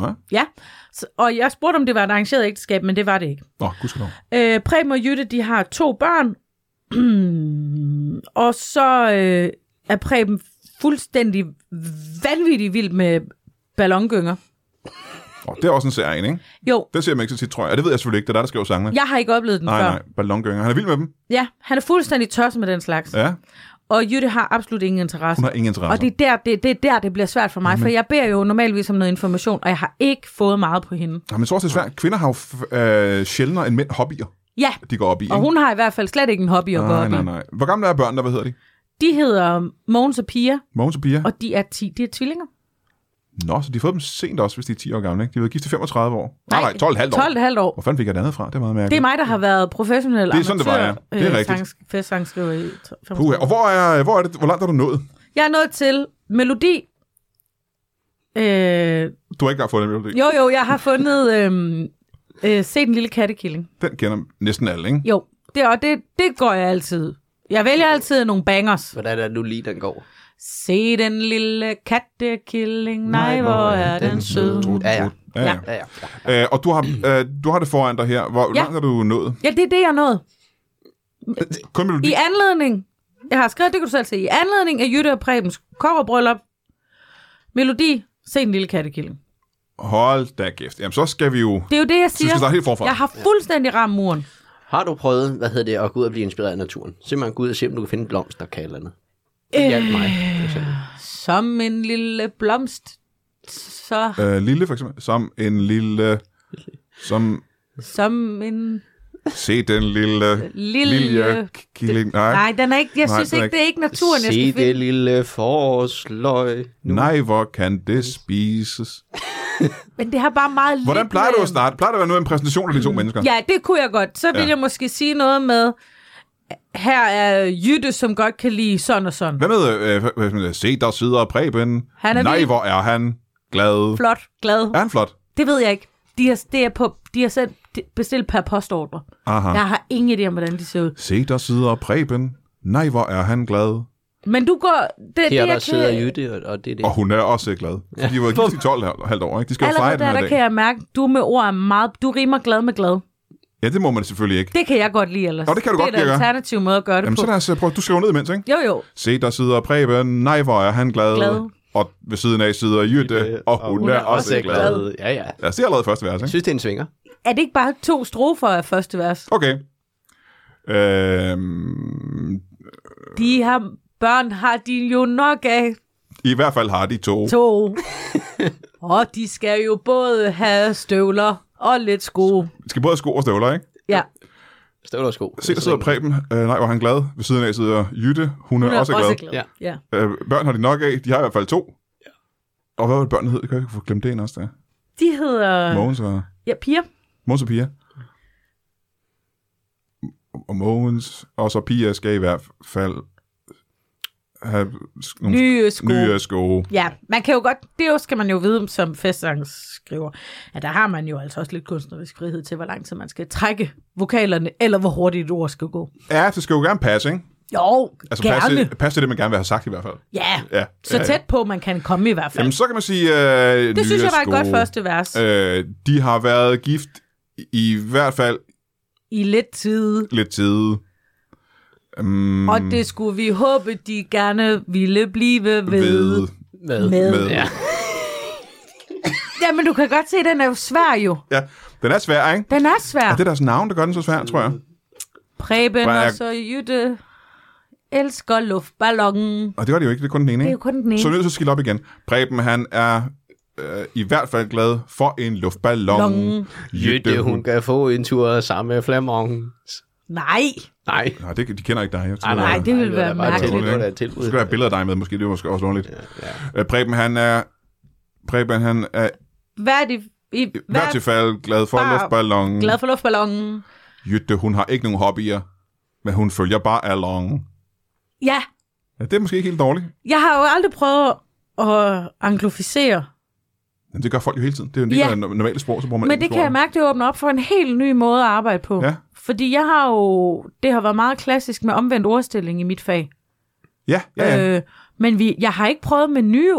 [SPEAKER 1] Ja.
[SPEAKER 3] Ja. Så, og jeg spurgte, om det var et arrangeret ægteskab, men det var det ikke.
[SPEAKER 1] Nå, gudskelov.
[SPEAKER 3] Øh, Preben og Jytte, de har to børn. og så øh, er Preben fuldstændig vanvittig vild med ballongynger.
[SPEAKER 1] Nå, det er også en serien, ikke?
[SPEAKER 3] Jo,
[SPEAKER 1] Den ser man ikke så tit, tror jeg. Og det ved jeg selvfølgelig ikke. Det er der, der skriver sangene.
[SPEAKER 3] jeg har ikke oplevet den
[SPEAKER 1] Nej,
[SPEAKER 3] før.
[SPEAKER 1] nej. Ballongønger. Han er vild med dem.
[SPEAKER 3] Ja, han er fuldstændig tosset med den slags.
[SPEAKER 1] Ja.
[SPEAKER 3] Og Jytte har absolut ingen interesse.
[SPEAKER 1] Hun har Mhm. ingen interesse.
[SPEAKER 3] Og det er, der, det, det er der, det bliver svært for mig, for jeg beder jo normalvis om noget information, og jeg har ikke fået meget på hende.
[SPEAKER 1] Jamen, jeg tror også, det er svært. Kvinder har jo f- øh, sjældnere end mænd hobbyer,
[SPEAKER 3] Ja,
[SPEAKER 1] de går op i.
[SPEAKER 3] og hun har i hvert fald slet ikke en hobby at gå
[SPEAKER 1] Nej,
[SPEAKER 3] op
[SPEAKER 1] nej,
[SPEAKER 3] i.
[SPEAKER 1] nej. Hvor gamle er børnene? Hvad hedder de?
[SPEAKER 3] De hedder Mogens og Pia,
[SPEAKER 1] Mogens og Pia?
[SPEAKER 3] og de er 10. De er tvillinger.
[SPEAKER 1] Nå, så de har fået dem sent også, hvis de er 10 år gamle, ikke? De har været gift i 35 år. Nej, nej, 12,5 år.
[SPEAKER 3] 12,5 år.
[SPEAKER 1] Hvor fanden fik jeg det andet fra? Det er meget
[SPEAKER 3] Det
[SPEAKER 1] mærkeligt.
[SPEAKER 3] er mig, der har været professionel øh,
[SPEAKER 1] Det er sådan, det var, ja. Det er rigtigt.
[SPEAKER 3] sangs- festsangskriver i to-
[SPEAKER 1] Puh, og hvor er, hvor er det, hvor langt er du nået?
[SPEAKER 3] Jeg er nået til melodi. Øh,
[SPEAKER 1] Du har ikke engang fået den melodi.
[SPEAKER 3] jo, jo, jeg har fundet... Øh, øh, se den lille kattekilling.
[SPEAKER 1] Den kender næsten alle, ikke?
[SPEAKER 3] Jo, det, og det, det går jeg altid. Jeg vælger altid nogle bangers.
[SPEAKER 2] Hvordan er det nu lige, den går?
[SPEAKER 3] Se den lille kattekilling, nej, hvor er den sød.
[SPEAKER 2] Ja, ja.
[SPEAKER 1] Ja, ja.
[SPEAKER 2] Ja, ja.
[SPEAKER 1] Øh, og du har, øh, du har det foran dig her. Hvor
[SPEAKER 3] Ja.
[SPEAKER 1] langt er du nået?
[SPEAKER 3] Ja, det er det, jeg nåede.
[SPEAKER 1] Kun melodi?
[SPEAKER 3] I anledning, jeg har skrevet, det kan du selv se, i anledning af Jytte og Prebens coverbryllup, melodi, se den lille kattekilling.
[SPEAKER 1] Hold da kæft. Jamen, så skal vi jo...
[SPEAKER 3] Det er jo det, jeg
[SPEAKER 1] Så vi
[SPEAKER 3] siger.
[SPEAKER 1] skal starte helt forfra.
[SPEAKER 3] Jeg har fuldstændig ramt muren.
[SPEAKER 2] Har du prøvet, hvad hedder det, at gå ud og blive inspireret af naturen? Simpelthen gå ud og se, om du kan finde en blomst, der kan et eller andet. Det
[SPEAKER 3] Øh,
[SPEAKER 2] hjalp mig. for eksempel.
[SPEAKER 3] Som en lille blomst, så
[SPEAKER 1] Øh, lille, for eksempel. Som en lille... Som...
[SPEAKER 3] som en
[SPEAKER 1] Se den lille...
[SPEAKER 3] lille...
[SPEAKER 1] Lille... k- Killing. Nej.
[SPEAKER 3] Nej, den er ikke, jeg
[SPEAKER 1] Nej,
[SPEAKER 3] synes
[SPEAKER 1] den er
[SPEAKER 3] ikke,
[SPEAKER 1] ikke-
[SPEAKER 3] det er ikke naturen, jeg
[SPEAKER 2] Se
[SPEAKER 3] skal
[SPEAKER 2] det
[SPEAKER 3] finde.
[SPEAKER 2] lille forårsløg. Nu.
[SPEAKER 1] Nej, hvor kan det spises?
[SPEAKER 3] Men det har bare meget lidt...
[SPEAKER 1] Hvordan plejer du at
[SPEAKER 3] med-
[SPEAKER 1] starte? Plejer der at være noget af en præsentation af de to mennesker?
[SPEAKER 3] Mm, Ja, det kunne jeg godt. Så ville
[SPEAKER 1] Ja.
[SPEAKER 3] jeg måske sige noget med, her er Jytte, som godt kan lide sådan og sådan.
[SPEAKER 1] Hvad med, øh, hvad- hvad med se, der sidder Preben.
[SPEAKER 3] Han er
[SPEAKER 1] Nej,
[SPEAKER 3] vild.
[SPEAKER 1] hvor er han glad.
[SPEAKER 3] Flot, glad.
[SPEAKER 1] Er han flot?
[SPEAKER 3] Det ved jeg ikke. De har, det er på, de har selv bestilt per postordre.
[SPEAKER 1] Aha.
[SPEAKER 3] Jeg har ingen idé om, hvordan de ser ud.
[SPEAKER 1] Se, der sidder Preben. Nej, hvor er han glad.
[SPEAKER 3] Men du går... Det, det,
[SPEAKER 2] Her
[SPEAKER 3] jeg
[SPEAKER 2] der
[SPEAKER 3] kan,
[SPEAKER 2] sidder Jytte, og, og det er det.
[SPEAKER 1] Og hun er også glad. Ja. De har været gift i 12 og et halvt år, ikke? De skal jo fejre
[SPEAKER 3] Allerede
[SPEAKER 1] den
[SPEAKER 3] der,
[SPEAKER 1] her
[SPEAKER 3] der
[SPEAKER 1] dag.
[SPEAKER 3] kan jeg mærke, du med ord er meget... Du rimer glad med glad.
[SPEAKER 1] Ja, det må man selvfølgelig ikke.
[SPEAKER 3] Det kan jeg godt lide ellers.
[SPEAKER 1] Nå, det kan du
[SPEAKER 3] det
[SPEAKER 1] godt
[SPEAKER 3] er en
[SPEAKER 1] lide at gøre.
[SPEAKER 3] alternativ måde at gøre det
[SPEAKER 1] Jamen,
[SPEAKER 3] på.
[SPEAKER 1] så lad os øh, prøve. Du skriver ned imens, ikke?
[SPEAKER 3] Jo, jo.
[SPEAKER 1] Se, der sidder Preben. Nej, hvor er han glad.
[SPEAKER 3] Glad.
[SPEAKER 1] Og ved siden af sidder
[SPEAKER 2] Øh,
[SPEAKER 1] Jytte, og hun, er også glad. glad.
[SPEAKER 2] Ja, ja.
[SPEAKER 1] Lad os se allerede første vers,
[SPEAKER 2] Jeg
[SPEAKER 1] ikke?
[SPEAKER 2] synes, det er en svinger.
[SPEAKER 3] Er det ikke bare to strofer af første vers?
[SPEAKER 1] Okay. Øhm,
[SPEAKER 3] De her børn har de jo nok af
[SPEAKER 1] I hvert fald har de to.
[SPEAKER 3] to. og de skal jo både have støvler og lidt sko.
[SPEAKER 1] De skal både have sko og støvler, ikke?
[SPEAKER 3] Ja,
[SPEAKER 2] Støvler og sko.
[SPEAKER 1] Se, der sidder Preben. Øh, nej, hvor er han glad. Ved siden af sidder Jytte. Hun er,
[SPEAKER 3] hun er
[SPEAKER 1] også, glad.
[SPEAKER 2] Ja.
[SPEAKER 3] Ja.
[SPEAKER 1] Øh, børn har de nok af. De har i hvert fald to. Og hvad var det, børnene hed? Kan jeg ikke få glemt det ind også der?
[SPEAKER 3] De hedder...
[SPEAKER 1] Mogens og,
[SPEAKER 3] Ja, piger.
[SPEAKER 1] Mogens og Pia. Og Mogens og så Pia skal i hvert fald have sk- nogle
[SPEAKER 3] Nye sko.
[SPEAKER 1] nye sko.
[SPEAKER 3] Ja, man kan jo godt, det jo skal man jo vide som festsangskriver, at der har man jo altså også lidt kunstnerisk frihed til, hvor lang tid man skal trække vokalerne, eller hvor hurtigt et ord skal gå.
[SPEAKER 1] Ja, det skal jo gerne passe, ikke?
[SPEAKER 3] Jo,
[SPEAKER 1] Altså
[SPEAKER 3] altså,
[SPEAKER 1] passe,
[SPEAKER 3] gerne.
[SPEAKER 1] passe til det, man gerne vil have sagt i hvert fald.
[SPEAKER 3] Ja,
[SPEAKER 1] Ja.
[SPEAKER 3] så
[SPEAKER 1] ja, ja.
[SPEAKER 3] tæt på, man kan komme i hvert fald.
[SPEAKER 1] Jamen, så kan man sige øh, nye
[SPEAKER 3] det synes jeg var
[SPEAKER 1] sko.
[SPEAKER 3] et godt første vers. Øh.
[SPEAKER 1] Øh, de har været gift i hvert fald
[SPEAKER 3] I lidt tid,
[SPEAKER 1] lidt tid. Um,
[SPEAKER 3] og det skulle vi håbe, de gerne ville blive ved.
[SPEAKER 1] ved.
[SPEAKER 2] Med.
[SPEAKER 3] Med.
[SPEAKER 1] Med.
[SPEAKER 2] Ja.
[SPEAKER 3] Jamen, du kan godt se, den er jo svær jo.
[SPEAKER 1] Ja, den er svær, ikke?
[SPEAKER 3] Den er svær.
[SPEAKER 1] Er det deres navn, der gør den så svær, tror jeg?
[SPEAKER 3] Preben
[SPEAKER 1] Bare-
[SPEAKER 3] og så Jytte elsker luftballonen.
[SPEAKER 1] Og det gør de jo ikke, det er kun den ene,
[SPEAKER 3] Det
[SPEAKER 1] ikke?
[SPEAKER 3] er jo kun den ene.
[SPEAKER 1] Så er vi nødt til at skille op igen. Preben, han er øh, i hvert fald glad for en luftballon.
[SPEAKER 3] Long.
[SPEAKER 2] Jytte, hun kan få en tur sammen med Flamong.
[SPEAKER 3] Nej,
[SPEAKER 2] Nej.
[SPEAKER 1] Nej, det, de kender ikke dig. Jeg tror,
[SPEAKER 2] Nej,
[SPEAKER 3] Ah, nej, det ville
[SPEAKER 2] var
[SPEAKER 3] være
[SPEAKER 2] da bare
[SPEAKER 3] mærkeligt.
[SPEAKER 2] et tilbud, Det var da et
[SPEAKER 1] Du
[SPEAKER 2] tilbud.
[SPEAKER 1] skal have billeder af dig med, måske. Det er måske også underligt.
[SPEAKER 2] Ja.
[SPEAKER 1] Øh, Preben, han er... Preben, han er
[SPEAKER 3] hvad er det? I,
[SPEAKER 1] i
[SPEAKER 3] hvad
[SPEAKER 1] hvert fald glad for en
[SPEAKER 3] Bare
[SPEAKER 1] luftballon.
[SPEAKER 3] glad for luftballonen?
[SPEAKER 1] Jytte, hun har ikke nogen hobbyer, men hun følger bare along.
[SPEAKER 3] Ja,
[SPEAKER 1] Ja, det er måske ikke helt dårligt.
[SPEAKER 3] jeg har jo aldrig prøvet at anglofisere.
[SPEAKER 1] Jamen, det gør folk jo hele tiden. Det er jo en del
[SPEAKER 3] Ja.
[SPEAKER 1] af det normale sprog, så bruger man
[SPEAKER 3] Men det kan jeg mærke, det åbner op for en helt ny måde at arbejde på.
[SPEAKER 1] Ja.
[SPEAKER 3] Fordi jeg har jo, det har været meget klassisk med omvendt ordstilling i mit fag.
[SPEAKER 1] Ja, ja, ja.
[SPEAKER 3] Øh, men vi, jeg har ikke prøvet med nye,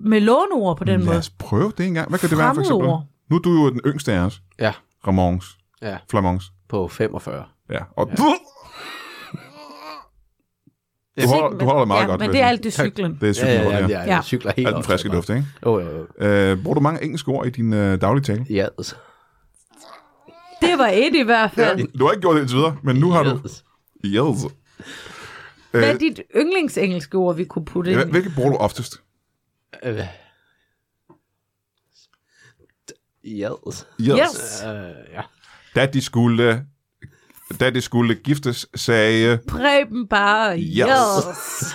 [SPEAKER 3] med låneord på den
[SPEAKER 1] Lad
[SPEAKER 3] måde.
[SPEAKER 1] os prøve det engang. Hvad kan det være, for eksempel?
[SPEAKER 3] Fremmedord.
[SPEAKER 1] Nu er du jo den yngste af os.
[SPEAKER 2] Ja,
[SPEAKER 1] Ramons.
[SPEAKER 2] ja,
[SPEAKER 1] Flamons.
[SPEAKER 2] på 45.
[SPEAKER 1] Ja. Og ja. Du, holder, du holder dig meget
[SPEAKER 3] ja,
[SPEAKER 1] godt.
[SPEAKER 3] men
[SPEAKER 1] vil
[SPEAKER 3] det er
[SPEAKER 1] jeg
[SPEAKER 3] alt det
[SPEAKER 2] Tak.
[SPEAKER 3] cyklen.
[SPEAKER 1] sige. Det er
[SPEAKER 2] Ja,
[SPEAKER 1] cyklen,
[SPEAKER 2] ja,
[SPEAKER 1] ja,
[SPEAKER 2] ja,
[SPEAKER 1] det
[SPEAKER 2] ja,
[SPEAKER 1] er.
[SPEAKER 2] jeg
[SPEAKER 3] Ja.
[SPEAKER 2] cykler helt
[SPEAKER 1] Alt den
[SPEAKER 2] op.
[SPEAKER 1] friske luft, ikke?
[SPEAKER 2] Jo, jo, jo.
[SPEAKER 1] Øh, bruger du mange engelske ord i din øh, daglige tale?
[SPEAKER 2] Ja, altså.
[SPEAKER 3] Det var et i hvert fald. Ja.
[SPEAKER 1] Du har ikke gjort det indtil videre, men nu har du...
[SPEAKER 2] Yes.
[SPEAKER 1] Yes.
[SPEAKER 3] Hvad
[SPEAKER 1] Øh,
[SPEAKER 3] er dit yndlingsengelske ord, vi kunne putte
[SPEAKER 1] ja,
[SPEAKER 3] ind? i?
[SPEAKER 1] hvilke bruger du oftest?
[SPEAKER 2] Øh, Yes.
[SPEAKER 3] Yes.
[SPEAKER 2] Øh, ja.
[SPEAKER 1] Da de skulle, da de skulle giftes, sagde...
[SPEAKER 3] Preben bare,
[SPEAKER 1] Yes.
[SPEAKER 3] yes.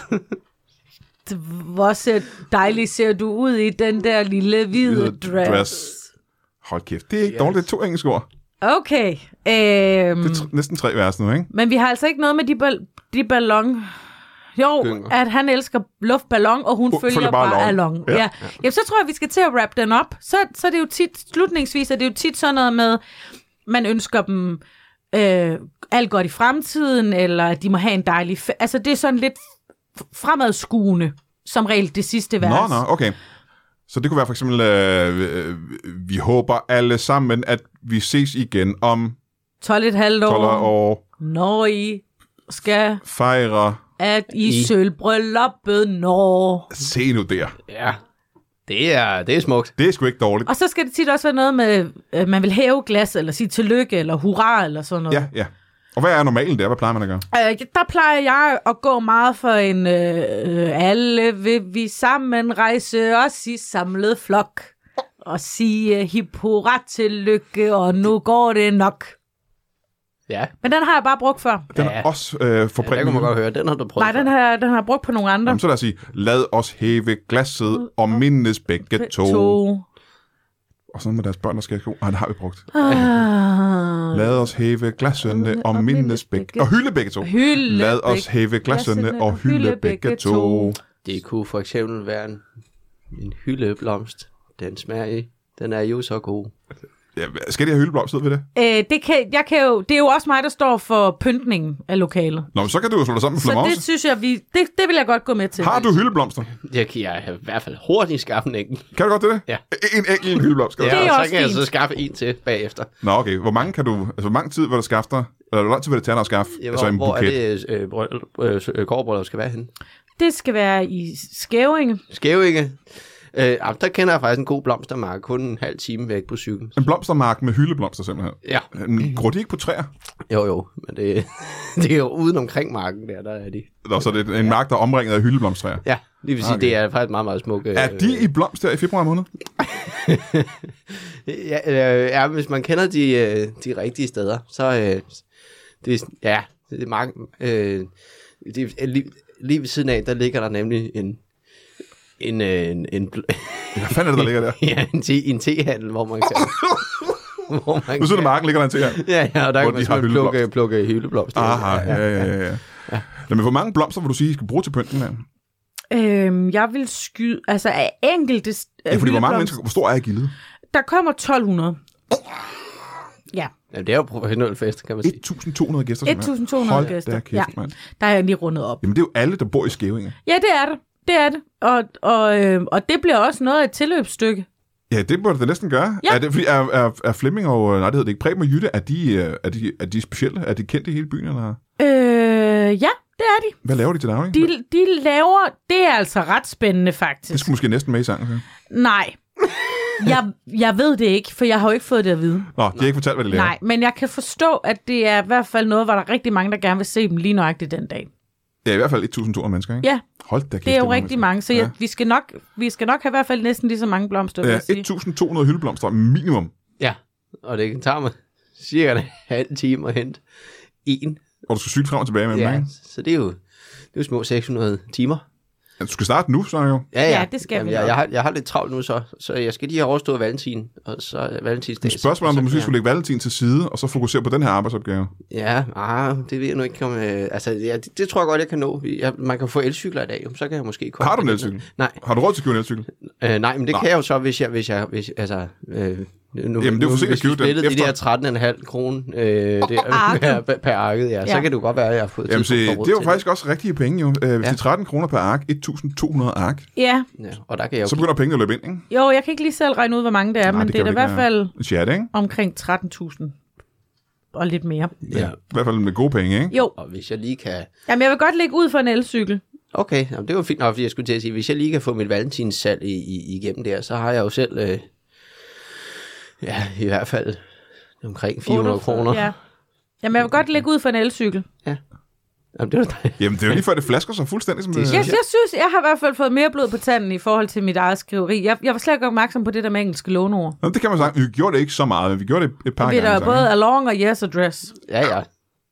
[SPEAKER 3] Det- Hvor ser dejligt ser du ud i den der lille hvide
[SPEAKER 1] Hvide
[SPEAKER 3] dress.
[SPEAKER 1] dress. Hold kæft, det er ikke
[SPEAKER 2] Yes.
[SPEAKER 1] yes. dårligt. Det er to engelske ord.
[SPEAKER 3] Okay, øhm,
[SPEAKER 1] Det er tr- næsten tre vers nu, ikke?
[SPEAKER 3] men vi har altså ikke noget med de, bal- de ballon... Jo,
[SPEAKER 2] Gynger.
[SPEAKER 3] at han elsker luftballon, og hun, hun følger, bare, bare
[SPEAKER 1] ballon.
[SPEAKER 3] ballon. Ja.
[SPEAKER 1] Ja.
[SPEAKER 3] Ja. Jamen, så tror jeg, vi skal til at wrap den op. Så, så er det jo tit, slutningsvis er det jo tit sådan noget med, man ønsker dem øh, alt godt i fremtiden, eller at de må have en dejlig... Fe- altså, det er sådan lidt f- fremadskuende, som regel det sidste vers.
[SPEAKER 1] Nå, nå, okay. Så det kunne være for eksempel, øh, øh, vi håber alle sammen, at vi ses igen om
[SPEAKER 3] 12 et halvt
[SPEAKER 1] 12
[SPEAKER 3] år,
[SPEAKER 1] år.
[SPEAKER 3] når I skal,
[SPEAKER 1] Fejre.
[SPEAKER 3] at I, I.
[SPEAKER 2] I-
[SPEAKER 3] sølvbrylluppet når...
[SPEAKER 1] Se nu der.
[SPEAKER 2] ja. Det er, det er smukt.
[SPEAKER 1] Det er sgu ikke dårligt.
[SPEAKER 3] Og så skal det tit også være noget med, at man vil hæve glas, eller sige tillykke, eller hurra, eller sådan noget.
[SPEAKER 1] Ja, ja. Og hvad er normalen der? Hvad plejer man at gøre?
[SPEAKER 3] Øh, der plejer jeg at gå meget for en øh, øh, alle vil vi sammen rejse os i samlet flok og sige øh, hip hurra tillykke, og nu går det nok.
[SPEAKER 2] Ja,
[SPEAKER 3] Men den har jeg bare brugt før.
[SPEAKER 1] Den
[SPEAKER 2] Ja.
[SPEAKER 1] er også øh,
[SPEAKER 2] ja der
[SPEAKER 1] forbrændt.
[SPEAKER 2] kunne man godt høre. Den har du prøvet
[SPEAKER 3] Nej, den
[SPEAKER 2] før.
[SPEAKER 3] har, jeg- den har jeg brugt på nogle andre.
[SPEAKER 1] Jamen, så lad os sige, lad os hæve glasset og mindes begge to. Og sådan med deres børn, der skal i skole. Ej, det har vi brugt.
[SPEAKER 3] Ah,
[SPEAKER 1] Lad os hæve glassene og mindes begge... Og hylde begge to.
[SPEAKER 3] hylde
[SPEAKER 1] Lad os
[SPEAKER 3] begge-
[SPEAKER 1] hæve glassene og hylde begge to.
[SPEAKER 2] Det kunne for eksempel være en, en hyldeblomst. Den smager i. Den er jo så god.
[SPEAKER 1] Ja, hvad- skal de have hyldeblomst ved det?
[SPEAKER 3] Øh, det, kan, jeg kan jo, det er jo også mig, der står for pyntningen af lokalet.
[SPEAKER 1] Nå, men så kan du jo slå dig sammen med
[SPEAKER 3] Så det
[SPEAKER 1] Flamance.
[SPEAKER 3] synes jeg, vi, det, det vil jeg godt gå med til.
[SPEAKER 1] Har du hyldeblomster?
[SPEAKER 2] Jeg kan jeg i hvert fald hurtigt skaffe en enkelt.
[SPEAKER 1] Kan du godt det? E-
[SPEAKER 2] Ja.
[SPEAKER 1] En enkelt hyldeblomst. skal du
[SPEAKER 3] Det
[SPEAKER 2] Ja,
[SPEAKER 3] er
[SPEAKER 1] have.
[SPEAKER 2] og
[SPEAKER 3] også
[SPEAKER 2] så kan jeg
[SPEAKER 3] fint.
[SPEAKER 2] så skaffe en til bagefter.
[SPEAKER 1] Nå, okay. Hvor mange kan du... Altså, hvor lang tid vil det skaffe dig? Eller hvor lang tid vil det tage dig at skaffe?
[SPEAKER 2] Ja, hvor,
[SPEAKER 1] altså, en
[SPEAKER 2] hvor er
[SPEAKER 1] buket.
[SPEAKER 2] det, øh, brøl- øh, s- øh, kårbryllup skal være henne?
[SPEAKER 3] Det skal være i Skævinge.
[SPEAKER 2] Skævinge. Øh, ah, der kender jeg faktisk en god blomstermark, kun en halv time væk på cyklen.
[SPEAKER 1] En blomstermark med hyldeblomster, simpelthen.
[SPEAKER 2] Ja,
[SPEAKER 1] Men Gror de ikke på træer?
[SPEAKER 2] jo jo, men det, det er jo uden omkring marken der, der er de.
[SPEAKER 1] Nå, så det er en mark, der er omringet af hyldeblomsttræer.
[SPEAKER 2] Ja, det vil sige,
[SPEAKER 1] Okay.
[SPEAKER 2] okay. det er faktisk meget, meget smukke.
[SPEAKER 1] Er de i blomst der i februar måned?
[SPEAKER 2] Ja, øh, ja, hvis man kender de, øh, de rigtige steder, så øh, det er sådan- ja, det er mark, øh, det er, lige, lige ved siden af, der ligger der nemlig en en, øh, en, en, bl-
[SPEAKER 1] Hvad fanden er det, der ligger der?
[SPEAKER 2] ja, en, te, en tehandel, hvor man kan... hvor man
[SPEAKER 1] Nu sidder marken ligger der en til her.
[SPEAKER 2] Ja, ja, og der
[SPEAKER 1] Hvor
[SPEAKER 2] kan
[SPEAKER 1] de
[SPEAKER 2] man
[SPEAKER 1] har
[SPEAKER 2] simpelthen plukke,
[SPEAKER 1] hyldeblomster.
[SPEAKER 2] plukke hyldeblomster.
[SPEAKER 1] Aha, ja, ja, ja. ja. Nå, men hvor mange blomster vil du sige, I skal bruge til pynten her?
[SPEAKER 3] Øhm, jeg vil skyde, altså af enkelte...
[SPEAKER 1] Ja, fordi hvor mange mennesker, hvor stor er gildet?
[SPEAKER 3] Der kommer 1200. Ja,
[SPEAKER 2] Ja, det er jo professionel fest, kan man sige.
[SPEAKER 1] 1.200 gæster. simpelthen.
[SPEAKER 3] 1200
[SPEAKER 1] Hold
[SPEAKER 3] gæster,
[SPEAKER 1] Da kæft,
[SPEAKER 3] ja.
[SPEAKER 1] mand.
[SPEAKER 3] der er jeg lige rundet op.
[SPEAKER 1] Jamen, det er jo alle, der bor i Skævinge.
[SPEAKER 3] Ja, det er det. Det er det. Og, og, øh, og det bliver også noget af et tilløbsstykke.
[SPEAKER 1] Ja, det burde det næsten gøre.
[SPEAKER 3] Ja.
[SPEAKER 1] Er, det, fordi, er, er, er Flemming og, øh, nej, det hedder det ikke, Preben og Jytte, er de, øh, er, de, er de specielle? Er de kendt i hele byen, eller
[SPEAKER 3] Øh, ja, det er de.
[SPEAKER 1] hvad laver de til daglig?
[SPEAKER 3] de. De laver... Det er altså ret spændende,
[SPEAKER 1] Det
[SPEAKER 3] faktisk.
[SPEAKER 1] skulle måske næsten med i sangen. så.
[SPEAKER 3] Nej. Jeg, jeg ved det ikke, for jeg har jo ikke fået det at vide.
[SPEAKER 1] Nå, de har ikke fortalt, hvad de laver.
[SPEAKER 3] Nej, men jeg kan forstå, at det er i hvert fald noget, hvor der er rigtig mange, der gerne vil se dem lige nøjagtigt den dag.
[SPEAKER 1] Ja, i hvert fald 1.200 mennesker, ikke?
[SPEAKER 3] Ja,
[SPEAKER 1] Hold da kæft.
[SPEAKER 3] det er jo
[SPEAKER 1] mange
[SPEAKER 3] rigtig
[SPEAKER 1] mennesker.
[SPEAKER 3] mange, så jeg, vi, skal nok, vi skal nok have i hvert fald næsten lige så mange blomster, vil jeg sige.
[SPEAKER 1] Ja, 1.200 hyldeblomster minimum.
[SPEAKER 2] Ja, og det tager mig cirka en halv time at hente en.
[SPEAKER 1] Og du skal syge frem og tilbage med dem,
[SPEAKER 2] Ja,
[SPEAKER 1] ikke?
[SPEAKER 2] så det er jo, det er jo små 600 timer.
[SPEAKER 1] Du skal starte nu, så jo.
[SPEAKER 2] Ja, ja,
[SPEAKER 3] Ja, det skal vi
[SPEAKER 2] jeg,
[SPEAKER 3] nok.
[SPEAKER 2] jeg, har, jeg har lidt travlt nu så, så jeg skal lige have overstået valentin, og så er valentinsdag. så-
[SPEAKER 1] Spørgsmålet er, om
[SPEAKER 2] så
[SPEAKER 1] du
[SPEAKER 2] kan
[SPEAKER 1] måske
[SPEAKER 2] jeg-
[SPEAKER 1] skulle lægge Valentin til side, og så fokusere på den her arbejdsopgave.
[SPEAKER 2] Ja, ah, det ved jeg nu ikke om... Øh, altså, ja, det, det, tror jeg godt, jeg kan nå. Jeg, man kan få elcykler i dag, jo, så kan jeg måske komme...
[SPEAKER 1] Har du en elcykel?
[SPEAKER 2] Nej,
[SPEAKER 1] Har du råd til at købe en elcykel?
[SPEAKER 2] øh, nej, men det
[SPEAKER 1] Nå.
[SPEAKER 2] Nå. kan jeg jo så, hvis jeg... Hvis jeg hvis, altså, øh, nu,
[SPEAKER 1] Jamen, det er jo for sent at
[SPEAKER 2] hvis vi
[SPEAKER 1] købe den
[SPEAKER 2] splittede de
[SPEAKER 1] efter-
[SPEAKER 2] der 13,5 kroner øh, det,
[SPEAKER 3] arket.
[SPEAKER 2] per, per arket, ja, ja, så
[SPEAKER 3] Ja.
[SPEAKER 2] kan det jo godt være, at jeg har fået
[SPEAKER 1] Jamen, se,
[SPEAKER 2] tidspunkt for råd
[SPEAKER 1] det er jo
[SPEAKER 2] til
[SPEAKER 1] faktisk også rigtige penge, jo. Øh, Hvis
[SPEAKER 2] Ja.
[SPEAKER 1] det er 13 kroner per ark, 1.200 ark,
[SPEAKER 3] Ja,
[SPEAKER 2] Ja, og der kan jeg jo
[SPEAKER 1] så begynder pengene at løbe ind, ikke?
[SPEAKER 3] jo, jeg kan ikke lige selv regne ud, hvor mange det
[SPEAKER 1] Nej,
[SPEAKER 3] er, men
[SPEAKER 1] det
[SPEAKER 3] det, det er
[SPEAKER 1] kan
[SPEAKER 3] da i
[SPEAKER 1] vi ikke
[SPEAKER 3] hvert fald
[SPEAKER 1] En chat, ikke?
[SPEAKER 3] omkring 13.000 og lidt mere.
[SPEAKER 2] Ja.
[SPEAKER 1] I hvert fald med gode penge, ikke?
[SPEAKER 3] Jo,
[SPEAKER 2] Og hvis jeg lige kan...
[SPEAKER 3] jamen jeg vil godt lægge ud for en elcykel.
[SPEAKER 2] Okay, jamen, det var fint nok, fordi jeg skulle til at sige, hvis jeg lige kan få mit valentinssalg i, i, igennem der, så har jeg jo selv... Øh, ja, i hvert fald omkring 400 kroner.
[SPEAKER 3] Ja. Jamen jeg vil godt lægge ud for en elcykel.
[SPEAKER 2] Jamen, det var dejligt.
[SPEAKER 1] Jamen, det er jo lige før, det flasker sig fuldstændig. Som det,
[SPEAKER 2] Det
[SPEAKER 3] Jeg, jeg synes, jeg har i hvert fald fået mere blod på tanden i forhold til mit eget skriveri. Jeg, jeg var slet ikke opmærksom på det der med engelske låneord.
[SPEAKER 1] Nå, det kan man sige. Vi gjorde det ikke så meget, men vi gjorde det et par
[SPEAKER 3] Vi
[SPEAKER 1] gange.
[SPEAKER 3] der er
[SPEAKER 1] så,
[SPEAKER 3] både along og yes og dress.
[SPEAKER 2] Ja, ja.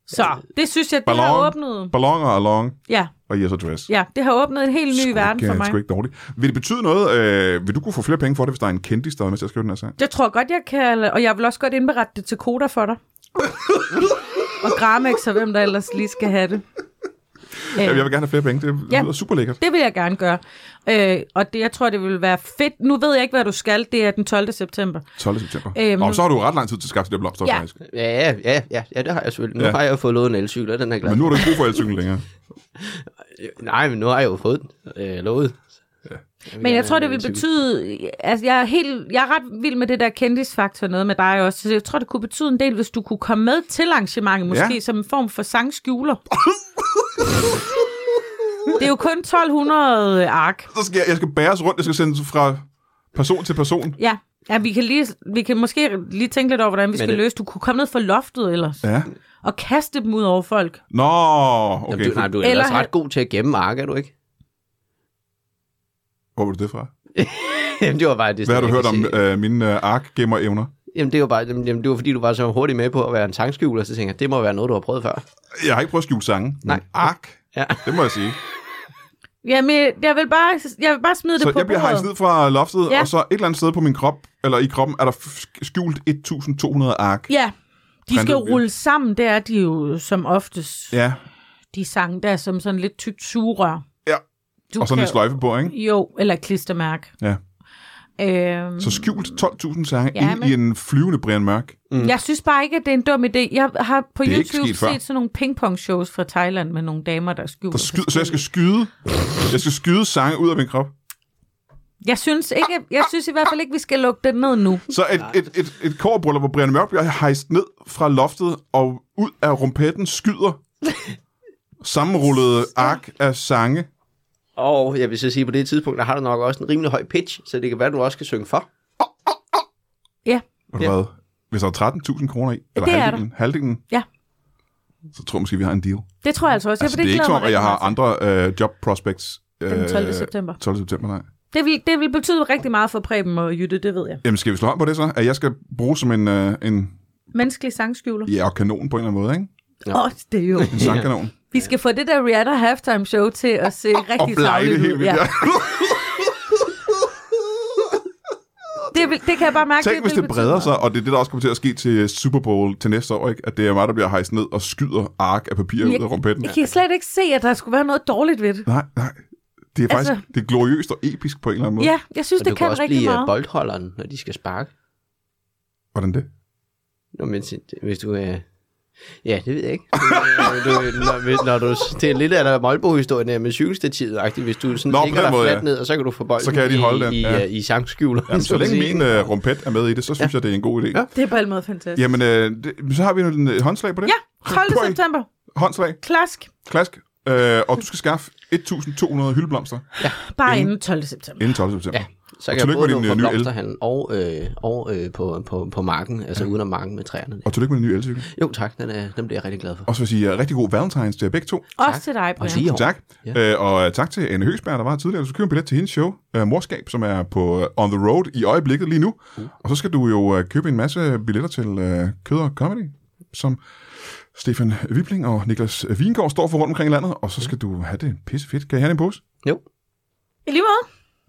[SPEAKER 3] Så det synes jeg, det har
[SPEAKER 1] Øh, Ballon.
[SPEAKER 3] åbnet.
[SPEAKER 1] ikke? Ballonger og long
[SPEAKER 3] Ja,
[SPEAKER 1] og yes og dress.
[SPEAKER 3] ja, det har åbnet en helt ny verden for
[SPEAKER 1] Det er
[SPEAKER 3] mig.
[SPEAKER 1] sgu ikke dårligt. Vil det betyde noget? Øh, vil du kunne få flere penge for det, hvis der er en kendis, der er med til at skrive den her sang?
[SPEAKER 3] Det tror jeg godt, jeg kan, og jeg vil også godt indberette det til Koda for dig. og Gramex og hvem der ellers lige skal have det.
[SPEAKER 1] Ja.
[SPEAKER 3] Øh,
[SPEAKER 1] Jeg vil gerne have flere penge. Det
[SPEAKER 3] Ja.
[SPEAKER 1] lyder super lækkert.
[SPEAKER 3] Det vil jeg gerne gøre. Øh, og det, jeg tror, det vil være fedt. Nu ved jeg ikke, hvad du skal. Det er den 12. september.
[SPEAKER 1] 12. september.
[SPEAKER 3] Øhm.
[SPEAKER 1] Øhm. Og så har du ret lang tid til at skaffe de der blomster, ja.
[SPEAKER 3] Ja.
[SPEAKER 1] faktisk.
[SPEAKER 2] Ja, ja, ja, ja, ja, det har jeg selvfølgelig. Nu
[SPEAKER 1] Ja.
[SPEAKER 2] ja. har jeg jo fået lovet en elcykel, og den er jeg glad.
[SPEAKER 1] Men nu har du ikke brug for elcyklen længere.
[SPEAKER 2] for. Nej, men nu har jeg jo fået den øh, lovet. Ja.
[SPEAKER 3] Men jeg tror, det vil betyde... Altså, jeg er, helt, jeg er ret vild med det der kendisfaktor noget med dig også. Så jeg tror, det kunne betyde en del, hvis du kunne komme med til arrangementet, måske
[SPEAKER 1] Ja.
[SPEAKER 3] ja. som en form for sangskjuler. det er jo kun 1200 ark.
[SPEAKER 1] Så skal jeg, jeg skal bæres rundt. Jeg skal sendes fra person til person.
[SPEAKER 3] Ja. Ja, vi kan, lige, vi kan måske lige tænke lidt over, hvordan vi skal
[SPEAKER 2] det-
[SPEAKER 3] løse. Du kunne komme ned fra loftet ellers,
[SPEAKER 1] Ja.
[SPEAKER 3] og kaste dem ud over folk.
[SPEAKER 1] Nå,
[SPEAKER 2] Okay.
[SPEAKER 1] okay.
[SPEAKER 2] Jamen, du, nej, du er ellers
[SPEAKER 3] Eller-
[SPEAKER 2] ret god til at gemme ark, er du ikke?
[SPEAKER 1] Hvor var du det fra?
[SPEAKER 2] Jamen, det var bare det.
[SPEAKER 1] Hvad har du
[SPEAKER 2] jeg
[SPEAKER 1] hørt om
[SPEAKER 2] kan se.
[SPEAKER 1] øh, mine øh, ark-gemmer-evner?
[SPEAKER 2] Jamen, det var bare, jamen, jamen, det var fordi, du var så hurtig med på at være en tangskjul, og så tænker jeg, det må være noget, du har prøvet før.
[SPEAKER 1] Jeg har ikke prøvet at skjule sange. men
[SPEAKER 2] Nej.
[SPEAKER 1] Ark,
[SPEAKER 2] Ja.
[SPEAKER 1] det må jeg sige.
[SPEAKER 3] Jamen, jeg vil bare, jeg vil bare smide det
[SPEAKER 1] Så
[SPEAKER 3] på
[SPEAKER 1] jeg bliver
[SPEAKER 3] bordet.
[SPEAKER 1] hejst ned fra loftet, ja.
[SPEAKER 3] Ja.
[SPEAKER 1] og så et eller andet sted på min krop, eller i kroppen, er der f- skjult 1.200 ark.
[SPEAKER 3] Ja, de skal
[SPEAKER 1] Printet ud.
[SPEAKER 3] rulle sammen. Det er de jo som oftest.
[SPEAKER 1] Ja,
[SPEAKER 3] De sange der er som sådan lidt tykt sugerør.
[SPEAKER 1] Ja.
[SPEAKER 3] Du
[SPEAKER 1] og sådan en sløjfe på, ikke?
[SPEAKER 3] Jo, eller et klistermærke.
[SPEAKER 1] Ja.
[SPEAKER 3] Øhm,
[SPEAKER 1] Så skjult 12.000 sange ja,
[SPEAKER 3] Ja,
[SPEAKER 1] ind
[SPEAKER 3] men-
[SPEAKER 1] i en flyvende Brian Mørk.
[SPEAKER 3] mm. Jeg synes bare ikke, at det er en dum idé. Jeg har på
[SPEAKER 1] Det er ikke
[SPEAKER 3] YouTube
[SPEAKER 1] sket før.
[SPEAKER 3] set sådan nogle pingpong-shows fra Thailand med nogle damer, der skjuler.
[SPEAKER 1] Der skyder, så jeg skal skyde, jeg skal skyde sange ud af min krop.
[SPEAKER 3] jeg, synes ikke, jeg synes i hvert fald ikke, vi skal lukke det ned nu.
[SPEAKER 1] Så et, et, et, et kårbryllup, hvor Brian Mørk bliver hejst ned fra loftet, og ud af rumpetten skyder sammenrullede ark af sange.
[SPEAKER 2] Og jeg vil så sige, på det tidspunkt, der har du nok også en rimelig høj pitch, så det kan være, du også kan synge for.
[SPEAKER 3] Ja,
[SPEAKER 1] Ved du
[SPEAKER 2] Ja.
[SPEAKER 1] Hvad? Hvis der er 13.000 kroner i, eller
[SPEAKER 3] Det er der.
[SPEAKER 1] halvdelen, halvdelen,
[SPEAKER 3] Ja.
[SPEAKER 1] så tror jeg måske, vi har en deal.
[SPEAKER 3] det tror jeg altså også.
[SPEAKER 1] Altså,
[SPEAKER 3] jeg,
[SPEAKER 1] det er ikke som om, at jeg har
[SPEAKER 3] andre...
[SPEAKER 1] andre øh, job prospects. Øh,
[SPEAKER 3] Den 12. september.
[SPEAKER 1] 12. september, nej.
[SPEAKER 3] Det vil, det vil betyde rigtig meget for Preben og Jytte, det ved jeg.
[SPEAKER 1] Jamen, skal vi slå hånd på det så? At jeg skal bruge som en, øh, en
[SPEAKER 3] Menneskelige sangskjuler.
[SPEAKER 1] ja, og kanon på en eller anden måde, ikke?
[SPEAKER 3] Åh, oh, det er jo...
[SPEAKER 1] En sangkanon.
[SPEAKER 3] Vi skal få det der Rihanna halftime show til at se
[SPEAKER 1] Og
[SPEAKER 3] rigtig
[SPEAKER 1] blege det
[SPEAKER 3] savligt
[SPEAKER 1] helt
[SPEAKER 3] ud.
[SPEAKER 1] vildt.
[SPEAKER 3] Ja.
[SPEAKER 1] Ja.
[SPEAKER 3] Det, vil- det kan jeg bare mærke.
[SPEAKER 1] Tænk, hvis
[SPEAKER 3] vil
[SPEAKER 1] det
[SPEAKER 3] betyde
[SPEAKER 1] breder
[SPEAKER 3] noget.
[SPEAKER 1] sig, og det er det, der også kommer til at ske til Super Bowl til næste år, ikke? At det er mig, der bliver hejst ned og skyder ark af papir ud af rumpetten.
[SPEAKER 3] Jeg kan slet ikke se, at der skulle være noget dårligt ved det.
[SPEAKER 1] Nej, nej. Det er faktisk
[SPEAKER 3] Altså-
[SPEAKER 1] det er gloriøst og episk på en eller anden måde.
[SPEAKER 3] Ja, jeg synes,
[SPEAKER 2] Og
[SPEAKER 3] det
[SPEAKER 2] du
[SPEAKER 3] kan
[SPEAKER 2] kan også
[SPEAKER 3] rigtig
[SPEAKER 2] blive øh,
[SPEAKER 3] meget.
[SPEAKER 2] boldholderen, når de skal sparke.
[SPEAKER 1] Hvordan det?
[SPEAKER 2] Nå, men se, det- hvis du er... Ja, det ved jeg ikke. Du, du, øh, når, hvis- når du, det er lidt af der Molbo-historien der med cykelstativet -agtigt. Hvis du sådan
[SPEAKER 1] Nå, på
[SPEAKER 2] Nå, ligger
[SPEAKER 1] den
[SPEAKER 2] dig
[SPEAKER 1] måde,
[SPEAKER 2] flat
[SPEAKER 1] ja.
[SPEAKER 2] ned, og så kan du få bolden
[SPEAKER 1] Så kan jeg lige holde
[SPEAKER 2] i,
[SPEAKER 1] den,
[SPEAKER 2] i,
[SPEAKER 1] ja.
[SPEAKER 2] ja. i sangskjuleren.
[SPEAKER 1] Jamen, så
[SPEAKER 2] at
[SPEAKER 1] længe
[SPEAKER 2] sige.
[SPEAKER 1] min uh, rumpet er med i det, så synes ja. jeg, det er en god idé.
[SPEAKER 2] Ja.
[SPEAKER 1] Ja.
[SPEAKER 3] Det er på en måde fantastisk.
[SPEAKER 1] Jamen, øh, det, så har vi jo en øh, håndslag på det.
[SPEAKER 3] Ja, 12.
[SPEAKER 1] Point.
[SPEAKER 3] september.
[SPEAKER 1] Håndslag,
[SPEAKER 3] Klask.
[SPEAKER 1] klask. Øh, og du skal skaffe 1.200 hyldeblomster
[SPEAKER 3] Bare
[SPEAKER 1] Inden-
[SPEAKER 3] inden 12. september.
[SPEAKER 1] inden 12. september.
[SPEAKER 2] Ja, så
[SPEAKER 1] Og
[SPEAKER 2] kan jeg
[SPEAKER 1] tillykke med
[SPEAKER 2] både
[SPEAKER 1] din, øh,
[SPEAKER 2] nå på
[SPEAKER 1] nye el.
[SPEAKER 2] blomsterhandlen og, øh, og øh, på, på, på marken, altså ja. uden om marken med træerne. der.
[SPEAKER 1] Og tillykke med den nye elcykel.
[SPEAKER 2] Jo tak, den, er, den bliver jeg rigtig glad for.
[SPEAKER 1] Og så vil jeg sige uh, rigtig god valentines til jer begge to.
[SPEAKER 3] Også til dig,
[SPEAKER 2] Og
[SPEAKER 3] Brian.
[SPEAKER 2] sige,
[SPEAKER 1] Tak. Ja. Øh, og øh, tak til Anne Høgsberg, der var her tidligere. Du skal købe en billet til hendes show, øh, Morskab, som er på øh, On The Road i øjeblikket lige nu. Uh. Og så skal du jo øh, købe en masse billetter til øh, Kød og Comedy, som Stefan Wibling og Niklas Vingård står for rundt omkring i landet. Og så skal du have det pissefedt. Kan jeg have det i en pose?
[SPEAKER 2] Jo,
[SPEAKER 3] I lige måde.